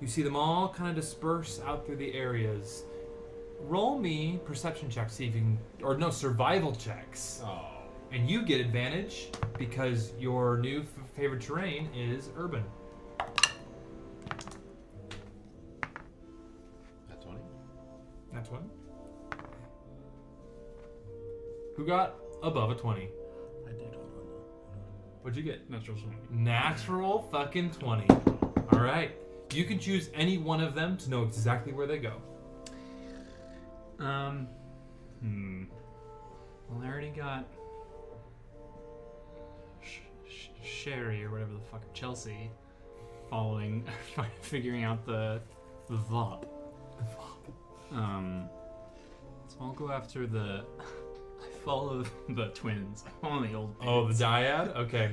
S3: You see them all kind of disperse out through the areas. Roll me perception checks, see if you can, or no, survival checks. Oh. And you get advantage because your new f- favorite terrain is urban.
S4: That's one.
S3: That's one. Who got above a 20?
S28: I did.
S3: What'd you get?
S2: Natural 20.
S3: Natural fucking 20. All right. You can choose any one of them to know exactly where they go.
S2: Um. Hmm. Well, I already got Sh- Sh- Sherry or whatever the fuck Chelsea following figuring out the the VOP. Um. So I'll go after the. I follow the twins. I follow the old.
S3: Oh, the dyad? Okay.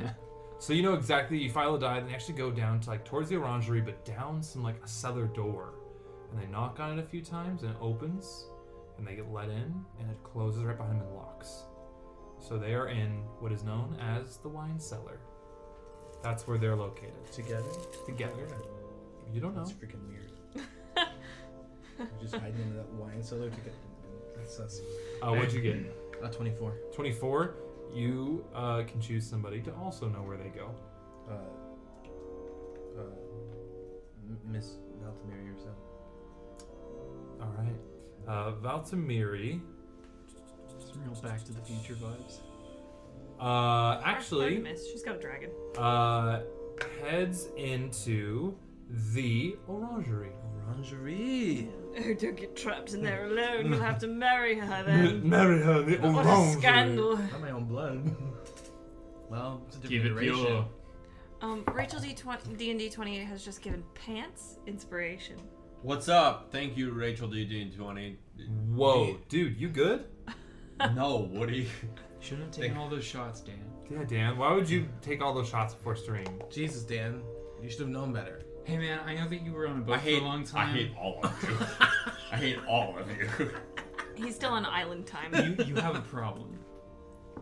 S3: so you know exactly, you file a dyad and they actually go down to like towards the orangery, but down some like a cellar door. And they knock on it a few times and it opens and they get let in and it closes right behind them and locks. So they are in what is known as the wine cellar. That's where they're located.
S28: Together?
S3: Together. You don't know.
S28: That's freaking weird. You're just hiding in that wine cellar to get. That's us.
S26: Oh,
S3: Uh, what'd you get?
S28: A 24.
S3: 24. You uh, can choose somebody to also know where they go.
S28: Uh, uh, M- Miss Valtamir yourself.
S3: All right. Uh, Valtamiri.
S2: Some real Back to the Future vibes.
S3: Uh, actually,
S29: Artemis, she's got a dragon.
S3: uh, heads into the orangery.
S28: Orangery.
S5: Oh, don't get trapped in there alone. You'll have to marry her then.
S3: Marry her, the
S5: What a scandal.
S28: Not my own blood. well, it's a different
S2: Give it
S28: iteration.
S2: your-
S5: Um, Rachel D and D twenty eight has just given pants inspiration.
S4: What's up? Thank you, Rachel D. Dean Twenty.
S3: Whoa, dude, you good?
S4: no, Woody.
S2: Shouldn't have taken all those shots, Dan.
S3: Yeah, Dan, why would you take all those shots before stream?
S13: Jesus, Dan, you should have known better.
S2: Hey man, I know that you were on a boat
S13: I hate-
S2: for a long
S13: I
S2: time.
S13: hate
S4: all of you. I hate all of you.
S5: He's still on island time.
S2: you, you have a problem.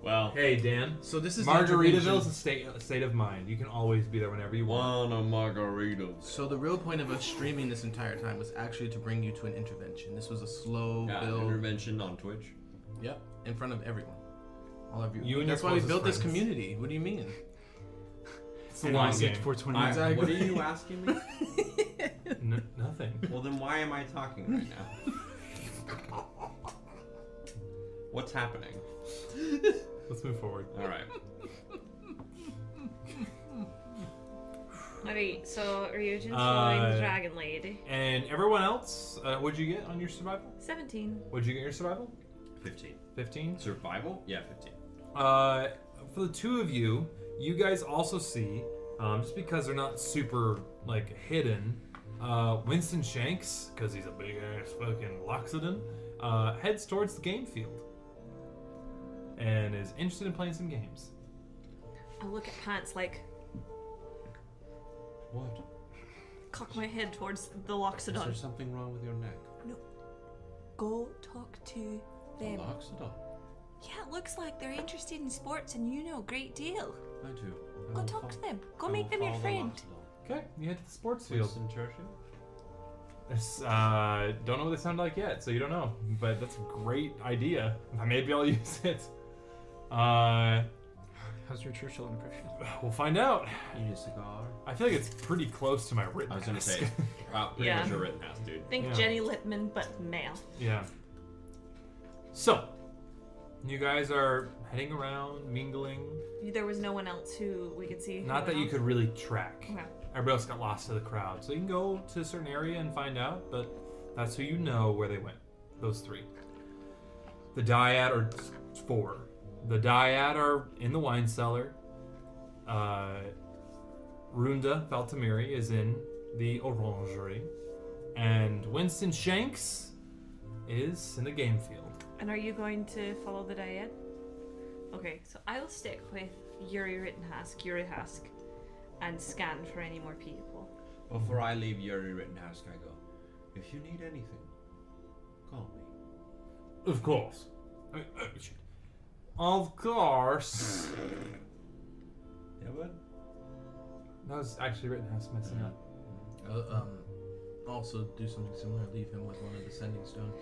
S4: Well,
S3: hey Dan.
S13: So this
S3: is Margaritaville's a state a state of mind. You can always be there whenever you want.
S4: One margarita.
S13: So the real point of us streaming this entire time was actually to bring you to an intervention. This was a slow
S4: Yeah,
S13: build.
S4: intervention on Twitch.
S13: Yep, in front of everyone, all of you.
S4: You and
S13: That's
S4: your
S13: why we
S4: closest
S13: built this
S4: friends.
S13: community. What do you mean?
S2: It's a And long I said game. 420.
S13: Exactly.
S2: Exactly.
S4: What are you asking me?
S3: nothing.
S4: Well, then why am I talking right now? What's happening?
S3: Let's move forward.
S4: All right.
S29: Alright, so Ryujin's following
S3: Uh,
S29: the dragon lady.
S3: And everyone else, uh, what'd you get on your survival?
S29: 17.
S3: What'd you get your survival?
S4: 15.
S3: 15?
S4: Survival? Yeah, 15.
S3: Uh, for the two of you, you guys also see um, just because they're not super like hidden. Uh, Winston Shanks, because he's a big ass fucking Loxodon, uh, heads towards the game field and is interested in playing some games.
S5: I look at Pants like
S4: What?
S5: cock my head towards the
S4: Is there
S5: Loxodon.
S4: something wrong with your neck?
S5: No, go talk to them.
S4: Loxodon.
S5: Yeah, it looks like they're interested in sports, and you know a great deal.
S4: I do. I
S5: Go
S4: will
S5: talk
S4: fo-
S5: to them. Go
S4: I
S5: make
S4: will
S5: them your
S4: follow the
S5: friend.
S4: Loxodon.
S3: Okay, you head to the sports field.
S4: Winston Churchill?
S3: It's, uh, don't know what they sound like yet, so you don't know. But that's a great idea. Maybe I'll use it. Uh,
S30: How's your Churchill impression?
S3: We'll find out.
S4: Eat a cigar.
S3: I feel like it's pretty close to my written.
S2: I was gonna say, uh, pretty
S5: Yeah.
S2: much a written house, dude.
S5: Think
S3: Yeah.
S5: Jenny Lipman, but male.
S3: Yeah. So, you guys are heading around, mingling.
S5: There was no one else who we could see. who
S3: Not that
S5: went
S3: you
S5: off.
S3: could really track.
S5: Okay.
S3: Everybody else got lost to the crowd. So you can go to a certain area and find out, but that's who you know where they went. Those three. The dyad are s- four. The dyad are in the wine cellar. Uh, Runda Valtamiri is in the orangery. And Winston Shanks is in the game field.
S5: And are you going to follow the diet? Okay, so I'll stick with Yuri Rittenhask, Yuri Hask, and scan for any more people.
S4: Before I leave Yuri Rittenhouse, I go, if you need anything, call me.
S3: Of course. I mean, oh, shit. Of course.
S4: Yeah, bud?
S3: That was actually written as messing up.
S13: Uh, um, also do something similar. Leave him with one of the sending stones.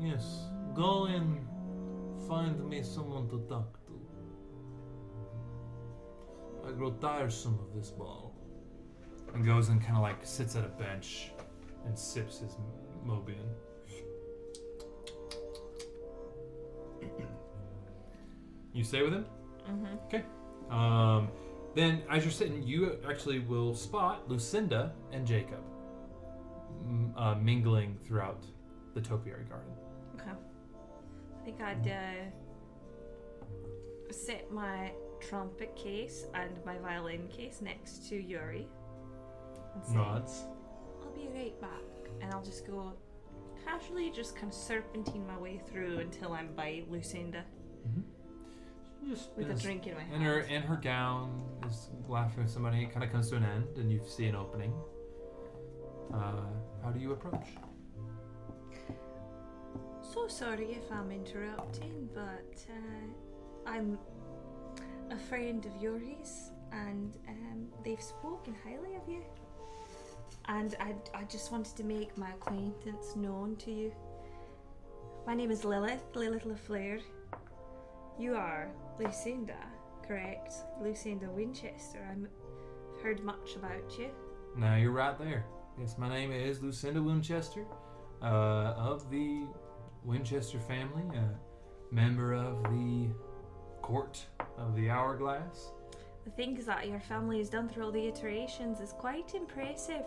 S3: Yes. Go and find me someone to talk to. I grow tiresome of this ball. And goes and kind of like sits at a bench and sips his Mobian. you stay with him?
S14: Mm-hmm.
S5: Mhm.
S3: Okay. Um, then, as you're sitting, you actually will spot Lucinda and Jacob m- uh, mingling throughout the topiary garden.
S5: Okay. I think I'd uh, set my trumpet case and my violin case next to Yuri. and say,
S3: Nods.
S5: I'll be right back. And I'll just go casually, just kind of serpentine my way through until I'm by Lucinda.
S3: Mm-hmm. Just
S5: with
S3: Yes.
S5: a drink in my hand.
S3: And her and her gown is laughing with somebody. It kind of comes to an end, and you see an opening. Uh, how do you approach?
S5: So sorry if I'm interrupting, but uh, I'm a friend of Yuri's, and um, they've spoken highly of you. And I, I just wanted to make my acquaintance known to you. My name is Lilith, Lilith LaFleur. You are Lucinda, correct? Lucinda Winchester. I'm- I've heard much about you.
S3: Now you're right there. Yes, my name is Lucinda Winchester, uh, of the Winchester family, a member of the court of the Hourglass.
S5: The things that your family has done through all the iterations is quite impressive.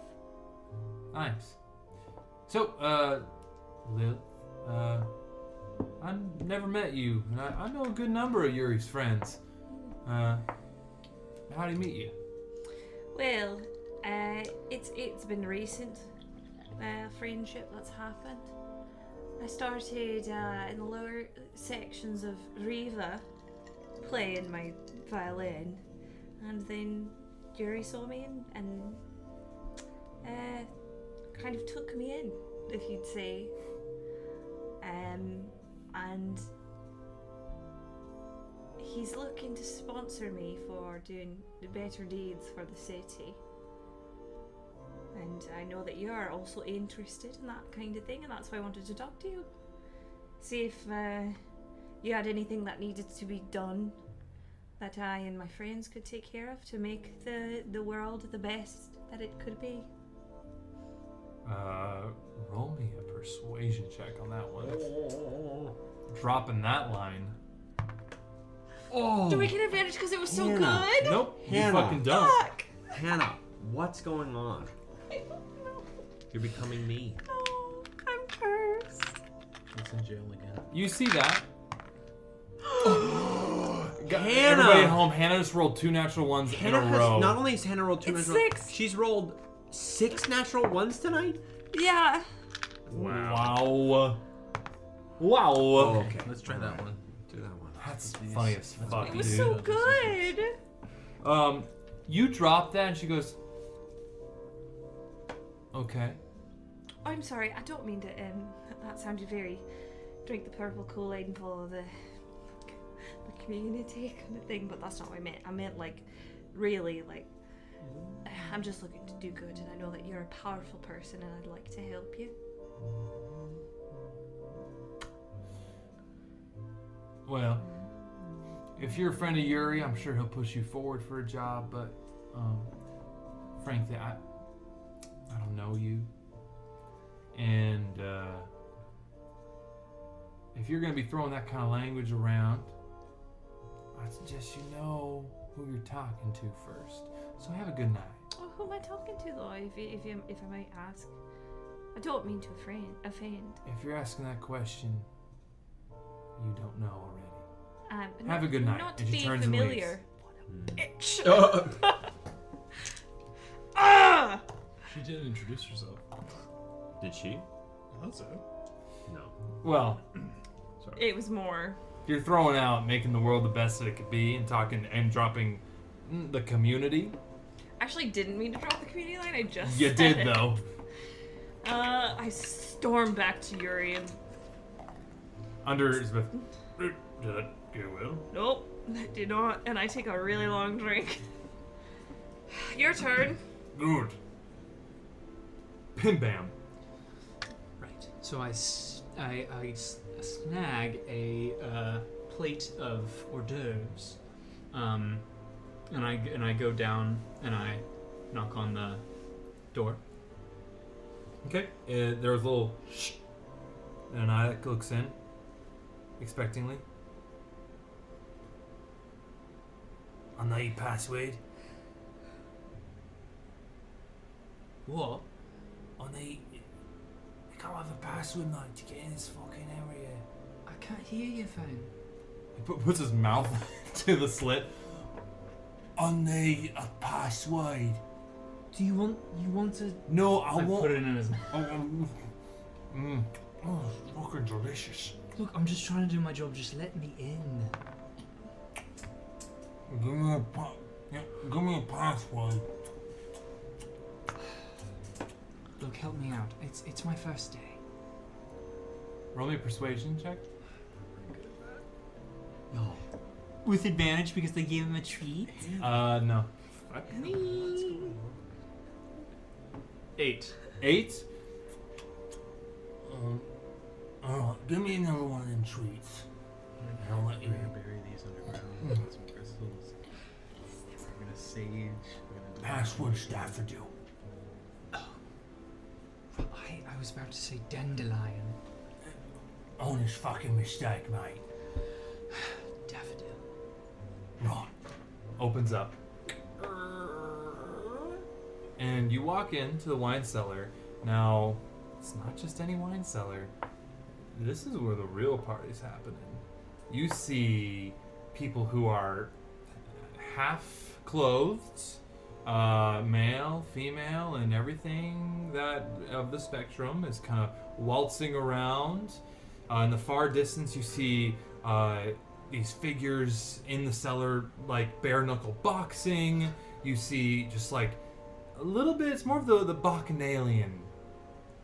S3: Nice. So, uh, Lil, uh, I never met you, and I, I know a good number of Yuri's friends. Uh, how do you meet you?
S5: Well, uh, it's it's been recent uh, friendship that's happened. I started uh, in the lower sections of Riva playing my violin, and then Yuri saw me and, and uh, kind of took me in, if you'd say. Um, and he's looking to sponsor me for doing the better deeds for the city. And I know that you are also interested in that kind of thing, and that's why I wanted to talk to you. See if uh, you had anything that needed to be done that I and my friends could take care of to make the, the world the best that it could be.
S3: Uh, roll me a persuasion check on that one. Dropping that line.
S4: Oh!
S5: Do we get advantage because it was so
S4: Hannah.
S5: good?
S3: Nope,
S4: Hannah.
S3: you fucking don't.
S4: Hannah, what's going on? You're becoming me.
S5: I'm cursed.
S13: It's in jail again.
S3: You see that?
S4: Hannah.
S3: Everybody at home, Hannah just rolled two natural ones
S4: Hannah
S3: in a
S4: has
S3: row.
S4: not only has Hannah rolled two
S5: It's
S4: natural,
S5: six.
S4: she's rolled six natural ones tonight.
S5: Yeah.
S3: Wow. Wow. Wow.
S4: okay, let's try that one. Do that one.
S3: That's funny as fuck,
S5: It was
S3: dude.
S5: so good.
S3: Um, you drop that, and she goes, "Okay."
S5: I'm sorry, I don't mean to. Um, that sounded very drink the purple Kool Aid and follow the the community kind of thing, but that's not what I meant. I meant like really like
S31: Mm-hmm.
S5: I'm just looking to do good, and I know that you're a powerful person, and I'd like to help you.
S31: Well, if you're a friend of Yuri, I'm sure he'll push you forward for a job, but um, frankly, I I don't know you. And uh, if you're going to be throwing that kind of language around, I suggest you know who you're talking to first. So have a good night.
S5: Oh, who am I talking to though? If you, if you, if I might ask, I don't mean to offend. Offend.
S31: If you're asking that question, you don't know already.
S5: Um,
S31: Have a good night.
S5: Not to
S31: And she
S5: be
S31: turns and leaves.
S5: familiar. What a
S14: Mm. Eh.
S5: bitch. Ah!
S32: She did introduce herself.
S4: Did she?
S32: Also.
S4: No.
S3: Well,
S12: It was more.
S3: you're throwing out, making the world the best that it could be, and talking and dropping mm, the community.
S12: Actually, didn't mean to drop the community line. I just.
S3: You
S12: said
S3: did
S12: it.
S3: though.
S12: Uh, I storm back to Yuri and
S3: Under Elizabeth. Did that go well?
S12: nope, that did not. And I take a really long drink. Your turn.
S3: Good. Bim bam.
S2: Right. So I, s- I- I s- snag a uh, plate of hors d'oeuvres, um, and I and I go down and I knock on the door.
S3: Okay. Uh, there was a little shh, and I looks in, expectingly. I know your password.
S2: What?
S14: I need. I can't have a password night to get in this fucking area.
S2: I can't hear your phone.
S3: He pu- puts his mouth to the slit.
S14: I need a password.
S2: Do you want you want to?
S14: No, I
S2: Like,
S14: want.
S2: put it in his
S14: mouth. Mmm. Oh, it's fucking delicious.
S2: Look, I'm just trying to do my job. Just let me in.
S14: Give me a Mm, pa- yeah, Give me a password.
S2: Look, help me out. It's it's my first day.
S3: Roll me a persuasion check.
S2: No. With advantage because they gave him a treat.
S3: Uh, no.
S32: Eight.
S3: Eight?
S14: Um, oh, give me another one of them treats. Hmm. And I'll let you bury these underground.
S13: Some crystals. We're gonna sage. We're gonna
S14: Password daffodil.
S2: Oh, I, I was about to say dandelion.
S14: Honest fucking mistake, mate.
S2: Daffodil.
S3: Right. Opens up. And you walk into the wine cellar. Now, it's not just any wine cellar. This is where the real party's happening. You see people who are half clothed, uh, male, female, and everything that of the spectrum is kind of waltzing around. Uh, in the far distance, you see uh, these figures in the cellar, like bare knuckle boxing. You see just like a little bit. It's more of the the bacchanalian,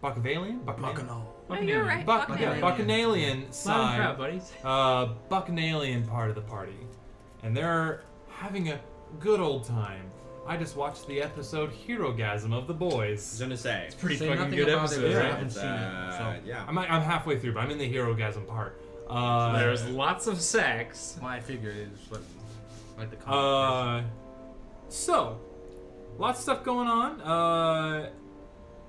S3: bacchanalian, bacchanal.
S12: No, Oh, you're right,
S3: Buck-
S12: bacchanalian.
S3: yeah, bacchanalian
S2: Loud and
S3: side,
S2: proud, buddies.
S3: uh, bacchanalian part of the party, and they're having a good old time. I just watched the episode Herogasm of the Boys. I was
S4: gonna say it's
S3: pretty
S4: say
S3: fucking
S4: nothing
S3: good
S4: about it,
S3: episode.
S4: yeah, I
S3: right?
S4: haven't seen it, so- Uh, yeah.
S3: I'm, I'm halfway through, but I'm in the Herogasm part. Uh,
S32: There's lots of sex.
S33: My figure is what, like the
S3: Uh, so, lots of stuff going on. Uh,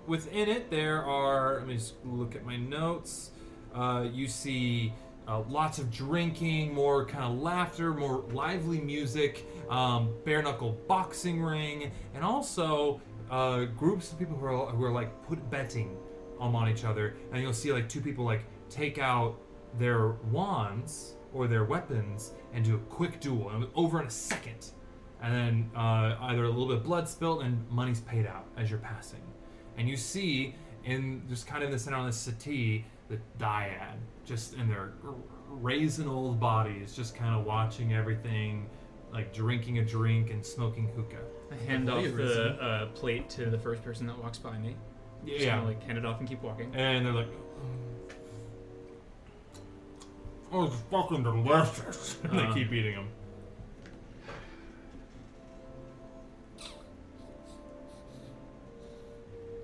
S3: within it, there are. Let me just look at my notes. Uh, you see uh, lots of drinking, more kind of laughter, more lively music, um, bare knuckle boxing ring, and also uh, groups of people who are, who are like put betting um, on each other. And you'll see like two people like take out their wands or their weapons and do a quick duel, and it was over in a second. And then uh, either a little bit of blood spilt and money's paid out as you're passing. And you see in just kind of in the center on the settee the dyad, just in their r- raisin old bodies, just kind of watching everything, like drinking a drink and smoking hookah.
S2: I hand off the uh, plate to the first person that walks by me. Just
S3: Yeah.
S2: kinda, like hand it off and keep walking.
S12: Eh.
S3: And they're like, oh, it's fucking delicious. and they
S2: Uh.
S3: keep eating them.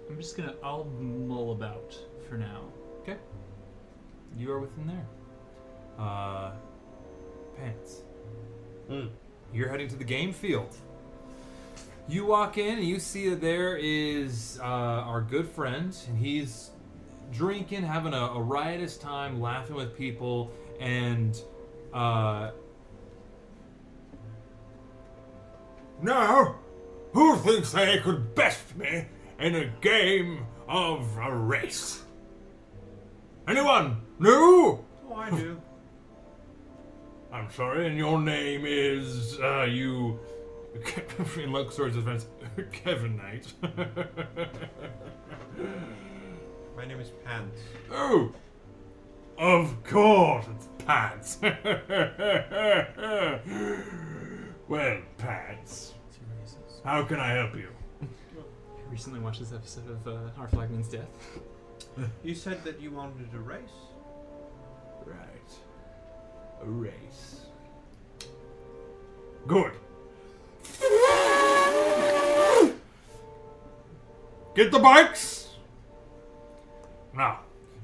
S2: I'm just gonna. I'll mull about for now.
S3: Okay. You are within there. Uh, pants. You're heading to the game field. You walk in and you see that there is uh, our good friend, and he's drinking, having a, a riotous time, laughing with people, and uh,
S12: Now, who thinks they could best me in a game of a race? Anyone? No?
S14: Oh, I do.
S12: I'm sorry, and your name is, uh, you. in Luxor's defense, Kevin Knight.
S14: My name is Pants.
S12: oh! Of course, it's Pants. well, Pants, how can I help you?
S2: I recently watched this episode of uh, Our Flag Means Death.
S14: You said that you wanted a race.
S12: Right. A race. Good. Get the bikes!
S3: Now,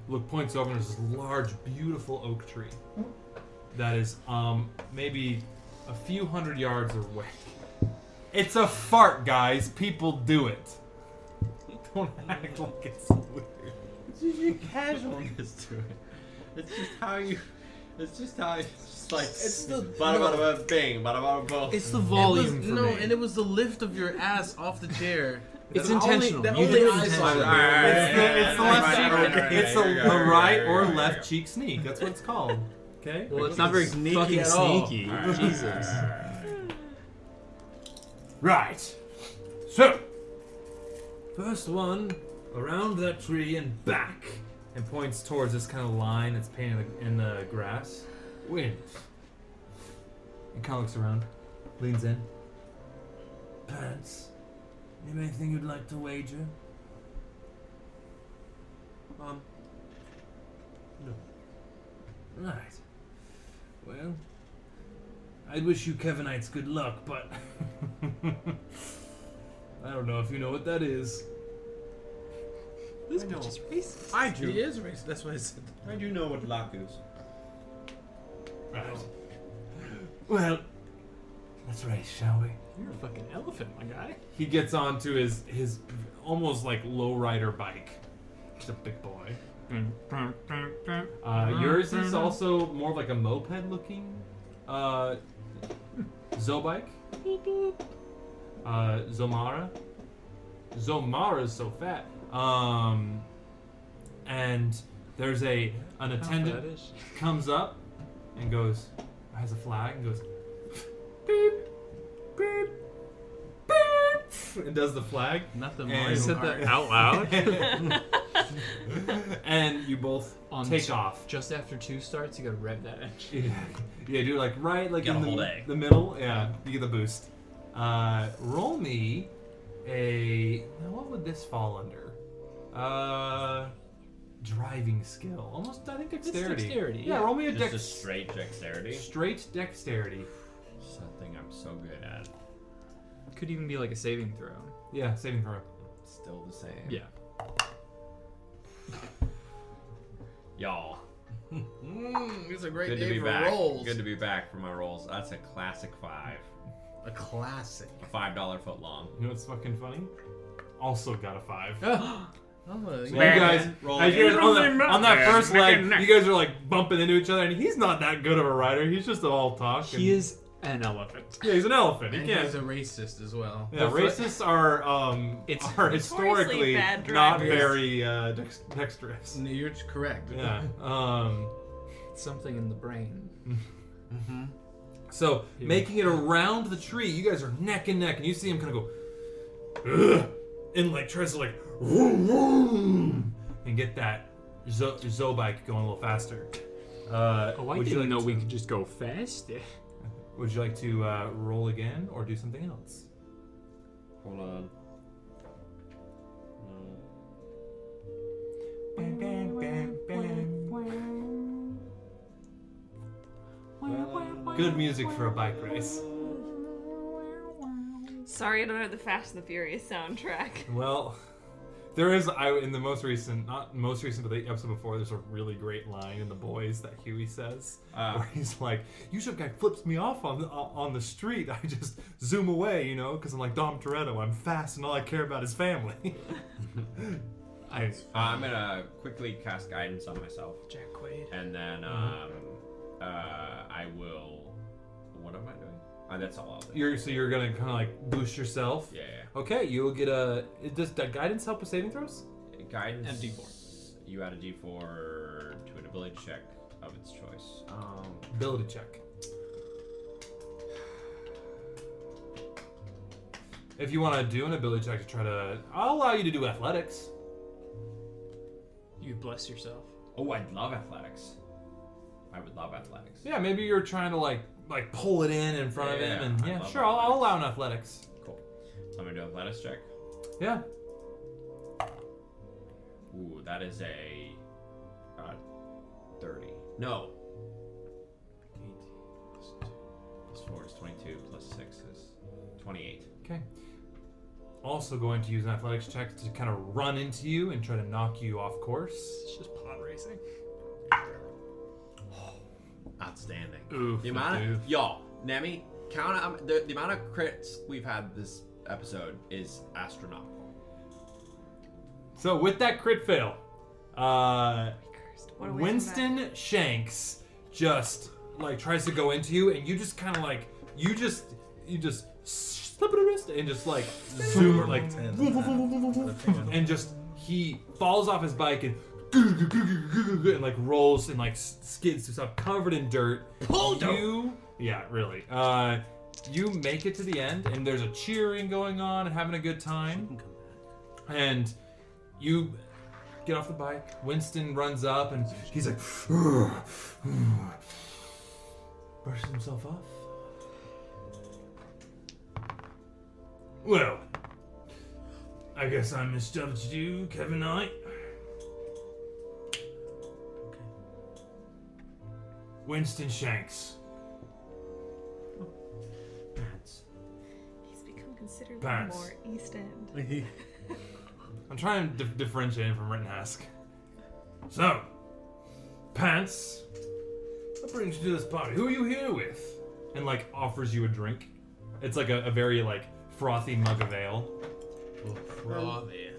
S3: look points over and there's this large, beautiful oak tree that is um maybe a few hundred yards away. It's a fart, guys. People do it. Don't act like it's weird.
S14: It's just your casualness to it. It's just how you. It's just how you. It's just like. It's
S13: the-
S14: Bada bada bada bing, bada bada boom.
S13: It's the It was, no, and it was the lift of your ass off the chair.
S3: It's
S13: That only-
S3: intentional.
S13: that
S3: You
S13: only
S3: did it
S13: I saw
S3: intentionally.
S13: that.
S3: Alright, It's the- alright, it's the alright, left alright, cheek- alright, alright, it's the- alright, the alright, right alright, or alright, left alright. cheek sneak. That's what it's called. Okay? Well, it's not very fucking sneaky. Jesus.
S12: Right. So,
S3: First one around that tree and back, and points towards this kind of line that's painted in the, in the grass. Wins. And kind of looks around, leans in.
S12: Pants, you have anything you'd like to wager?
S14: Um.
S12: No. Right. Well, I wish you Kevinites good luck, but I don't know if you know what that is.
S13: This
S14: bitch
S13: is racist.
S14: I do.
S13: He is racist. That's why I said
S14: I do know what luck is.
S12: Right. Well, let's race, shall we?
S2: You're a fucking elephant, my guy.
S3: He gets onto his his almost like lowrider bike. He's a big boy. Uh, yours is also more of like a moped looking uh, Zobike. Uh, Zomara. Zomara is so fat. Um, and there's a an attendant comes up and goes has a flag and goes and does the flag.
S2: Nothing
S3: And-
S2: more. You said that out loud?
S3: and you both
S2: On
S3: take
S2: two-
S3: off.
S2: Just after two starts, you gotta rev that engine.
S3: Yeah, yeah do like right like
S2: Gotta
S3: in
S2: hold
S3: the,
S2: A.
S3: the middle. Yeah, you get the boost. Uh, roll me a. Now what would this fall under? Uh, driving skill. Almost, I think
S2: It's
S3: dexterity.
S2: dexterity,
S3: Yeah,
S2: yeah.
S3: roll me a
S2: Just
S3: dex.
S2: a
S4: straight dexterity?
S3: Straight dexterity.
S4: Something I'm so good at.
S2: Could even be like a saving throw.
S3: Yeah, saving throw.
S4: Still the same.
S2: Yeah.
S4: Y'all.
S13: Mm, it's a great
S4: good
S13: day
S4: to be
S13: for
S4: back.
S13: rolls.
S4: Good to be back for my rolls. That's a classic five.
S13: A classic.
S4: A five dollar foot long.
S3: You know what's fucking funny? Also got a five.
S13: Oh,
S3: So you guys, as you guys- on, that- on that first leg, you guys are like bumping into each other, and he's not that good of a rider. He's just all talk.
S13: He
S3: and-
S13: is
S2: An elephant.
S3: Yeah, he's an elephant. He
S13: And
S3: can't.
S13: he's a racist as well.
S3: Yeah, racists are um are
S13: Notoriously
S3: historically
S13: bad
S3: not
S13: drivers.
S3: very uh, dex- dexterous.
S13: No, you're correct.
S3: Yeah. Um,
S2: It's something in the brain.
S3: Mm-hmm. So, making it around the tree, you guys are neck and neck, and you see him kind of go, "Ugh," and like tries to like, "Vroom, vroom," and get that zo- Zobike going a little faster. Uh,
S2: Oh,
S3: would
S2: I
S3: you
S2: didn't
S3: like
S2: know
S3: to-
S2: we could just go faster.
S3: Would you like to uh, roll again or do something else?
S14: Hold on.
S3: Good music for a bike race.
S5: Sorry, I don't know the Fast and the Furious soundtrack.
S3: Well, there is I in the most recent, not most recent, but the episode before. There's a really great line in The Boys that Huey says,
S14: Ah.
S3: where he's like, "Usually, guy flips me off on the on the street. I just zoom away, you know, because I'm like Dom Toretto. I'm fast, and all I care about is family." I,
S4: Uh, I'm gonna quickly cast guidance on myself.
S2: Jack Quaid.
S4: And then
S3: Mm-hmm.
S4: um, uh, I will. What am I doing? Uh, that's all I'll do.
S3: You're so you're gonna kind of like boost yourself.
S4: Yeah, yeah.
S3: Okay, you'll get a. it- Does that guidance help with saving throws?
S4: Guidance.
S3: And
S4: D4. You add a D4 to an ability check of its choice. Um,
S3: Ability check. If you want to do an ability check to try to, I'll allow you to do athletics.
S2: You bless yourself.
S4: Oh, I'd love athletics. I would love athletics.
S3: Yeah, maybe you're trying to like like pull it in in front
S4: Yeah,
S3: of him, and
S4: I
S3: yeah,
S4: love
S3: sure, I'll, I'll allow an athletics.
S4: Cool. So I'm gonna do athletics check.
S3: Yeah.
S4: Ooh, that is a uh, 30. No. 18 plus 2 plus 4 is 22 plus 6 is 28.
S3: Okay. Also going to use an athletics check to kind of run into you and try to knock you off course. It's just pod racing.
S4: Outstanding.
S3: Oof,
S4: the amount of,
S3: oof.
S4: y'all, Nemi, count um, the, the amount of crits we've had this episode is astronomical.
S3: So with that crit fail, uh,
S5: What a way
S3: Winston Shanks just like tries to go into you, and you just kind of like you just you just slip of the wrist and just like zoom like and just he falls off his bike and and like rolls and like skids to stuff covered in dirt. You, yeah, really. Uh, you make it to the end, and there's a cheering going on and having a good time. And you get off the bike. Winston runs up and he's like, brushes himself off. Well,
S12: I guess I misjudged you, Kevin Knight. Winston Shanks.
S4: Pants.
S34: He's become considerably
S3: Pants.
S34: more East End.
S3: I'm trying to dif- differentiate him from Rittenhask.
S12: So, Pants, what brings you to this party? Who are you here with?
S3: and like offers you a drink. It's like a, a very like frothy mug of ale.
S13: Frothy.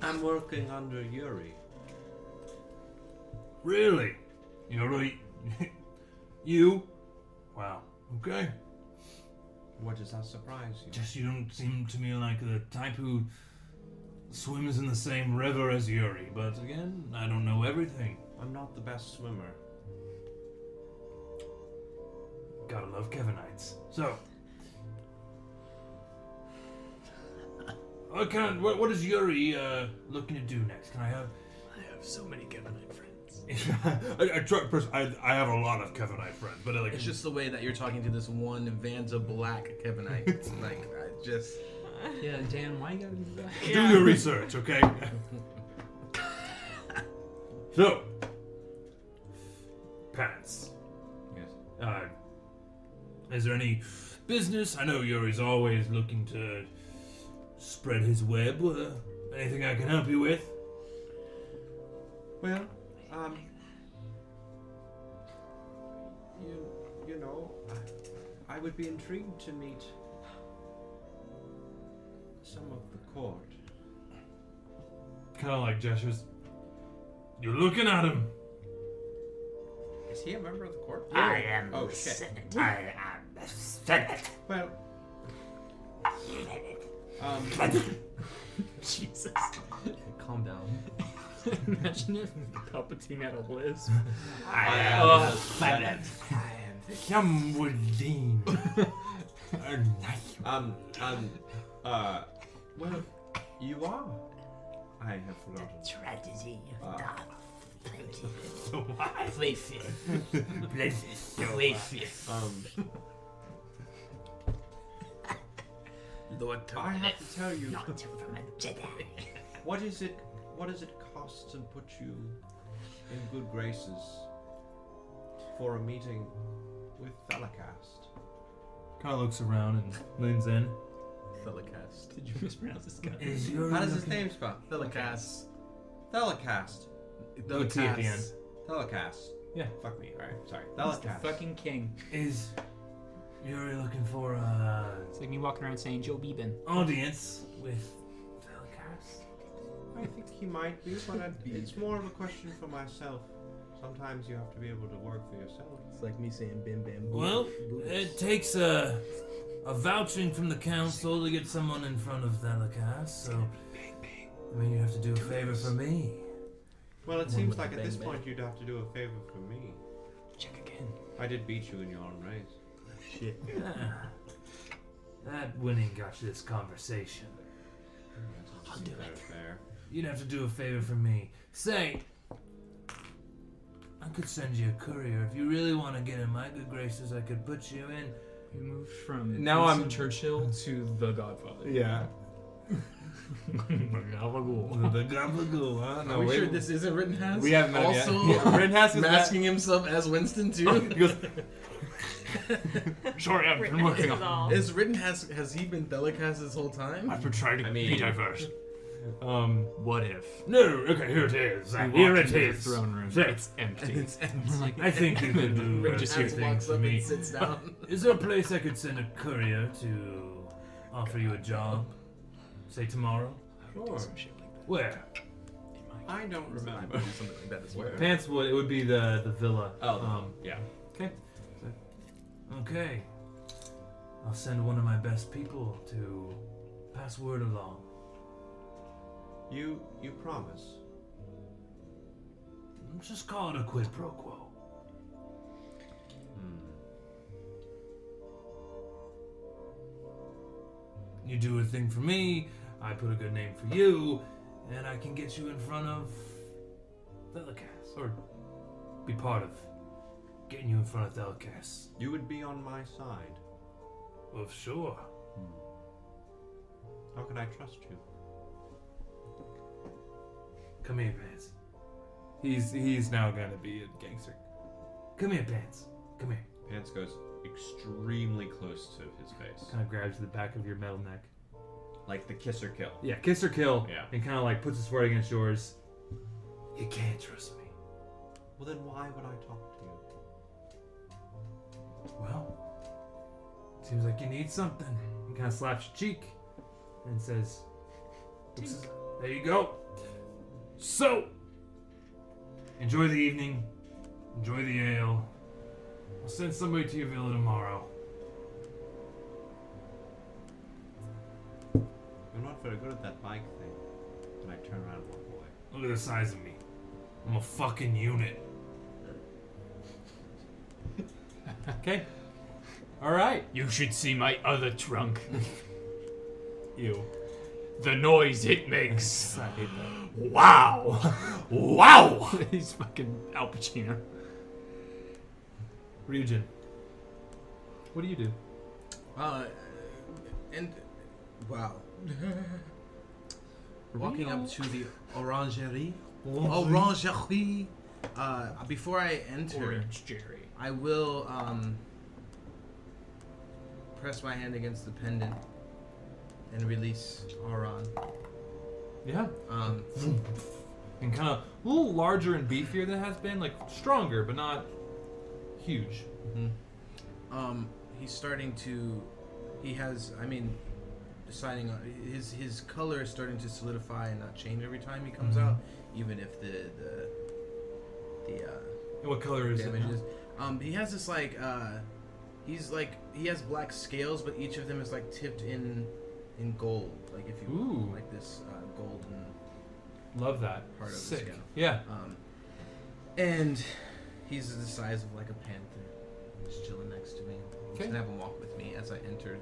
S14: I'm working under Yuri.
S12: Really? You know, really? you? Wow. Okay.
S14: What does that surprise you?
S12: Just you don't seem to me like the type who swims in the same river as Yuri, but again, I don't know everything.
S14: I'm not the best swimmer.
S12: Gotta love Kevinites. So. I can't. What, what is Yuri uh, looking to do next? Can I have.
S2: I have so many Kevinite friends.
S12: I, I, try, pers- I, I have a lot of Kevinite friends, but like.
S13: It's just the way that you're talking to this one Vanza Black Kevinite. It's like I just.
S2: Yeah, Dan, why you gotta do that?
S12: Do your research, okay? so, Pants.
S4: Yes.
S12: Uh, is there any business? I know Yuri's always looking to spread his web. Uh, anything I can help you with?
S14: Well, um, you, you know, I, I would be intrigued to meet some of the court.
S3: Kind of like gestures.
S12: You're looking at him.
S14: Is he a member of the court?
S12: I am
S14: Oh
S12: the
S14: shit!
S12: Senate. I am the Senate.
S14: Well, um,
S13: Jesus. Um, Calm down.
S2: Imagine if Palpatine had a lisp. Oh,
S14: I am the planet. Some would deem a nice
S4: Um, um, uh, well, you are. I have forgotten.
S35: Tragedy
S4: Uh,
S35: of Darth
S4: What?
S35: Places. Places. Places.
S4: Um,
S35: Lord
S4: I have to
S35: Tyrannus,
S4: tell you.
S35: not from a Jedi.
S4: What is it? What does it cost to put you in good graces for a meeting with Thalacast?
S3: Kind of looks around and leans in.
S4: Thalacast.
S2: Did you mispronounce this guy?
S4: Is your How does his looking- name spell?
S13: Thelicast.
S4: Thalacast.
S3: With T at the end.
S4: Thalacast.
S3: Yeah.
S4: Fuck me. All right. Sorry.
S2: He's the
S4: Thalacast.
S2: fucking king.
S3: Is
S14: You're looking for
S3: uh,
S14: a
S36: It's like me walking around saying Joe Beben.
S3: Oh,
S14: audience with
S4: I think he might be, but I'd, it's more of a question for myself. Sometimes you have to be able to work for yourself.
S13: It's like me saying bim bam. boom,
S14: Well,
S13: boom.
S14: it takes a a vouching from the council to get someone in front of Thalacast, so I mean you have to do a favor for me.
S4: Well, it
S14: One
S4: seems
S14: with
S4: like
S14: the
S4: at
S14: bang
S4: this
S14: bang.
S4: point you'd have to do a favor for me.
S36: Check again.
S4: I did beat you in your own race.
S14: Oh, Shit. Ah. that winning got you this conversation.
S4: I'll do it. Fair.
S14: You'd have to do a favor for me. Say, I could send you a courier if you really want to get in my good graces. I could put you in.
S2: You moved from
S3: Now
S2: Winston
S3: I'm-
S2: Churchill to the Godfather.
S3: Yeah.
S14: the Gabagool, huh?
S13: Are we sure this isn't Rittenhouse?
S3: We haven't met him yet.
S13: also,
S3: Yeah, Rittenhouse is
S13: masking himself as Winston too.
S3: He goes, Sorry, I've been working Rittenhouse is on- all.
S13: Is Rittenhouse has he been Thelicast this whole time?
S3: I've been trying to be diverse. Um,
S2: what if?
S14: No, okay, here it is.
S2: We walk
S14: here it
S2: into the
S14: is.
S2: throne room.
S14: Sit.
S2: It's empty.
S14: It's empty.
S2: Like-
S14: I think you could do
S2: Rittenhouse
S14: a few things
S2: walks
S14: for
S2: up and
S14: me.
S2: sits down.
S14: Uh, is there a place I could send a courier to offer you a job? Say tomorrow.
S4: Sure.
S14: Where?
S4: I don't remember.
S13: Something like that as well.
S3: Pants would. It would be the the villa.
S4: Oh, the-
S3: um,
S4: yeah.
S3: Okay.
S14: Okay. I'll send one of my best people to pass word along.
S4: You you promise?
S14: Just call it a quid pro quo.
S13: hmm.
S14: You do a thing for me, I put a good name for you, and I can get you in front of Thelicast, or be part of getting you in front of Thelicast.
S4: You would be on my side.
S14: Well, sure.
S4: Hmm. How can I trust you?
S14: Come here, Vance.
S3: He's he's now gonna be a gangster.
S14: Come here, Pants. Come here.
S4: Pants goes extremely close to his face,
S3: Kind of grabs the back of your metal neck.
S4: like the kiss or kill.
S3: Yeah, kiss or kill.
S4: Yeah.
S3: And kind of like puts his foot against yours.
S14: You can't trust me.
S4: Well, then why would I talk to you?
S14: Well, seems like you need something. And kind of slaps your cheek and says, "Looks- There you go. So, enjoy the evening, enjoy the ale. I'll send somebody to your villa tomorrow.
S4: You're not very good at that bike thing. And I turn around and walk away.
S14: Look at the size of me. I'm a fucking unit.
S3: Okay. All right.
S2: You should see my other trunk.
S3: Ew.
S2: The noise it makes.
S3: I hate that.
S2: Wow. wow. He's fucking Al Pacino.
S3: Ryujin. What do you do?
S13: Uh, and wow. Walking up to the orangerie. Orangerie. Uh, before I enter,
S2: Orange Jerry.
S13: I will um, press my hand against the pendant and release Auron.
S3: Yeah.
S13: Um, Hmm.
S3: and kind of a little larger and beefier than it has been, like stronger, but not huge. Mm-hmm.
S13: Um, he's starting to. He has. I mean, deciding on his his color is starting to solidify and not change every time he comes
S3: Mhm.
S13: out, even if the the the. Uh,
S3: And what color is it
S13: damage
S3: now?
S13: Um, he has this like. Uh, he's like he has black scales, but each of them is like tipped in in gold, like if you
S3: Ooh.
S13: like this uh, golden
S3: Love that.
S13: part of
S3: Sick.
S13: the scout.
S3: Yeah.
S13: Um, and he's the size of like a panther, just chilling next to me. He's gonna have him walk with me as I enter.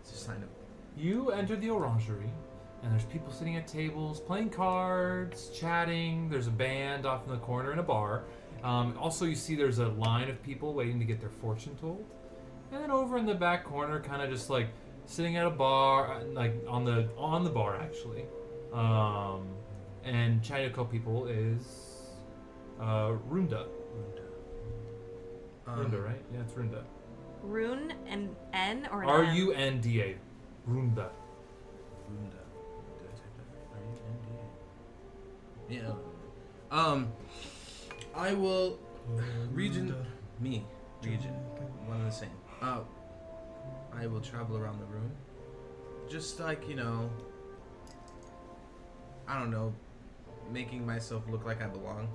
S13: It's a sign of
S3: You enter the orangery, and there's people sitting at tables, playing cards, chatting. There's a band off in the corner and a bar. Um, also, you see there's a line of people waiting to get their fortune told. And then over in the back corner, kind of just like sitting at a bar, uh, like on the on the bar actually. Um, and chatting to a couple people is uh, Runda. Runda.
S13: Um,
S3: Runda, right? Yeah, it's Runda.
S5: Rune and N or an
S3: R
S5: M?
S3: U N D A. Runda.
S13: Runda. Did I type that right? R-U-N-D-A. Yeah. Um, I will. Region. Me. Region. One and the same. Uh, I will travel around the room. Just like, you know. I don't know. Making myself look like I belong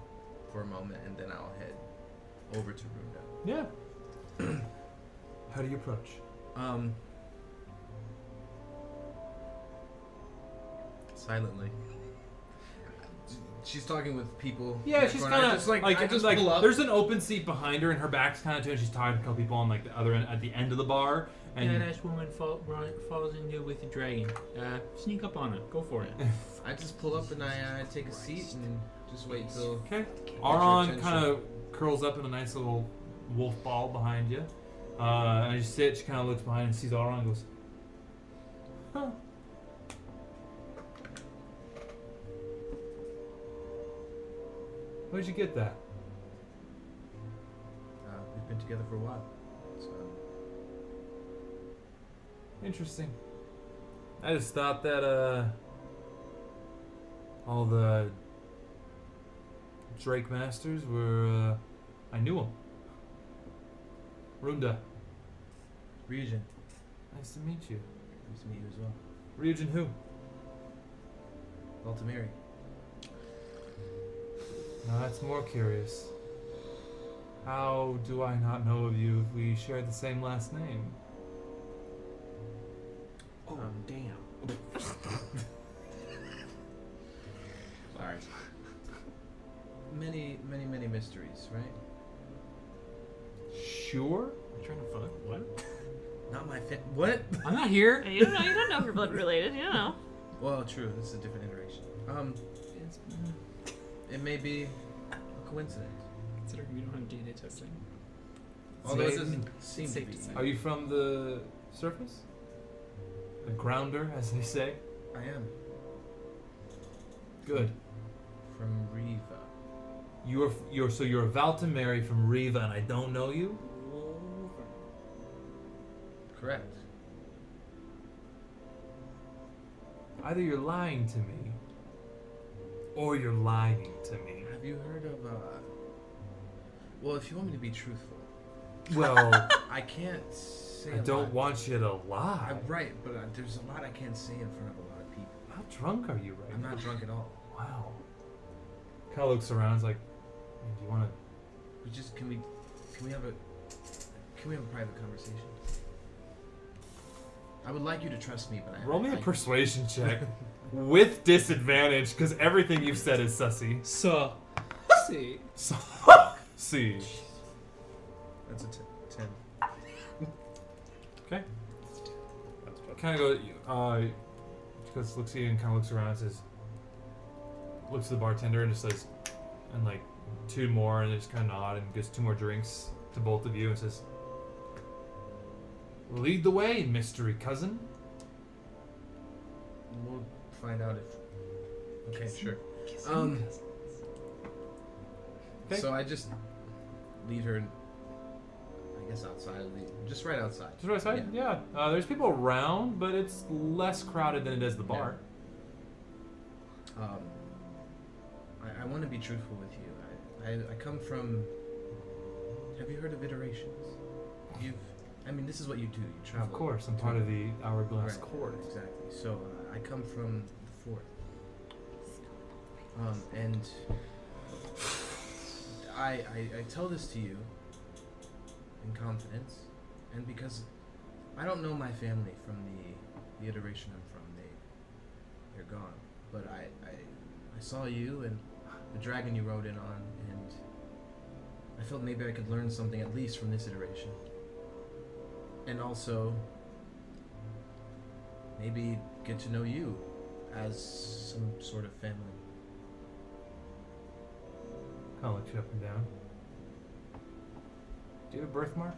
S13: for a moment, and then I'll head over to Runda.
S3: Yeah. How do you approach?
S13: Um. Silently. She's talking with people.
S3: Yeah, she's kind of
S13: just like, I just
S3: like
S13: pull up.
S3: there's an open seat behind her, and her back's kind of to, it, and she's talking to a couple people on like the other end at the end of the bar. And
S2: that ass woman fall, run, falls in there with the dragon. Uh, sneak up on it. Go for it.
S13: I just pull up and I uh, take a seat and just wait till.
S3: Okay.
S13: get your
S3: Aron
S13: attention.
S3: kind of curls up in a nice little wolf ball behind you. Uh, and you sit, she kind of looks behind and sees Aron and goes, Huh. Where'd you get that?
S13: Uh, we've been together for a while, so
S3: Interesting. I just thought that uh, all the Drake Masters were. Uh, I knew them. Runda.
S13: Ryujin.
S3: Nice to meet you.
S13: Nice to meet you as well.
S3: Ryujin who?
S13: Altamiri.
S3: Now that's more curious. How do I not know of you if we share the same last name?
S37: Oh, damn.
S13: Sorry. Many, many, many mysteries, right?
S3: Sure.
S38: I'm trying to fuck. What?
S13: Not my fit. What?
S38: I'm not here.
S5: You don't know. You don't know if you're blood related. You don't know.
S13: Well, true. This is a different iteration. Um,
S2: It's,
S13: it may be a coincidence.
S2: considering we don't have DNA testing.
S13: Although it
S3: Safe-
S13: doesn't seem to be.
S3: Are you from the surface? The grounder, as they say?
S13: I am.
S3: Good.
S13: From Riva.
S3: You're you're so you're Valtameri from Riva, and I don't know you.
S13: Correct.
S3: Either you're lying to me, or you're lying to me.
S13: Have you heard of? uh Well, if you want me to be truthful,
S3: Well,
S13: I can't say.
S3: I
S13: a
S3: don't
S13: lot.
S3: want you to
S13: I'm
S3: lie.
S13: right, but uh, there's a lot I can't say in front of a lot of people.
S3: How drunk are you right
S13: I'm
S3: now?
S13: not drunk at all.
S3: Wow. Kind of looks around, is like, "Man, do you want to?
S13: We just can we can we have a can we have a private conversation? I would like you to trust me, but I
S3: Roll me
S13: I,
S3: a persuasion check with disadvantage because everything you've said is sussy.
S2: So, see.
S3: See.
S13: That's a t- ten.
S3: Okay. Kind of go. Uh, just looks at you and kind of looks around and says, looks at the bartender and just says, and like two more and just kind of nod and gives two more drinks to both of you and says, lead the way, mystery cousin.
S13: We'll find out if. Okay, sure. Um. So I just Um, lead her, I guess outside, of the- just right outside.
S3: Just what I said. Yeah. Uh, there's people around, but it's less crowded than it is the bar.
S13: Um, I, I want to be truthful with you. I, I, I come from. Have you heard of iterations? You've. I mean, this is what you do. You travel.
S3: Of course, I'm part of the hourglass
S13: Right,
S3: court.
S13: Exactly. So uh, I come from the fourth. Um, and I, I I tell this to you in confidence, and because I don't know my family from the the iteration I'm from. They they're gone, but I I I saw you and the dragon you rode in on, and I felt maybe I could learn something at least from this iteration. And also, maybe get to know you as some sort of family.
S3: Kind of looks you up and down. Do you have a birthmark?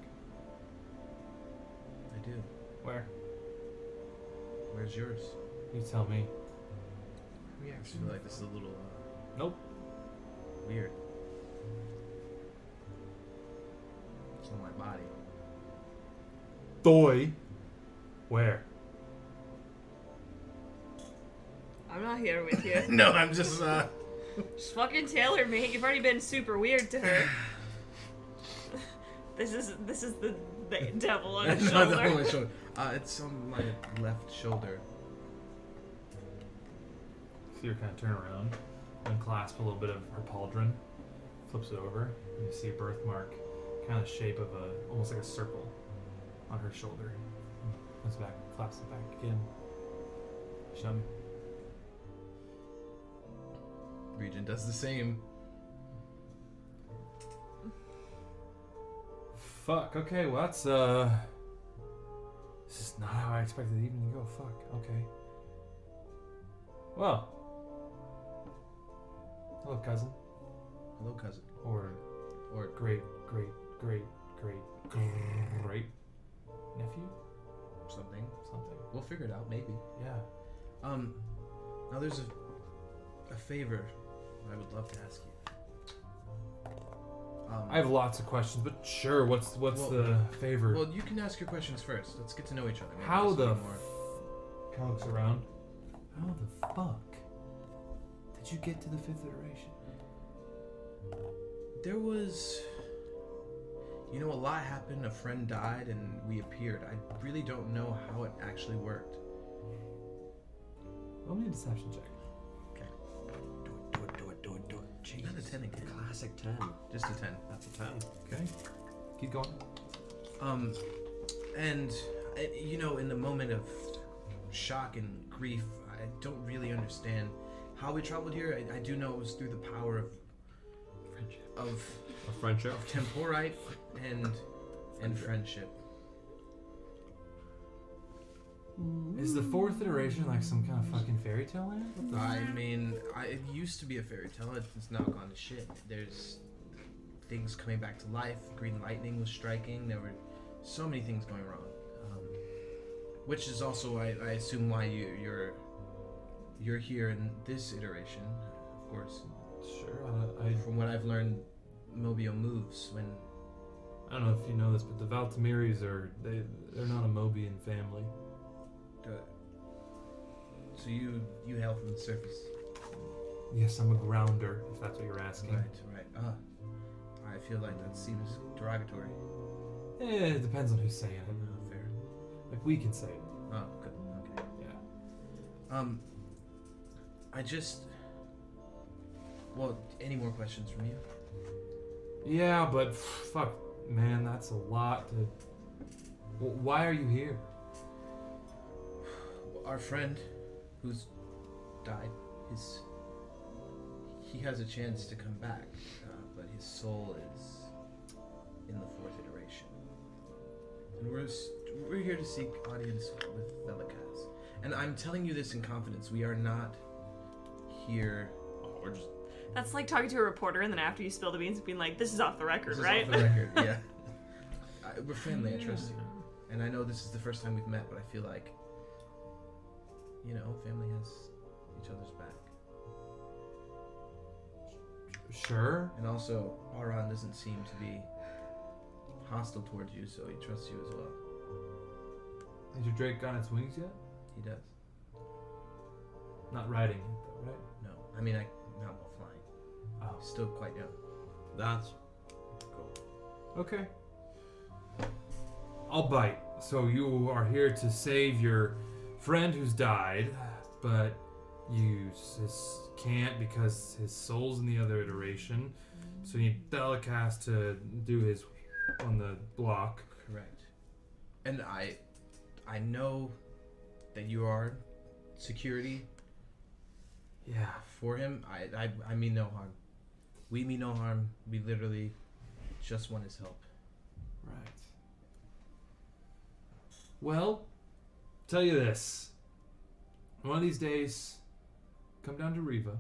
S13: I do.
S3: Where?
S13: Where's yours?
S3: You tell me.
S13: We actually feel like this is a little. Uh,
S3: nope.
S13: Weird. It's on my body.
S3: Boy. Where?
S5: I'm not here with you.
S13: no, I'm just. Uh...
S5: Just fucking tell her, mate. You've already been super weird to her. this is this is the, the devil on his
S13: It's not
S5: shoulder.
S13: the only shoulder. Uh, it's on my left shoulder.
S3: So you're kind of turn around, unclasp a little bit of her pauldron, flips it over, and you see a birthmark, kind of shape of a almost like a circle, on her shoulder. Comes back, claps it back again. Show me.
S13: Regent does the same.
S3: Fuck. Okay. Well, that's uh. This is not how I expected the evening to go. Fuck. Okay. Well. Hello, cousin.
S13: Hello, cousin.
S3: Or,
S13: or
S3: great, great, great, great, great nephew.
S13: Something.
S3: Something.
S13: We'll figure it out, maybe.
S3: Yeah.
S13: Um, now there's a, a favor I would love to ask you. Um,
S3: I have lots of questions, but sure. What's what's
S13: well-
S3: the favor?
S13: Well, you can ask your questions first. Let's get to know each other. Maybe
S3: How
S13: this will
S3: the
S13: be more-
S3: f- kind of looks around? How the fuck did you get to the fifth iteration?
S13: There was. You know, a lot happened. A friend died, and we appeared. I really don't know how it actually worked.
S3: Roll me a deception check.
S13: Okay.
S14: Do it, do it, do it, do it. Jeez.
S13: Not a 10 again.
S14: Classic 10.
S13: Just a 10.
S14: That's a 10.
S3: Okay. Keep going.
S13: Um, and I, you know, in the moment of shock and grief, I don't really understand how we traveled here. I, I do know it was through the power of friendship, of
S14: A friendship.
S13: of temporite and and friendship.
S3: Is the fourth iteration like some kind of fucking fairy tale land? What the
S13: I
S3: fuck?
S13: mean, I, it used to be a fairy tale. it- It's now gone to shit. There's things coming back to life. Green lightning was striking. There were so many things going wrong, um, which is also, I, I assume, why you, you're you're here in this iteration, of course.
S3: Sure. I,
S13: From what I've learned, Mobio moves when
S3: I don't know if you know this, but the Valtamiris are they they're not a Mobian family.
S13: good. So you you hail from the surface.
S3: Yes, I'm a grounder, if that's what you're asking.
S13: Right, right. Ah, I feel like that seems derogatory. Oh,
S3: Eh, it depends on who's saying it.
S13: fair.
S3: Like we can say it.
S13: Oh, good. Okay. Yeah. Um, I just. Well, any more questions from you?
S3: Yeah, but f- fuck, man, that's a lot to. W- Why are you here?
S13: Our friend, who's died, his. He has a chance to come back, uh, but his soul is in the fourth iteration. And we're s- we're here to seek audience with Velikaz. And I'm telling you this in confidence. We are not here. Oh, we're just
S5: That's like talking to a reporter and then after you spill the beans being like, this is off the record,
S13: This is
S5: right?
S13: off the record, yeah. I, we're family, I trust you. And I know this is the first time we've met, but I feel like, you know, family has each other's back.
S3: Sure.
S13: And also, Auron doesn't seem to be hostile towards you, so he trusts you as well.
S3: Has your Drake gotten its wings yet?
S13: He does.
S3: Not riding it, though, right?
S13: No, I mean, I not while flying.
S3: Oh.
S13: Still quite young.
S14: That's
S3: Okay. I'll bite. So you are here to save your friend who's died, but you s- can't because his soul's in the other iteration. So you need Delicast to do his on the block.
S13: Correct. And I, I know that you are security,
S3: Yeah.
S13: For him, I, I, I mean no harm. We mean no harm. We literally just want his help.
S3: Right. Well, tell you this. One of these days, come down to Riva,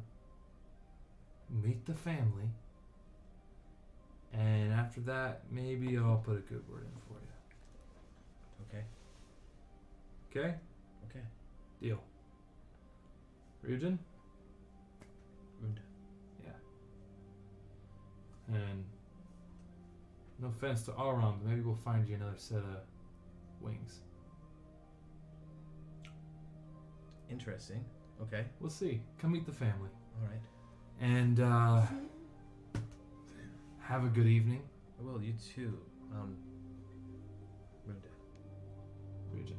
S3: meet the family, and after that, maybe I'll put a good word in for you.
S13: Okay.
S3: Okay?
S13: Okay.
S3: Deal. Rujin? Yeah. And no offense to Auron, but maybe we'll find you another set of wings.
S13: Interesting. Okay.
S3: We'll see. Come meet the family.
S13: All right.
S3: And uh, have a good evening.
S13: I will. You too. Um. Runda.
S3: Regent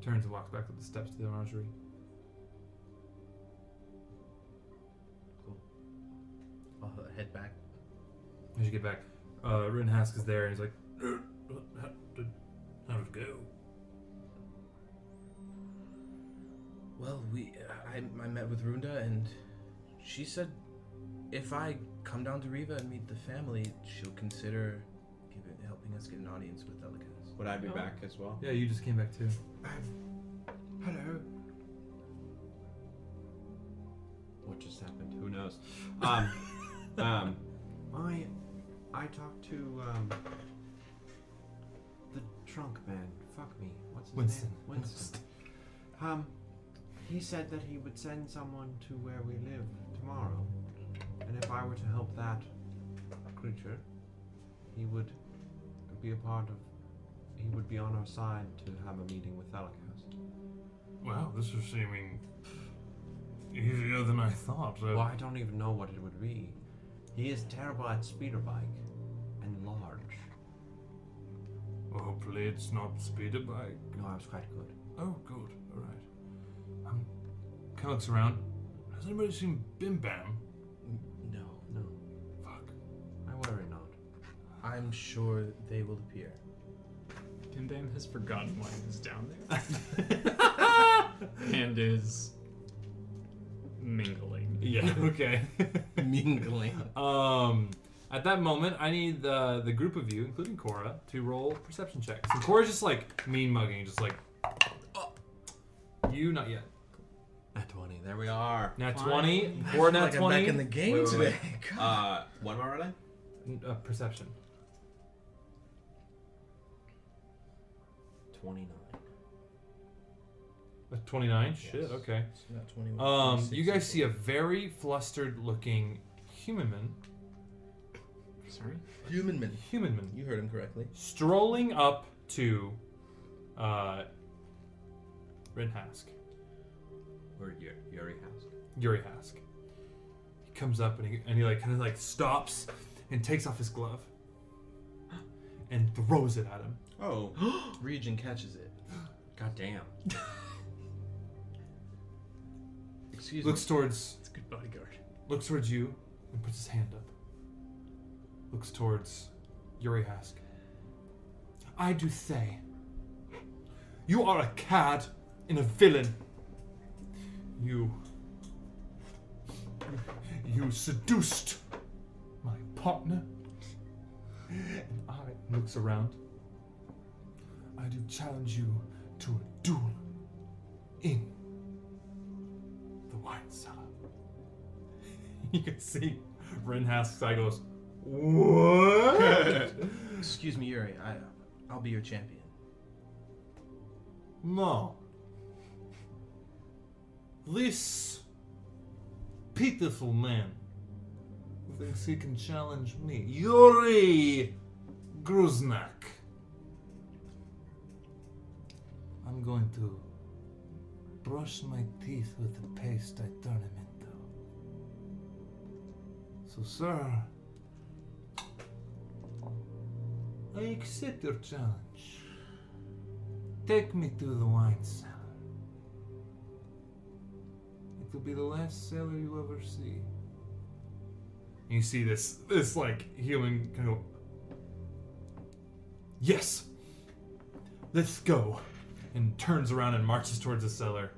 S3: turns and walks back up the steps to the orangery.
S13: I'll he- head back.
S3: As you get back, uh, Rittenhask is there and he's like,
S12: How did, how did it go?
S13: Well, we I, I met with Runda and she said if I come down to Riva and meet the family, she'll consider giving, helping us get an audience with Elikaz.
S14: Would I
S3: Oh.
S14: be back as well?
S3: Yeah, you just came back too.
S14: Hello. What just happened? Who knows? Um, um, I, I talked to um, the trunk man. Fuck me. What's his
S3: Winston.
S14: name? Winston. Um, he said that he would send someone to where we live tomorrow, and if I were to help that creature, he would be a part of. He would be on our side to have a meeting with Thalicast.
S12: Wow, this is seeming easier than I thought. Uh,
S14: Well, I don't even know what it would be. He is terrible at speeder bike and large.
S12: Well, hopefully it's not speeder bike.
S14: No, I was quite good.
S12: Oh, good. All right. Um, kind of looks around. Has anybody seen Bim Bam?
S13: No.
S14: No.
S12: Fuck.
S13: I
S14: worry not.
S13: I'm sure they will appear.
S2: Bim Bam has forgotten why he was down there. and is mingling.
S3: Yeah. Okay. Mingling. Um. At that moment, I need the the group of you, including Cora, to roll perception checks. And Cora's just like mean mugging, just like. You not yet.
S14: Nat twenty. There we are.
S3: Nat twenty. Cora nat twenty.
S14: Wait, wait, wait. Uh, one more relay.
S3: N- Uh, perception.
S14: Twenty nine.
S3: A 29?
S13: Yes.
S3: Shit, okay.
S13: It's not 21,
S3: Um,
S13: 26,
S3: you guys see a very flustered looking human man. Sorry?
S13: Human man.
S3: Human man.
S13: You heard him correctly.
S3: Strolling up to uh, Red Hask.
S14: Or Yuri, Yuri House.
S3: Yuri Hask. He comes up and he, and he like kind of like stops and takes off his glove and throws it at him.
S13: Oh. Region catches it.
S14: God damn.
S13: Excuse
S3: looks
S13: me.
S3: towards
S2: It's a good bodyguard.
S3: looks towards you and puts his hand up. Looks towards Yuri Hask. I do say, you are a cad and a villain. You, you seduced my partner. And I looks around. I do challenge you to a duel in the wine cellar. You can see Ren Hask's eye goes, What?
S13: Excuse me, Yuri. I, I'll be your champion.
S12: No. This pitiful man thinks he can challenge me. Yuri Gruznak. I'm going to brush my teeth with the paste I turn him into. So, sir, I accept your challenge. Take me to the wine cellar. It will be the last cellar you ever see.
S3: And you see this this like human kind of go, Yes. Let's go. And turns around and marches towards the cellar.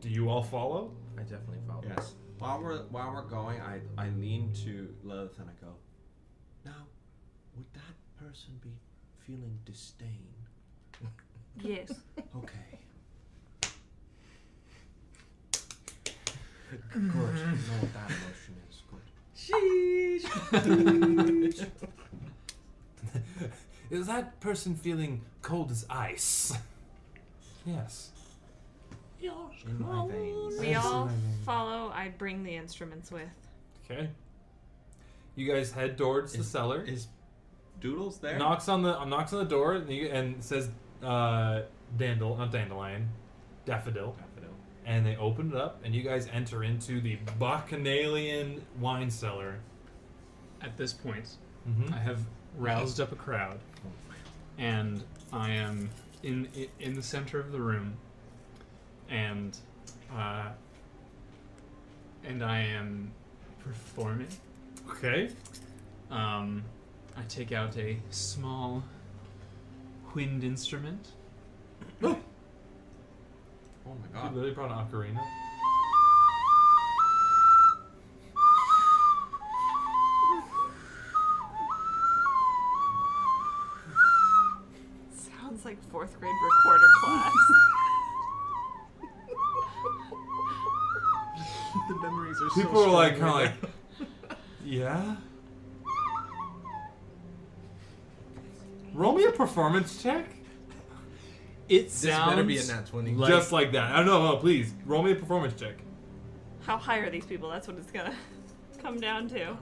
S3: Do you all follow?
S13: I definitely follow.
S4: Yes. While we're while we're going, I I lean to Lilith and I go,
S14: Now, would that person be feeling disdain?
S39: Yes.
S14: Okay.
S4: Good. You know what that emotion is.
S8: Sheesh. Is that person feeling cold as ice? Yes.
S4: In my veins.
S5: We
S8: Ice in
S5: all
S8: my veins.
S5: follow. I bring the instruments with.
S3: Okay. You guys head towards the cellar.
S4: Is Doodles there?
S3: Knocks on the uh, knocks on the door and, you, and says, uh, "Dandel, not dandelion, daffodil." Daffodil. And they open it up, and you guys enter into the Bacchanalian wine cellar. Mm-hmm.
S2: At this point, I have roused up a crowd, and I am in i- in the center of the room, and uh, and I am performing.
S3: Okay.
S2: Um, I take out a small wind instrument.
S4: Oh my
S3: You literally brought an ocarina.
S5: Sounds like fourth grade recorder class.
S13: the memories are
S3: People are like, kind of like, yeah. Roll me a performance check.
S2: It
S13: This better be a sounds nat 20. like-
S3: Just like that. I don't know. No, please roll me a performance check.
S5: How high are these people? That's what it's gonna come down to.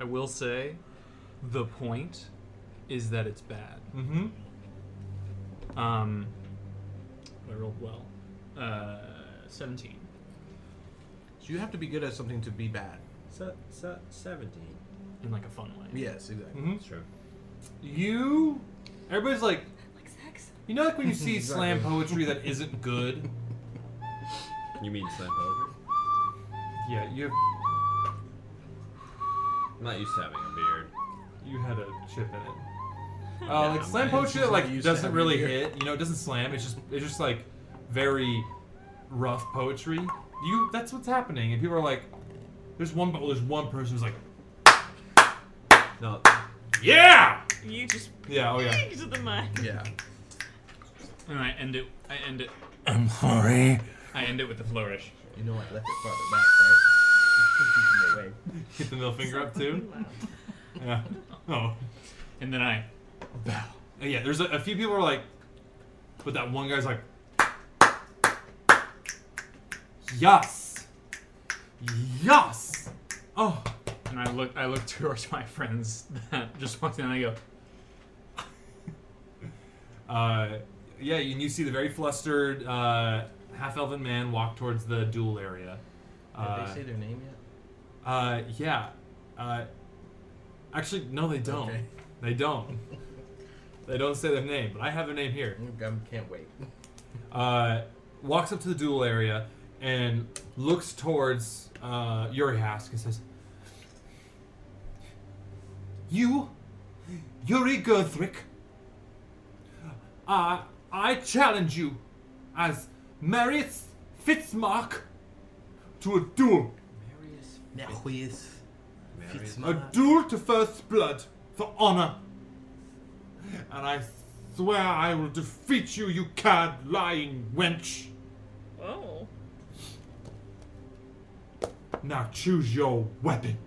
S2: I will say, the point is that it's bad.
S3: Mm-hmm.
S2: Um, I rolled well. Uh, seventeen.
S13: So you have to be good at something to be bad.
S4: Se- se- Seventeen.
S2: In like a fun way.
S13: Yes, exactly.
S3: Mhm.
S4: True.
S3: You. Everybody's like. You know, like when you see slam poetry that isn't good.
S4: You mean slam poetry?
S3: Mm-hmm. Yeah, you.
S4: I'm not used to having a beard.
S3: You had a chip in it. Uh,
S4: Yeah,
S3: like slam
S4: mine-
S3: poetry
S4: she's
S3: that
S4: not
S3: like
S4: used to
S3: doesn't
S4: having
S3: really
S4: beer.
S3: hit. You know, it doesn't slam. It's just it's just like very rough poetry. You that's what's happening, and people are like, there's one well, there's one person who's like,
S4: no,
S3: yeah,
S5: You just
S3: yeah, oh yeah.
S5: to the mic.
S13: Yeah.
S2: And I end it. I end it.
S13: I'm sorry.
S2: I end it with a flourish.
S13: You know I left it farther back, right?
S2: away.
S3: Hit the middle finger up too. yeah. Oh.
S2: And then I
S3: bow. Yeah, there's a, a few people are like, but that one guy's like, yes, yes. Oh.
S2: And I look. I look towards my friends that just walked in. and I go.
S3: Uh, yeah, and you see the very flustered uh, half-elven man walk towards the duel area.
S13: Did
S3: Uh,
S13: they say their name yet?
S3: Uh, yeah. Uh, actually, no, they don't.
S13: Okay.
S3: They don't. they don't say their name, but I have their name here.
S13: I can't wait.
S3: Uh, walks up to the duel area and looks towards uh, Yuri Hask and says,
S8: You, Yuri Gurthrick,
S3: uh,
S8: I, I challenge you as Marius Fitzmark to a duel.
S13: Marius
S8: A duel to first blood for honor. And I swear I will defeat you, you cad lying wench.
S5: Oh.
S8: Now choose your weapon.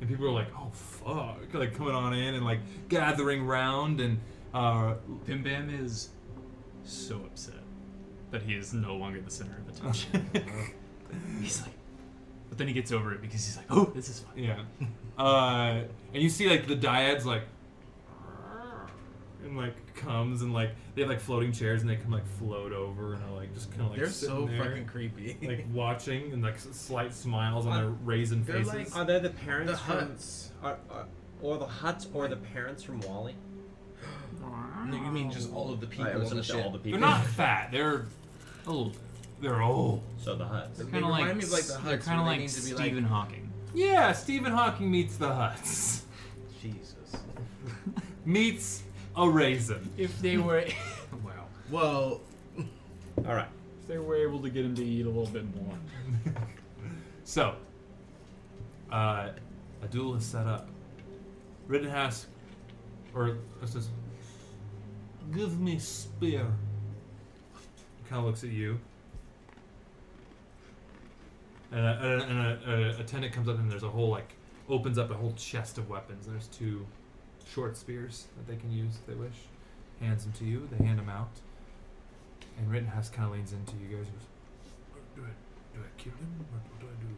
S3: and people are like, "Oh fuck!" Like coming on in and like gathering round, and uh,
S2: Bim Bam is so upset that he is no longer the center of attention. he's like, but then he gets over it because he's like, oh, this is fun.
S3: yeah. Uh, and you see like the dyads like, and like comes and like they have like floating chairs and they can like float over and are like just kind of like
S13: They're
S3: sitting
S13: so
S3: there,
S13: fucking creepy.
S3: like watching and like s- slight smiles on their raisin
S13: they're
S3: faces.
S13: like-
S4: Are they the parents
S13: The
S4: from
S13: Hutts.
S4: Are, are, or the Huts or the parents from Wally?
S13: No, you mean just all of the people
S4: I was
S13: on the
S4: gonna say
S13: ship.
S4: all the people.
S3: They're not fat. They're old. They're old.
S4: So the Huts.
S13: They're
S2: Kind of like,
S13: remind me of, like, the
S2: they're
S13: Hutts
S2: kind of
S13: where they
S2: like
S13: need to be, like-
S2: Stephen Hawking.
S3: Yeah, Stephen Hawking meets the Huts.
S13: Jesus.
S3: meets a raisin.
S2: If they were,
S13: Well,
S4: All right.
S9: If they were able to get him to eat a little bit more.
S3: So, uh, a duel is set up. Rittenhouse, or let's just
S14: Give me spear.
S3: kind of looks at you. And, a, and, a, and a, a, a tenant comes up, and there's a whole like opens up a whole chest of weapons. There's two short spears that they can use if they wish. Hands them to you. They hand them out. And Rittenhouse kind of leans into you guys. and goes,
S14: Do I, do I kill him? What, what do I do?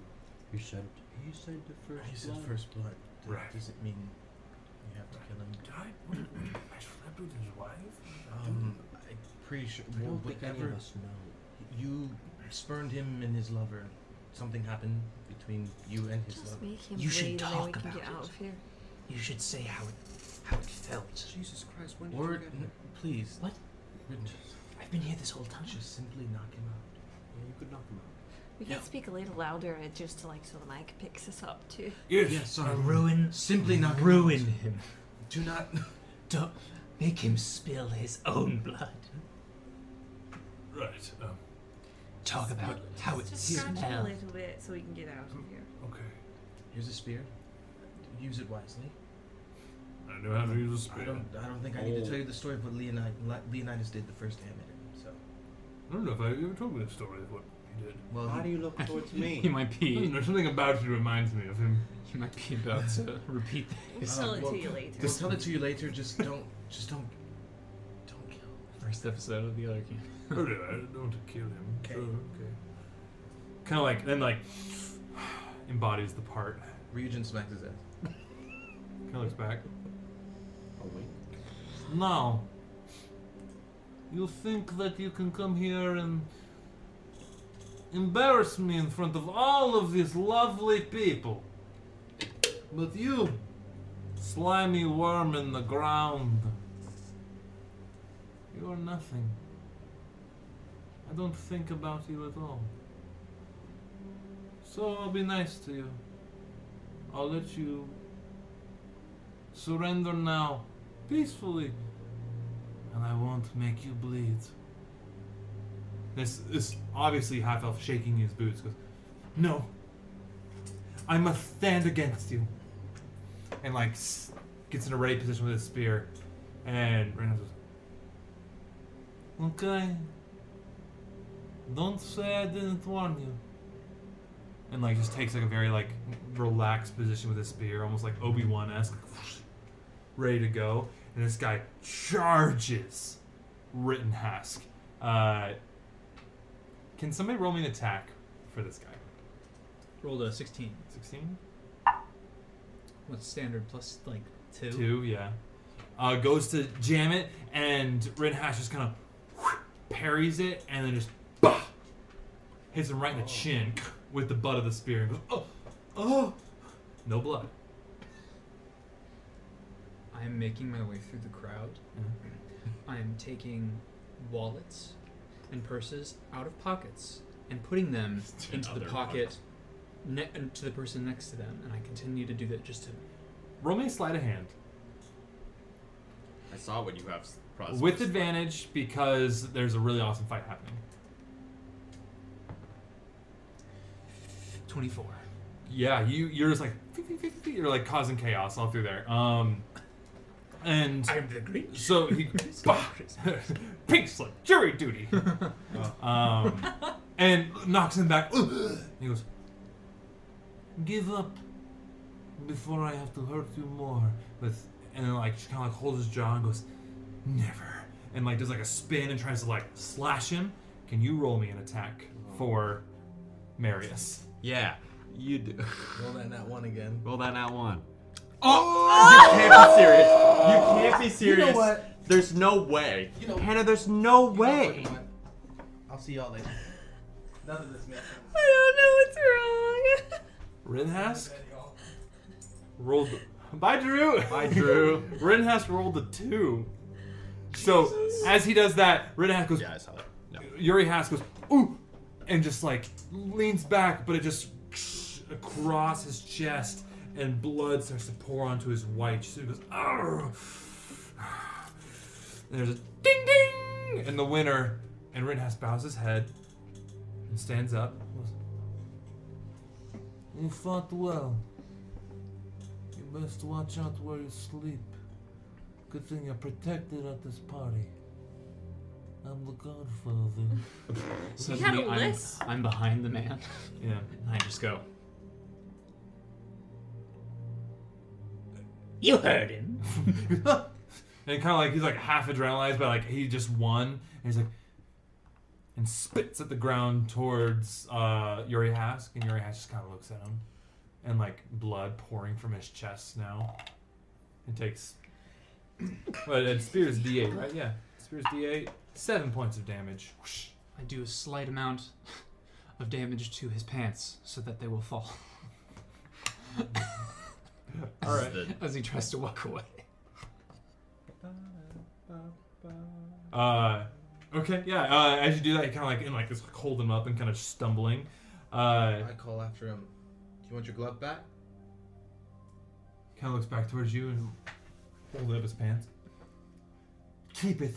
S2: You said you said the first.
S13: He said
S2: blood.
S13: first blood. That
S2: Right.
S13: doesn't mean you have to kill him.
S14: Did I? What, what, I slept with his wife?
S13: Um, I'm pretty sure.
S2: I
S13: well,
S2: don't think any of
S13: whatever-
S2: us
S13: You spurned him and his lover. Something happened between you and his
S5: Just
S13: lover.
S5: make him
S2: You should
S5: bleed and then we
S2: talk
S5: can
S2: about
S5: get out
S2: it.
S5: of here.
S2: You should say how it how it felt.
S13: Jesus Christ, when
S2: Or-
S13: n- please.
S2: What?
S13: I've been here this whole time. Just simply knock him out. Yeah, you could knock him out.
S5: We can speak a little louder uh, just to like so the mic picks us up too.
S2: sorry. Ruin.
S13: Simply not
S2: ruin him.
S13: Do not.
S2: Don't make him spill his own blood.
S14: Right. Um,
S2: Talk about how it
S5: Just scratch it a
S2: smelled.
S5: little bit so we can get out of here.
S14: okay.
S13: Here's a spear. Use it wisely.
S14: I know how to use a spear. Oh.
S13: I don't. I don't think I need to tell you the story of what Leonidas, Leonidas did the first time I met him. So.
S14: I don't know if I you ever told me the story of what he did.
S13: Well, Why he- do you look towards me?
S9: He might be-
S14: I don't know, something about you reminds me of him.
S9: He might be about to repeat this.
S5: We'll tell it to you later.
S13: We'll tell it to you later. Just don't. Just don't.
S9: First episode of the other game.
S14: Oh, no, I don't want to kill him.
S13: Okay.
S14: Sure, okay.
S3: kind of like then like embodies the part.
S13: Regent smacks his ass.
S3: Kind of looks back.
S13: Oh wait.
S14: Now, you think that you can come here and embarrass me in front of all of these lovely people. But you, slimy worm in the ground, you are nothing. I don't think about you at all. So I'll be nice to you. I'll let you surrender now, peacefully, and I won't make you bleed.
S3: This this obviously half elf shaking his boots goes, no. I must stand against you. And like s- gets in a ready position with his spear, and Reynolds goes,
S14: Okay. Don't say I didn't warn you.
S3: and like just takes like a very like relaxed position with his spear, almost like Obi Wan esque, ready to go. And this guy charges Rittenhask. Uh, can somebody roll me an attack for this guy?
S9: Rolled a 16.
S3: 16?
S9: What's standard? Plus, like, 2?
S3: Two, yeah. Uh, goes to jam it, and Rittenhask just kind of parries it, and then just bah! hits him right
S9: Oh.
S3: in the chin with the butt of the spear, and goes, oh, oh, no blood.
S9: I'm making my way through the crowd. I'm taking wallets and purses out of pockets and putting them
S40: To
S9: into the
S40: other
S9: pocket ne- to the person next to them, and I continue to do that just to.
S3: Roll me a sleight of hand.
S4: I saw what you have. s- Process.
S3: With advantage because there's a really awesome fight happening.
S9: 24.
S3: Yeah, you you're just like you're like causing chaos all through there. Um, and
S9: I'm the Grinch.
S3: So he bah, pink slip jury duty, um, and knocks him back. He goes,
S14: Give up before I have to hurt you more.
S3: but and then like she kind of like holds his jaw and goes, never, and like does like a spin and tries to like slash him. Can you roll me an attack for Marius?
S4: Yeah, you do.
S13: Roll that nat one again.
S4: Roll that nat one.
S13: Oh!
S4: You can't be serious. You can't be
S13: You know
S4: serious.
S13: what?
S4: There's no way.
S13: You know-
S4: Hannah, there's no way.
S13: I'll see y'all later. None of this makes sense.
S5: I don't know what's wrong.
S3: Rinhask rolled. Bye, Drew. Bye, Drew. Rinhask rolled a two. So as he does that, Rinhask goes. Yeah, I saw that. Yuri Hask goes ooh, and just like leans back, but it just across his chest, and blood starts to pour onto his white. So he goes "Arr!" And there's a ding ding, and the winner And Rinhas bows his head and stands up.
S14: You fought well. You best watch out where you sleep. Good thing you're protected at this party. I'm the godfather.
S2: Suddenly, I'm, I'm behind the man.
S3: Yeah.
S2: And I just go.
S41: You heard him.
S3: And kind of like he's like half adrenalized, but like he just won, and he's like, and spits at the ground towards uh, Yuri Hask, and Yuri Hask just kind of looks at him, and like blood pouring from his chest now. It takes, but it spears D8, right? Yeah, spears D8, seven points of damage. Whoosh.
S2: I do a slight amount of damage to his pants so that they will fall.
S3: All right.
S2: As he tries to walk away.
S3: Uh, okay, yeah. Uh, as you do that, you kind of like and like just hold him up and kind of stumbling. Uh,
S13: I call after him. Do you want your glove back?
S3: kind of looks back towards you and holds up his pants.
S14: Keep it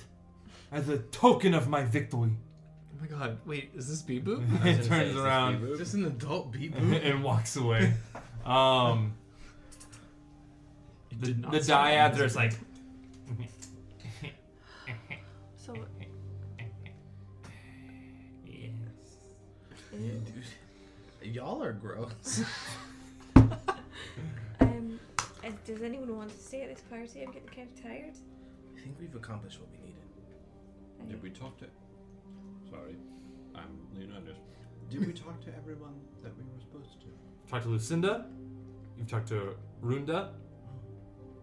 S14: as a token of my victory.
S2: Oh my god, wait, is this Bebo?
S3: He turns around.
S13: Is this an adult beep
S3: and, walks away. Um, the
S2: did not
S3: the
S2: sound like
S3: diaphragm
S2: this.
S3: is like
S5: So.
S42: Yes.
S13: Y'all are gross.
S5: Um, uh, does anyone want to stay at this party? I'm getting kind of tired.
S13: I think we've accomplished what we needed.
S4: Did we talk to? Sorry, I'm Leonidas.
S43: Did
S14: Uh,
S43: we talk to everyone that we were supposed to?
S3: talked to Lucinda. You've talked to Runda.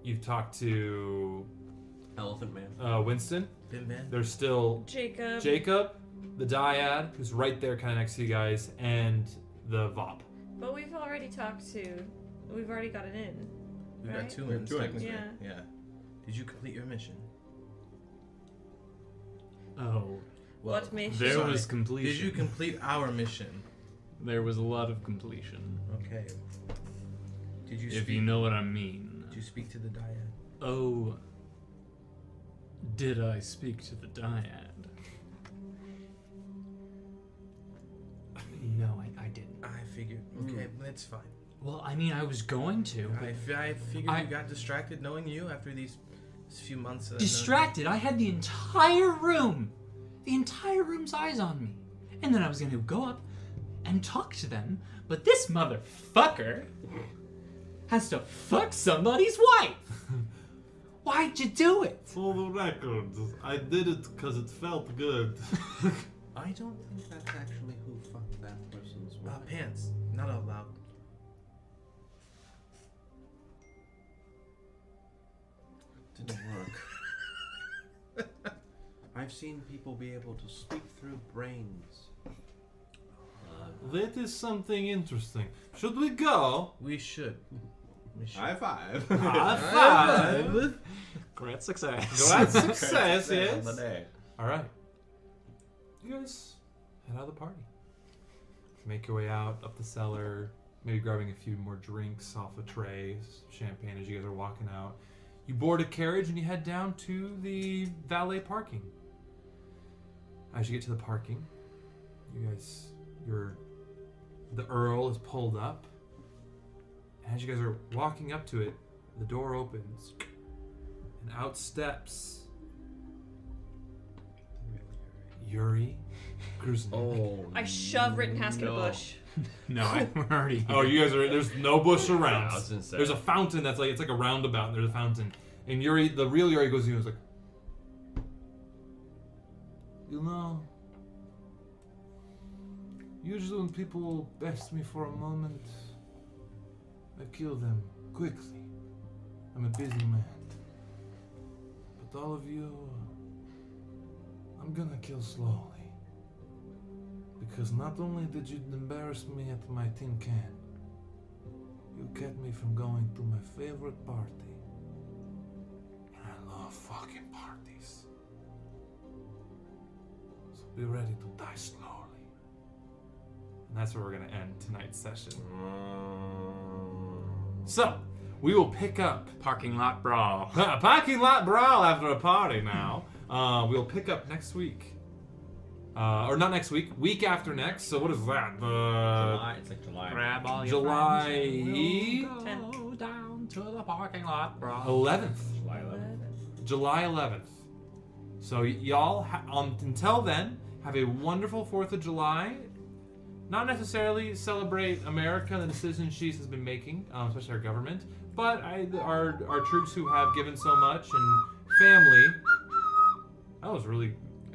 S3: You've talked to
S4: Elephant Man.
S3: Uh, Winston.
S13: Bin Man.
S3: There's still
S5: Jacob.
S3: Jacob, the Dyad, who's right there, kind of next to you guys, and the Vop.
S5: But we've already talked to. We've already got it in.
S13: We've
S5: right?
S13: got two wins technically.
S5: Yeah.
S13: yeah. Did you complete your mission?
S2: Oh.
S13: Well,
S5: What mission?
S2: There
S13: sorry.
S2: was completion.
S13: Did you complete our mission?
S2: There was a lot of completion.
S13: Okay. Did you?
S2: if
S13: speak,
S2: you know what I mean.
S13: Did you speak to the dyad?
S2: Oh. Did I speak to the dyad? No, I, I didn't.
S13: I figured. Okay, that's fine.
S2: Well, I mean, I was going to.
S13: I, f- I figured
S2: I-
S13: you got distracted knowing you after these these few months. Of
S41: Distracted. I had the entire room, the entire room's eyes on me. And then I was going to go up and talk to them, but this motherfucker has to fuck somebody's wife. Why'd you do it?
S14: For the record, I did it because it felt good.
S13: I don't think that's actually who fucked that person's wife. Uh, pants. Not out loud.
S43: Didn't work. I've seen people be able to speak through brains.
S14: Uh, That is something interesting. Should we go?
S13: We should. We should.
S43: High five.
S14: High five.
S2: Great success.
S14: Great success, yes.
S3: All right. You guys head out of the party. Make your way out up the cellar, maybe grabbing a few more drinks off a tray, champagne as you guys are walking out. You board a carriage and you head down to the valet parking. As you get to the parking, you guys, your the earl is pulled up. And as you guys are walking up to it, the door opens, and out steps Yuri Gruznik. Oh,
S5: I shove Rittenhouse in a
S3: No.
S5: bush.
S3: no, I'm already. Oh, you guys are. There's no bush around.
S4: Yeah, I was gonna say.
S3: there's a fountain that's like it's like a roundabout, and there's a fountain. And Yuri, the real Yuri, goes in and is like,
S14: You know, usually when people best me for a moment, I kill them quickly. I'm a busy man. But all of you, I'm gonna kill slowly. Because not only did you embarrass me at my tin can, you kept me from going to my favorite party. And I love fucking parties. So be ready to die slowly.
S3: and that's where we're gonna end tonight's session. So, we will pick up
S2: parking lot brawl.
S3: parking lot brawl after a party. Now, uh, we'll pick up next week Uh, or not next week, week after next. So what is that? The July.
S4: It's like July.
S9: Grab all your
S3: July.
S9: Go down to the parking lot, bro.
S3: 11th. July 11th. July 11th. So y- y'all, ha- um, until then, have a wonderful 4th of July. Not necessarily celebrate America and the decisions she has been making, um, especially our government, but I, our, our troops who have given so much and family. That was really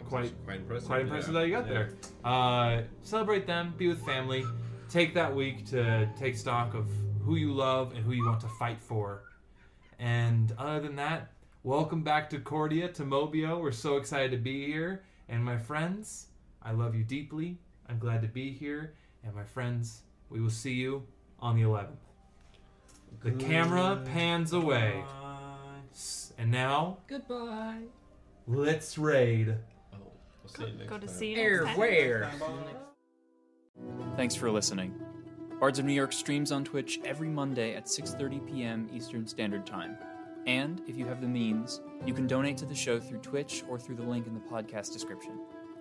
S3: quite,
S4: quite impressive.
S3: Quite impressive
S4: yeah.
S3: that you got
S4: Yeah.
S3: there. Uh, celebrate them, be with family. Take that week to take stock of who you love and who you want to fight for. And other than that, welcome back to Cordia, to Mobio. We're so excited to be here. And my friends, I love you deeply. I'm glad to be here. And my friends, we will see you on the 11th. The camera pans away. S- And now,
S9: Goodbye.
S3: let's raid.
S9: Go to see
S2: Thanks for listening. Bards of New York streams on Twitch every Monday at 6:30 p.m. Eastern Standard Time. And if you have the means, you can donate to the show through Twitch or through the link in the podcast description.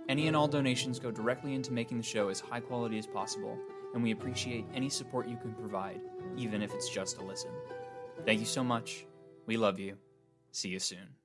S2: Any and all donations go directly into making the show as high quality as possible, and we appreciate any support you can provide, even if it's just a listen. Thank you so much. We love you. See you soon.